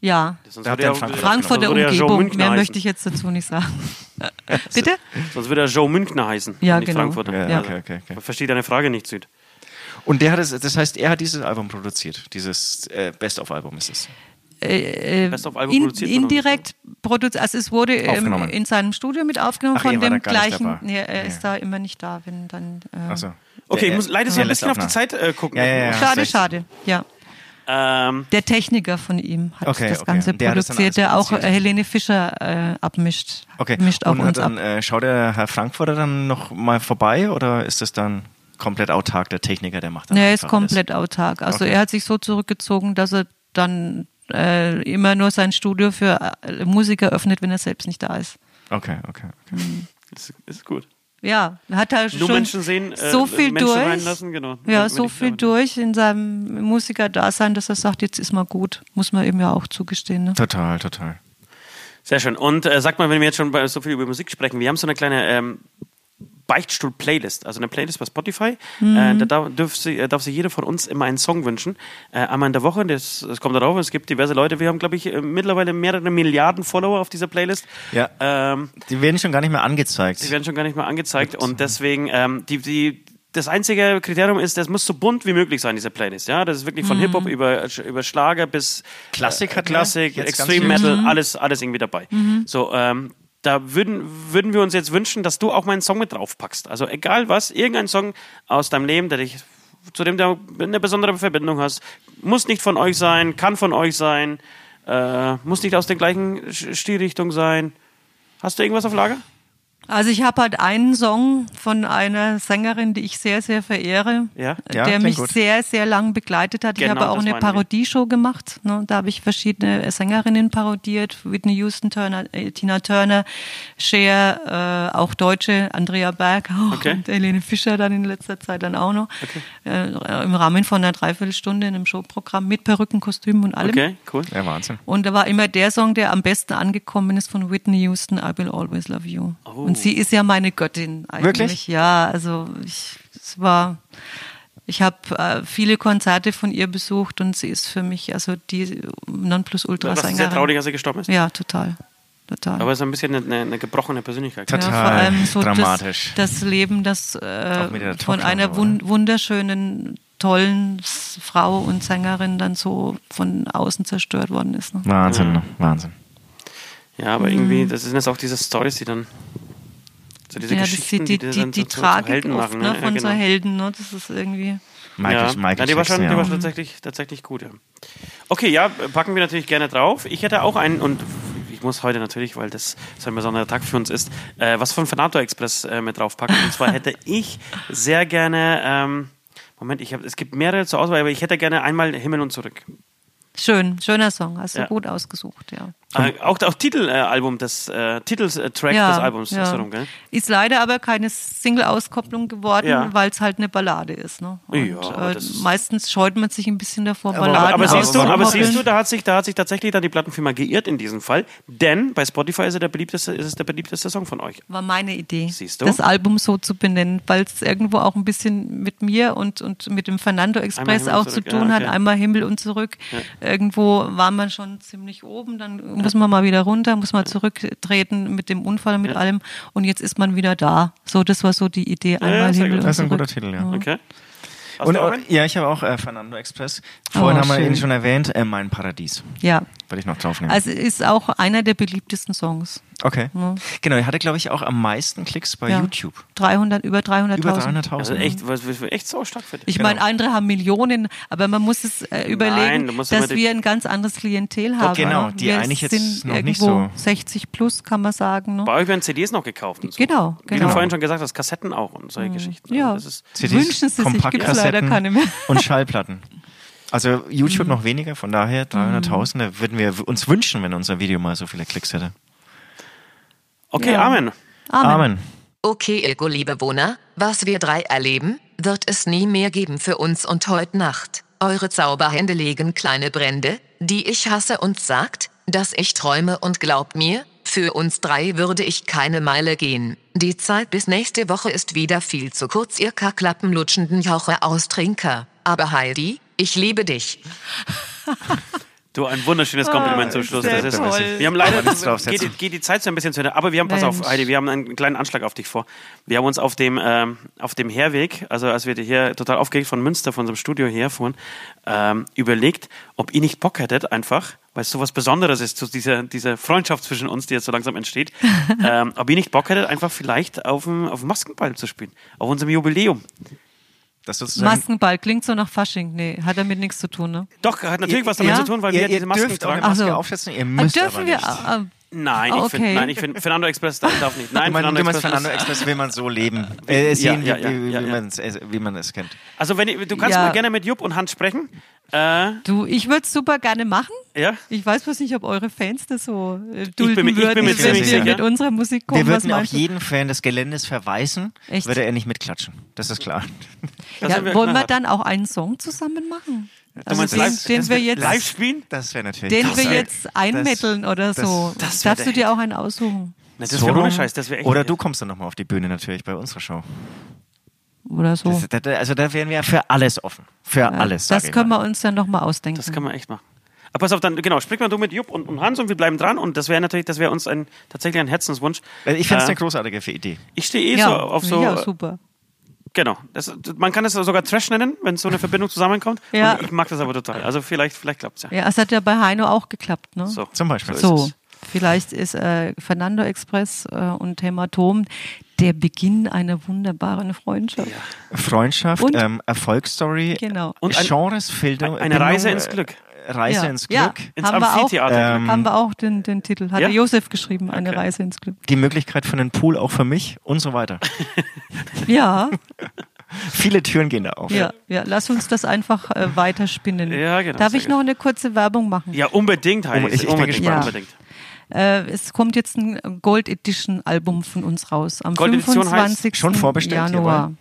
Speaker 5: ja.
Speaker 3: Sonst
Speaker 4: Da
Speaker 3: würde
Speaker 4: habt ihr
Speaker 3: ja-
Speaker 4: in
Speaker 3: sonst
Speaker 5: Frankfurt
Speaker 3: Genau,
Speaker 5: der
Speaker 3: würde ja Joe
Speaker 5: Umgebung,
Speaker 3: Münchner
Speaker 5: mehr
Speaker 3: heißen.
Speaker 5: möchte ich jetzt dazu
Speaker 3: *laughs*
Speaker 5: nicht sagen. Bitte?
Speaker 3: Sonst würde er Joe Münchner heißen.
Speaker 5: Ja,
Speaker 3: und nicht
Speaker 5: genau.
Speaker 3: Frankfurt.
Speaker 4: Ja,
Speaker 5: Ja.
Speaker 4: Okay, okay, okay.
Speaker 3: Ich verstehe deine Frage nicht, Süd.
Speaker 4: Und der hat es, das heißt, er hat dieses Album produziert, dieses äh, Best-of-Album ist es.
Speaker 5: äh,
Speaker 3: Best of Algo
Speaker 5: in,
Speaker 3: produziert von uns,
Speaker 5: indirekt produziert. Also es wurde ähm,
Speaker 4: Aufgenommen.
Speaker 5: in seinem Studio mit aufgenommen
Speaker 4: Ach, ihr
Speaker 5: von
Speaker 4: war da
Speaker 5: dem
Speaker 4: gar nicht
Speaker 5: gleichen.
Speaker 4: dabei.
Speaker 5: Nee, er ist
Speaker 4: Ja.
Speaker 5: da immer nicht da, wenn dann. Äh,
Speaker 4: Achso.
Speaker 3: Okay, ich muss leider so ein bisschen auf die Zeit äh, gucken.
Speaker 4: Ja, ja, ja.
Speaker 5: schade,
Speaker 4: recht.
Speaker 5: schade. Ja.
Speaker 3: Ähm,
Speaker 5: Der Techniker von ihm hat
Speaker 4: Okay,
Speaker 5: das
Speaker 4: okay.
Speaker 5: Ganze
Speaker 4: Und der hat das dann
Speaker 5: produziert, der
Speaker 4: alles
Speaker 5: auch äh,
Speaker 4: produziert.
Speaker 5: Helene Fischer äh, abmischt.
Speaker 4: Okay,
Speaker 5: Mischt auch
Speaker 4: und hat
Speaker 5: uns
Speaker 4: dann,
Speaker 5: ab.
Speaker 4: äh, schaut der Herr Frankfurter dann noch mal vorbei oder ist das dann komplett autark, der Techniker, der macht dann
Speaker 5: Nee, er ist
Speaker 4: einfach alles?
Speaker 5: komplett autark. Also
Speaker 4: Okay.
Speaker 5: er hat sich so zurückgezogen, dass er dann äh, immer nur sein Studio für äh, Musiker öffnet, wenn er selbst nicht da ist.
Speaker 4: Okay, okay, okay.
Speaker 3: ist, ist gut.
Speaker 5: Ja, hat er
Speaker 3: Nur
Speaker 5: schon
Speaker 3: Menschen sehen, äh,
Speaker 5: so viel
Speaker 3: Menschen
Speaker 5: durch.
Speaker 3: reinlassen, genau. Wenn-
Speaker 5: Ja,
Speaker 3: wenn
Speaker 5: so
Speaker 3: ich
Speaker 5: viel
Speaker 3: damit-
Speaker 5: durch in seinem Musiker-Dasein, dass er sagt, jetzt ist mal gut. Muss man ihm ja auch zugestehen. Ne?
Speaker 4: Total, total.
Speaker 3: Sehr schön. Und äh, sag mal, wenn wir jetzt schon bei, so viel über Musik sprechen, wir haben so eine kleine ähm, Beichtstuhl-Playlist, also eine Playlist bei Spotify. Äh, da darf, dürf sie, äh, darf sich jeder von uns immer einen Song wünschen. Äh, einmal in der Woche, das, das kommt darauf. Es gibt diverse Leute. Wir haben, glaube ich, äh, mittlerweile mehrere Milliarden Follower auf dieser Playlist.
Speaker 4: Ja.
Speaker 3: Ähm,
Speaker 4: Die werden schon gar nicht mehr angezeigt.
Speaker 3: die werden schon gar nicht mehr angezeigt und deswegen ähm, die, die das einzige Kriterium ist, das muss so bunt wie möglich sein, diese Playlist. Ja, das ist wirklich von Hip Hop über, über Schlager bis
Speaker 4: Mhm.
Speaker 3: äh,
Speaker 4: Klassik hatten wir
Speaker 3: Klassik,
Speaker 4: jetzt ganz Mhm.
Speaker 3: Extreme
Speaker 4: jüngst.
Speaker 3: Metal, alles alles irgendwie dabei. So ähm, da würden, würden wir uns jetzt wünschen, dass du auch meinen Song mit draufpackst. Also egal was, irgendein Song aus deinem Leben, der dich, zu dem du eine besondere Verbindung hast, muss nicht von euch sein, kann von euch sein, äh, muss nicht aus der gleichen Sch- Stilrichtung sein. Hast du irgendwas auf Lager?
Speaker 5: Also ich habe halt einen Song von einer Sängerin, die ich sehr, sehr verehre, äh,
Speaker 3: Ja.
Speaker 4: Ja,
Speaker 5: der
Speaker 4: klingt
Speaker 5: mich
Speaker 4: gut.
Speaker 5: sehr, sehr lang begleitet hat.
Speaker 3: Genau,
Speaker 5: ich habe auch
Speaker 3: das
Speaker 5: eine
Speaker 3: meinen wir.
Speaker 5: Parodieshow gemacht. Ne? Da habe ich verschiedene Sängerinnen parodiert. Whitney Houston, Turner, äh, Tina Turner, Cher, äh, auch Deutsche, Andrea Berg *laughs* auch
Speaker 3: Okay.
Speaker 5: und Helene Fischer dann in letzter Zeit dann auch noch. Äh, Im Rahmen von einer Dreiviertelstunde in einem Showprogramm mit Perücken, Kostümen und allem.
Speaker 3: Okay, cool.
Speaker 4: Ja, Wahnsinn.
Speaker 5: Und da war immer der Song, der am besten angekommen ist von Whitney Houston, I Will Always Love You.
Speaker 3: Oh.
Speaker 5: Und sie ist ja meine Göttin eigentlich.
Speaker 4: Wirklich?
Speaker 5: Ja, also ich, es war, ich habe äh, viele Konzerte von ihr besucht und sie ist für mich also die
Speaker 3: Was ist sehr traurig,
Speaker 5: Nonplusultra-Sängerin.
Speaker 3: als er gestorben ist.
Speaker 5: Ja, total. Total.
Speaker 3: Aber es ist ein bisschen eine, eine gebrochene Persönlichkeit.
Speaker 4: Total.
Speaker 5: Ja, vor allem so
Speaker 4: dramatisch.
Speaker 5: Das, das Leben, das
Speaker 4: mit der
Speaker 5: äh, von
Speaker 4: Tochter
Speaker 5: einer
Speaker 4: so,
Speaker 5: wun wunderschönen, tollen S- Frau und Sängerin dann so von außen zerstört worden ist. Ne?
Speaker 4: Wahnsinn, ne? Wahnsinn.
Speaker 3: Ja, aber irgendwie, das sind jetzt auch diese Stories, die dann. So diese
Speaker 5: Mhm. ja, das ist die,
Speaker 3: Geschichten,
Speaker 5: die,
Speaker 3: die,
Speaker 5: die,
Speaker 3: dann so zu- zu
Speaker 5: Tragik
Speaker 3: Helden
Speaker 5: oft,
Speaker 3: machen.
Speaker 5: ne,
Speaker 3: Ja,
Speaker 5: von so
Speaker 3: genau.
Speaker 5: Helden, ne? Das ist irgendwie.
Speaker 4: Michael,
Speaker 3: ja.
Speaker 4: Michael
Speaker 3: ja, die war
Speaker 4: Jackson,
Speaker 3: schon, die
Speaker 4: ja.
Speaker 3: war schon tatsächlich, tatsächlich gut, ja. Okay, ja, packen wir natürlich gerne drauf. Ich hätte auch einen, und ich muss heute natürlich, weil das so ein besonderer Tag für uns ist, äh, was von Fanato Express äh, mit draufpacken. Und
Speaker 5: *laughs*
Speaker 3: zwar hätte ich sehr gerne, ähm, Moment, ich hab, es gibt mehrere zur Auswahl, aber ich hätte gerne einmal Himmel und zurück.
Speaker 5: Schön, schöner Song, hast du
Speaker 3: Ja.
Speaker 5: gut ausgesucht, ja.
Speaker 3: Äh, auch auch Titelalbum des äh, Titeltrack
Speaker 5: ja,
Speaker 3: des Albums
Speaker 5: ja.
Speaker 3: so rum, gell?
Speaker 5: Ist leider aber keine Single-Auskopplung geworden,
Speaker 3: Ja.
Speaker 5: weil es halt eine Ballade ist. Ne? Und,
Speaker 3: Ja,
Speaker 5: äh,
Speaker 3: das ist-
Speaker 5: meistens scheut man sich ein bisschen davor,
Speaker 4: Aber-
Speaker 5: Balladen
Speaker 3: Aber
Speaker 4: Aber
Speaker 3: siehst du,
Speaker 4: warum
Speaker 3: aber
Speaker 4: hat
Speaker 3: siehst
Speaker 5: auszukoppeln.
Speaker 3: du, da hat sich, da hat sich tatsächlich dann die Plattenfirma geirrt in diesem Fall, denn bei Spotify ist, er der beliebteste, ist es der beliebteste Song von euch.
Speaker 5: War meine Idee,
Speaker 3: Siehst du?
Speaker 5: das Album so zu benennen, weil es irgendwo auch ein bisschen mit mir und, und mit dem Fernando Express
Speaker 3: Himmel und
Speaker 5: auch zu
Speaker 3: zurück,
Speaker 5: tun
Speaker 3: ja,
Speaker 5: hat.
Speaker 3: okay.
Speaker 5: Einmal Himmel und zurück. Irgendwo war man schon ziemlich oben, dann muss man mal wieder runter, muss man zurücktreten mit dem Unfall, mit allem. Und jetzt ist man wieder da. So, das war so die Idee. Einmal
Speaker 3: sehr
Speaker 5: Himmel
Speaker 3: gut.
Speaker 5: und
Speaker 4: Das ist ein
Speaker 5: zurück.
Speaker 4: guter Titel,
Speaker 5: Mhm.
Speaker 4: ja.
Speaker 3: Okay. Hast
Speaker 4: Und,
Speaker 3: du auch
Speaker 4: äh,
Speaker 3: einen?
Speaker 4: ja, ich habe auch äh, Fernando Express. Vorhin
Speaker 5: Oh,
Speaker 4: haben wir
Speaker 5: schön.
Speaker 4: ihn schon erwähnt, äh, Mein Paradies.
Speaker 5: Ja.
Speaker 4: Würde ich noch draufnehmen.
Speaker 5: Also ist auch einer der beliebtesten Songs.
Speaker 4: okay. Genau, er hatte, glaube ich, auch am meisten Klicks bei
Speaker 5: Ja.
Speaker 4: YouTube.
Speaker 5: 300, über 300.000.
Speaker 4: Über
Speaker 3: also
Speaker 4: 300.000.
Speaker 3: echt, was, was, echt so stark für dich.
Speaker 5: Ich meine, andere haben Millionen, aber man muss es äh, überlegen,
Speaker 3: du musst immer
Speaker 5: dass
Speaker 3: die-
Speaker 5: wir ein ganz anderes Klientel haben.
Speaker 4: genau,
Speaker 5: ne?
Speaker 4: die
Speaker 5: wir
Speaker 4: eigentlich jetzt
Speaker 5: sind
Speaker 4: noch
Speaker 5: irgendwo
Speaker 4: nicht so-
Speaker 5: 60 plus, kann man sagen. Ne?
Speaker 3: Bei euch werden CDs noch gekauft. Und so.
Speaker 5: Genau,
Speaker 3: Wie du
Speaker 5: genau. Mhm.
Speaker 3: vorhin schon gesagt hast, Kassetten auch und solche Geschichten.
Speaker 5: Ja,
Speaker 3: Also das ist,
Speaker 4: CDs,
Speaker 5: wünschen sie sich, gibt es leider
Speaker 4: Kompaktkassetten
Speaker 5: keine mehr. Mhm.
Speaker 4: Und Schallplatten. Also YouTube noch weniger, von daher 300.000, da würden wir w- uns wünschen, wenn unser Video mal so viele Klicks hätte.
Speaker 3: okay,
Speaker 5: Ja.
Speaker 3: Amen.
Speaker 5: Amen.
Speaker 2: Okay, Ilko, liebe Bona, was wir drei erleben, wird es nie mehr geben für uns und heute Nacht. Eure Zauberhände legen kleine Brände, die ich hasse und sagt, dass ich träume und glaubt mir, für uns drei würde ich keine Meile gehen. Die Zeit bis nächste Woche ist wieder viel zu kurz, ihr kaklappenlutschenden Jauche-Austrinker. Aber Heidi, ich liebe dich.
Speaker 3: Du, ein wunderschönes
Speaker 4: Ah,
Speaker 3: Kompliment zum Schluss.
Speaker 5: sehr
Speaker 3: Das ist,
Speaker 5: toll.
Speaker 3: wir haben leider,
Speaker 4: Kann man nichts
Speaker 3: geht,
Speaker 4: draufsetzen.
Speaker 3: die- geht die Zeit so ein bisschen zu Ende, aber wir haben, pass auf,
Speaker 5: Mensch.
Speaker 3: Heidi, wir haben einen kleinen Anschlag auf dich vor. Wir haben uns auf dem, ähm, auf dem Herweg, also als wir hier total aufgeregt von Münster, von unserem Studio herfuhren, ähm, überlegt, ob ihr nicht Bock hättet, einfach, weil es so was Besonderes ist, so diese, diese Freundschaft zwischen uns, die jetzt so langsam
Speaker 4: *laughs*
Speaker 3: entsteht, ähm, ob ihr nicht Bock hättet, einfach vielleicht auf dem, auf dem Maskenball zu spielen, auf unserem Jubiläum.
Speaker 4: Das sozusagen
Speaker 5: Maskenball klingt so nach Fasching. Nee, hat damit nichts zu tun, ne?
Speaker 3: Doch, hat natürlich was damit
Speaker 5: Ja?
Speaker 3: zu tun, weil wir
Speaker 4: ihr, ihr
Speaker 3: diese Masken
Speaker 4: dürft auch
Speaker 3: tragen.
Speaker 4: eine Maske
Speaker 5: Ach so.
Speaker 4: aufsetzen, ihr müsst
Speaker 5: Dürfen
Speaker 4: aber
Speaker 5: wir?
Speaker 4: nicht.
Speaker 5: ah, ah,
Speaker 3: Nein, ich
Speaker 5: Ah,
Speaker 3: finde,
Speaker 5: okay.
Speaker 3: nein, ich finde, Fernando Express darf, darf nicht. Nein,
Speaker 4: Du meinst, du meinst
Speaker 3: Express
Speaker 4: Fernando
Speaker 3: ist-
Speaker 4: Express will man so leben. Äh,
Speaker 3: Ja,
Speaker 4: sehen,
Speaker 3: ja,
Speaker 4: wie,
Speaker 3: ja,
Speaker 4: wie, wie,
Speaker 3: ja, ja.
Speaker 4: man's- äh, wie man es kennt.
Speaker 3: Also wenn ihr- du kannst
Speaker 5: Ja.
Speaker 3: mal gerne mit Jupp und Hans sprechen. Äh, ja.
Speaker 5: du, ich würde es super gerne machen.
Speaker 3: Ja,
Speaker 5: Ich weiß bloß nicht, ob eure Fans das so äh,
Speaker 3: bin
Speaker 5: dulden
Speaker 3: mir- ich bin
Speaker 5: würden,
Speaker 3: mir
Speaker 5: wenn
Speaker 4: ziemlich
Speaker 5: wir
Speaker 4: sicher.
Speaker 5: mit unserer Musik kommen.
Speaker 4: Wir
Speaker 5: Was
Speaker 4: würden auch
Speaker 5: meinst du?
Speaker 4: jeden Fan des Geländes verweisen,
Speaker 5: Echt?
Speaker 4: würde er nicht mitklatschen. Das ist klar.
Speaker 3: das
Speaker 5: ja,
Speaker 3: sind wir
Speaker 5: wollen wir
Speaker 3: knallhart.
Speaker 5: dann auch einen Song zusammen machen? Also
Speaker 3: meinst
Speaker 5: den,
Speaker 3: live-
Speaker 5: den
Speaker 4: das
Speaker 5: wir
Speaker 4: wird
Speaker 5: jetzt,
Speaker 3: live spielen?
Speaker 4: Das wäre natürlich.
Speaker 5: den
Speaker 4: das
Speaker 5: wir
Speaker 4: wär-
Speaker 5: jetzt einmetteln oder
Speaker 4: das-
Speaker 5: so.
Speaker 3: das wär
Speaker 5: Darfst du
Speaker 3: der
Speaker 5: dir auch einen aussuchen?
Speaker 3: Na, das
Speaker 4: so
Speaker 3: wäre
Speaker 4: rum.
Speaker 3: ohne Scheiß, das wäre echt.
Speaker 4: Oder du kommst dann nochmal auf die Bühne natürlich bei unserer Show.
Speaker 5: Oder so.
Speaker 4: Das, da- da- also da wären wir für alles offen. Für alles. sag
Speaker 5: das
Speaker 4: ich
Speaker 5: können
Speaker 4: mal.
Speaker 5: wir uns dann nochmal ausdenken.
Speaker 3: Das kann man echt machen. Aber pass auf, dann genau, sprich mal du mit Jupp und, und Hans und wir bleiben dran und das wäre natürlich, das wäre uns ein tatsächlich ein Herzenswunsch.
Speaker 4: Also Ich finde es
Speaker 3: Äh,
Speaker 4: eine großartige Idee.
Speaker 3: ich stehe eh
Speaker 5: ja,
Speaker 3: so auf so
Speaker 5: ja, super.
Speaker 3: genau. Das, man kann es sogar Trash nennen, wenn so eine Verbindung zusammenkommt.
Speaker 5: Ja.
Speaker 3: Und ich mag das aber total. Also vielleicht vielleicht klappt's ja.
Speaker 5: Ja, es hat ja bei Heino auch geklappt, ne?
Speaker 3: So.
Speaker 4: Zum Beispiel.
Speaker 3: So
Speaker 5: So, vielleicht ist äh, Fernando Express äh, und Hämatom der Beginn einer wunderbaren Freundschaft.
Speaker 4: Freundschaft,
Speaker 5: Und-
Speaker 4: ähm, Erfolgsstory,
Speaker 5: Genau.
Speaker 3: Und ein-
Speaker 4: Genresfilterung.
Speaker 3: ein- eine
Speaker 4: Bindung,
Speaker 3: Reise
Speaker 4: äh,
Speaker 3: ins Glück.
Speaker 4: Reise
Speaker 5: Ja.
Speaker 4: ins
Speaker 5: Ja.
Speaker 4: Glück.
Speaker 3: Ins
Speaker 5: Haben wir auch-
Speaker 3: Amphitheater.
Speaker 4: Ähm,
Speaker 5: Haben wir auch den, den Titel. Hat
Speaker 3: Ja?
Speaker 5: der Josef geschrieben, eine
Speaker 3: Okay.
Speaker 5: Reise ins Glück.
Speaker 4: Die Möglichkeit für einen Pool auch für mich und
Speaker 3: *laughs*
Speaker 4: so weiter.
Speaker 5: Ja,
Speaker 4: Viele Türen gehen da auf.
Speaker 5: ja, ja. Lass uns das einfach äh, weiterspinnen.
Speaker 3: Ja, genau,
Speaker 5: Darf
Speaker 3: sehr
Speaker 5: ich noch
Speaker 3: gut.
Speaker 5: eine kurze Werbung machen?
Speaker 3: ja, unbedingt, Heidi.
Speaker 4: Oh, Ich- ich bin
Speaker 3: unbedingt,
Speaker 4: gespannt.
Speaker 3: unbedingt.
Speaker 5: Äh, es kommt jetzt ein Gold Edition Album von uns raus. Am
Speaker 3: Gold Edition heißt
Speaker 5: 25.
Speaker 4: schon vorbestellt,
Speaker 5: Januar.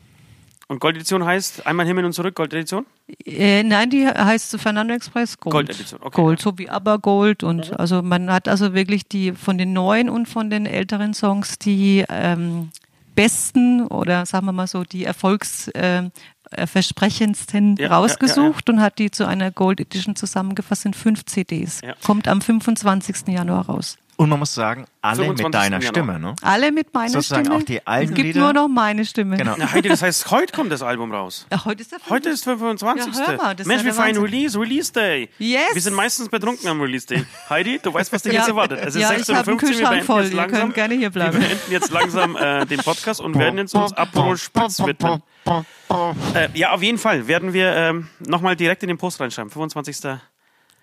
Speaker 3: Und Goldedition heißt einmal Himmel und zurück, Goldedition?
Speaker 5: Äh, nein, die heißt Fernando Express Gold.
Speaker 3: Gold Edition, okay.
Speaker 5: Gold, so wie aber Gold. Und also man hat also wirklich die von den neuen und von den älteren Songs die ähm, besten oder sagen wir mal so die erfolgsversprechendsten äh, versprechendsten
Speaker 3: Ja, ja,
Speaker 5: rausgesucht und hat die zu einer Gold Edition zusammengefasst in fünf CDs.
Speaker 3: Ja.
Speaker 5: Kommt am 25. Januar raus.
Speaker 4: Und man muss sagen, alle
Speaker 3: 25.
Speaker 4: mit deiner
Speaker 3: Januar.
Speaker 4: Stimme, ne?
Speaker 5: Alle mit meiner
Speaker 4: Sozusagen
Speaker 5: Stimme.
Speaker 4: auch die alten
Speaker 5: es gibt
Speaker 4: Lieder.
Speaker 5: nur noch meine Stimme.
Speaker 4: Genau.
Speaker 3: Na, Heidi, das heißt, *laughs* heute kommt das Album raus.
Speaker 5: Ja, heute ist der
Speaker 3: Heute ist 25.
Speaker 5: Ja, hör mal, das ist
Speaker 3: Mensch,
Speaker 5: ja
Speaker 3: wir
Speaker 5: der
Speaker 3: feiern
Speaker 5: Wahnsinn.
Speaker 3: Release, Release Day.
Speaker 5: Yes.
Speaker 3: Wir sind meistens betrunken am Release Day. Heidi, du weißt, was dich
Speaker 5: Ja.
Speaker 3: jetzt erwartet. Also Es ist
Speaker 5: Ja, ich
Speaker 3: 16.15
Speaker 5: hab einen
Speaker 3: wir
Speaker 5: Kühlschrank
Speaker 3: beenden
Speaker 5: voll.
Speaker 3: jetzt
Speaker 5: Ihr
Speaker 3: langsam,
Speaker 5: könnt gerne hier bleiben.
Speaker 3: Wir beenden jetzt langsam äh, den Podcast und werden jetzt uns Aperol Spritz widmen. Äh, ja, auf jeden Fall werden wir ähm, nochmal direkt in den Post reinschreiben. 25.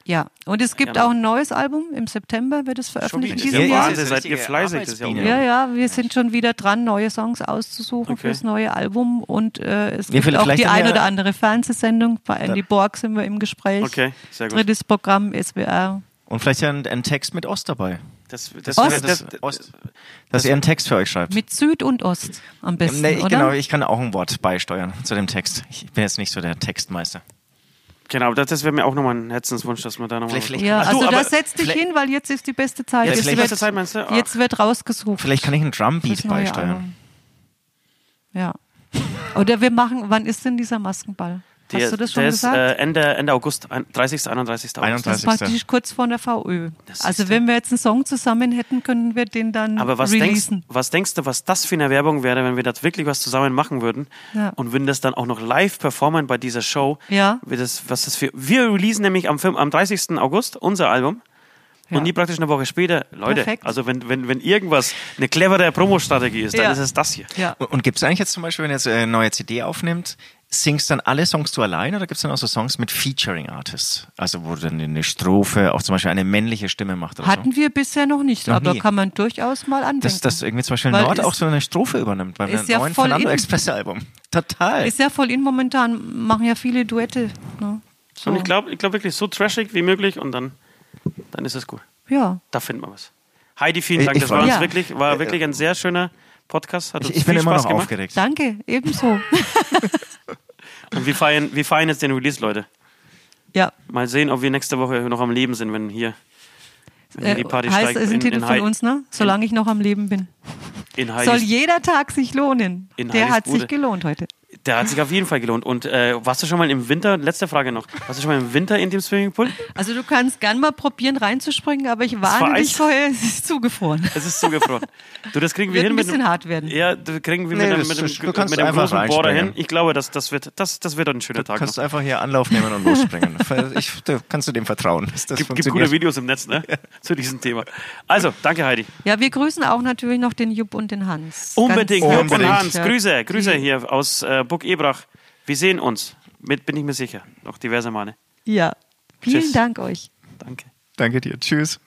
Speaker 5: Ja, und es gibt
Speaker 3: Genau.
Speaker 5: auch ein neues Album. Im September wird es veröffentlicht in
Speaker 3: wieder.
Speaker 5: diesem
Speaker 3: Ja,
Speaker 5: Jahr.
Speaker 3: Wahnsinn, seid ihr fleißig, das ist ja
Speaker 4: Arbeitsbiene.
Speaker 5: Ja, ja, wir sind schon wieder dran, neue Songs auszusuchen
Speaker 3: Okay.
Speaker 5: fürs neue Album und äh, es
Speaker 4: Wir
Speaker 5: gibt auch
Speaker 4: vielleicht
Speaker 5: die
Speaker 4: haben
Speaker 5: ein
Speaker 4: wir-
Speaker 5: oder andere Fernsehsendung. Bei Andy Borg sind wir im Gespräch.
Speaker 3: Okay, sehr gut.
Speaker 5: Drittes Programm äh, SWR.
Speaker 4: Und vielleicht ja ein, ein Text mit Ost dabei.
Speaker 3: Das, das,
Speaker 5: Ost.
Speaker 3: das,
Speaker 4: das, Ost. Dass er einen Text für euch schreibt.
Speaker 5: Mit Süd und Ost am besten,
Speaker 4: Nee, ich,
Speaker 5: oder?
Speaker 4: genau, ich kann auch ein Wort beisteuern zu dem Text. Ich bin jetzt nicht so der Textmeister.
Speaker 3: genau, das, das wäre mir auch nochmal ein Herzenswunsch, dass wir da nochmal.
Speaker 4: Vielleicht- vielleicht-
Speaker 5: ja,
Speaker 3: Ach du,
Speaker 5: also
Speaker 3: aber
Speaker 5: da setz dich
Speaker 4: vielleicht-
Speaker 5: hin, weil jetzt ist die beste Zeit.
Speaker 3: Jetzt
Speaker 5: Jetzt,
Speaker 3: ist die
Speaker 5: wird,
Speaker 3: beste Zeit, meinst du? Ah.
Speaker 5: jetzt wird rausgesucht.
Speaker 4: Vielleicht kann ich einen
Speaker 5: das
Speaker 4: Drumbeat
Speaker 5: neue
Speaker 4: beisteuern.
Speaker 5: Album. Ja. Oder wir machen, wann ist denn dieser Maskenball? Hast
Speaker 3: Ah, Der-
Speaker 5: du das schon
Speaker 3: der
Speaker 5: gesagt?
Speaker 3: Ist, äh, Ende, Ende August, ein- 30. 31. August.
Speaker 4: 31.
Speaker 5: Das ist praktisch kurz vor der VÖ.
Speaker 3: Das
Speaker 5: Also
Speaker 3: ist-
Speaker 5: wenn wir jetzt einen Song zusammen hätten, könnten wir den dann
Speaker 3: Aber was denkst,
Speaker 5: releasen.
Speaker 3: was denkst du, was das für eine Werbung wäre, wenn wir das wirklich was zusammen machen würden
Speaker 5: Ja.
Speaker 3: und würden das dann auch noch live performen bei dieser Show?
Speaker 5: Ja.
Speaker 3: Wie das, was das für, wir releasen nämlich am, Film, am 30. August unser Album.
Speaker 5: Ja.
Speaker 3: Und die praktisch eine Woche später, Leute,
Speaker 5: Perfekt.
Speaker 3: also wenn, wenn, wenn irgendwas eine clevere Promo-Strategie ist, dann
Speaker 5: Ja.
Speaker 3: ist es das hier.
Speaker 5: Ja.
Speaker 4: Und- Und gibt es eigentlich jetzt zum Beispiel, wenn jetzt äh, eine neue CD aufnimmt, singst dann alle Songs du allein oder gibt es dann auch so Songs mit Featuring Artists? Also wo dann eine Strophe auch zum Beispiel eine männliche Stimme macht oder so.
Speaker 5: Hatten wir bisher noch nicht,
Speaker 4: Noch
Speaker 5: aber
Speaker 4: nie.
Speaker 5: kann man durchaus mal andenken.
Speaker 4: Dass, dass irgendwie zum Beispiel
Speaker 5: Weil
Speaker 4: Nord
Speaker 5: ist-
Speaker 4: auch so eine Strophe übernimmt beim
Speaker 5: ist ja
Speaker 4: neuen
Speaker 5: voll
Speaker 4: Fernando
Speaker 5: in.
Speaker 4: Express Album. Total.
Speaker 5: ist ja voll in momentan, machen ja viele Duette. Ne? So.
Speaker 3: Und ich glaube ich glaub wirklich so trashig wie möglich und dann, dann ist es gut.
Speaker 5: ja.
Speaker 3: Da finden wir was. Heidi, vielen
Speaker 4: Ich-
Speaker 3: Dank.
Speaker 4: ich
Speaker 3: das
Speaker 4: freu
Speaker 3: war, uns
Speaker 5: mich.
Speaker 3: wirklich, war wirklich ein sehr schöner Podcast. Hat uns
Speaker 4: ich, ich bin
Speaker 3: viel
Speaker 4: immer
Speaker 3: Spaß
Speaker 4: noch
Speaker 3: gemacht.
Speaker 4: aufgeregt.
Speaker 5: Danke, ebenso. *laughs*
Speaker 3: Und wir feiern, wir feiern jetzt den Release, Leute.
Speaker 5: ja.
Speaker 3: Mal sehen, ob wir nächste Woche noch am Leben sind, wenn hier wenn hier
Speaker 5: Äh,
Speaker 3: die Party
Speaker 5: heißt,
Speaker 3: steigt.
Speaker 5: es ist ein
Speaker 3: in,
Speaker 5: Titel
Speaker 3: in
Speaker 5: von
Speaker 3: Heidi-
Speaker 5: uns, ne? Solange ich noch am Leben bin.
Speaker 3: In
Speaker 5: Soll
Speaker 3: Heidis,
Speaker 5: jeder Tag sich lohnen.
Speaker 3: In
Speaker 5: Der
Speaker 3: Heidis
Speaker 5: hat
Speaker 3: Bude.
Speaker 5: sich gelohnt heute.
Speaker 3: Der hat sich auf jeden Fall gelohnt. Und äh, warst du schon mal im Winter, letzte Frage noch, warst du schon mal im Winter in dem Swimmingpool?
Speaker 5: Also du kannst gern mal probieren reinzuspringen, aber ich warne
Speaker 3: vereist.
Speaker 5: dich vorher, es ist zugefroren.
Speaker 3: Es ist zugefroren. Du, das kriegen wir
Speaker 5: Wird
Speaker 3: hin
Speaker 5: ein
Speaker 3: mit
Speaker 5: bisschen
Speaker 3: einem-
Speaker 5: hart werden.
Speaker 3: Ja, das kriegen wir
Speaker 4: Nee,
Speaker 3: mit, einem-
Speaker 4: das
Speaker 3: mit,
Speaker 4: ist- du
Speaker 3: einem,
Speaker 4: kannst
Speaker 3: mit einem
Speaker 4: einfach
Speaker 3: großen Bohrer hin.
Speaker 4: reinspringen.
Speaker 3: Ich glaube, das, das, wird, das, das wird ein schöner Tag.
Speaker 4: Kannst du
Speaker 3: Noch.
Speaker 4: einfach hier Anlauf nehmen und losspringen. *laughs* Weil ich, da kannst du dem vertrauen, dass
Speaker 3: Gibt,
Speaker 4: das
Speaker 3: gibt
Speaker 4: funktioniert.
Speaker 3: gute Videos im Netz, ne? *laughs* Zu diesem Thema. Also, danke Heidi.
Speaker 5: Ja, wir grüßen auch natürlich noch den Jupp und den Hans.
Speaker 3: Unbedingt,
Speaker 5: Ganz
Speaker 3: Jörg und
Speaker 4: unbedingt.
Speaker 3: Hans.
Speaker 5: sicher.
Speaker 3: Grüße, Grüße
Speaker 5: Hm.
Speaker 3: hier aus äh, Burg Ebrach. Wir sehen uns. Mit bin ich mir sicher. Noch diverse Male.
Speaker 5: Ja. Vielen
Speaker 3: Tschüss.
Speaker 5: Dank euch.
Speaker 3: Danke.
Speaker 4: Danke dir. Tschüss.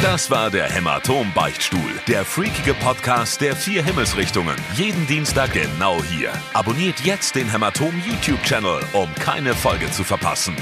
Speaker 1: Das war der Hämatom Beichtstuhl, der freakige Podcast der vier Himmelsrichtungen. Jeden Dienstag genau hier. Abonniert jetzt den Hämatom YouTube Channel, um keine Folge zu verpassen.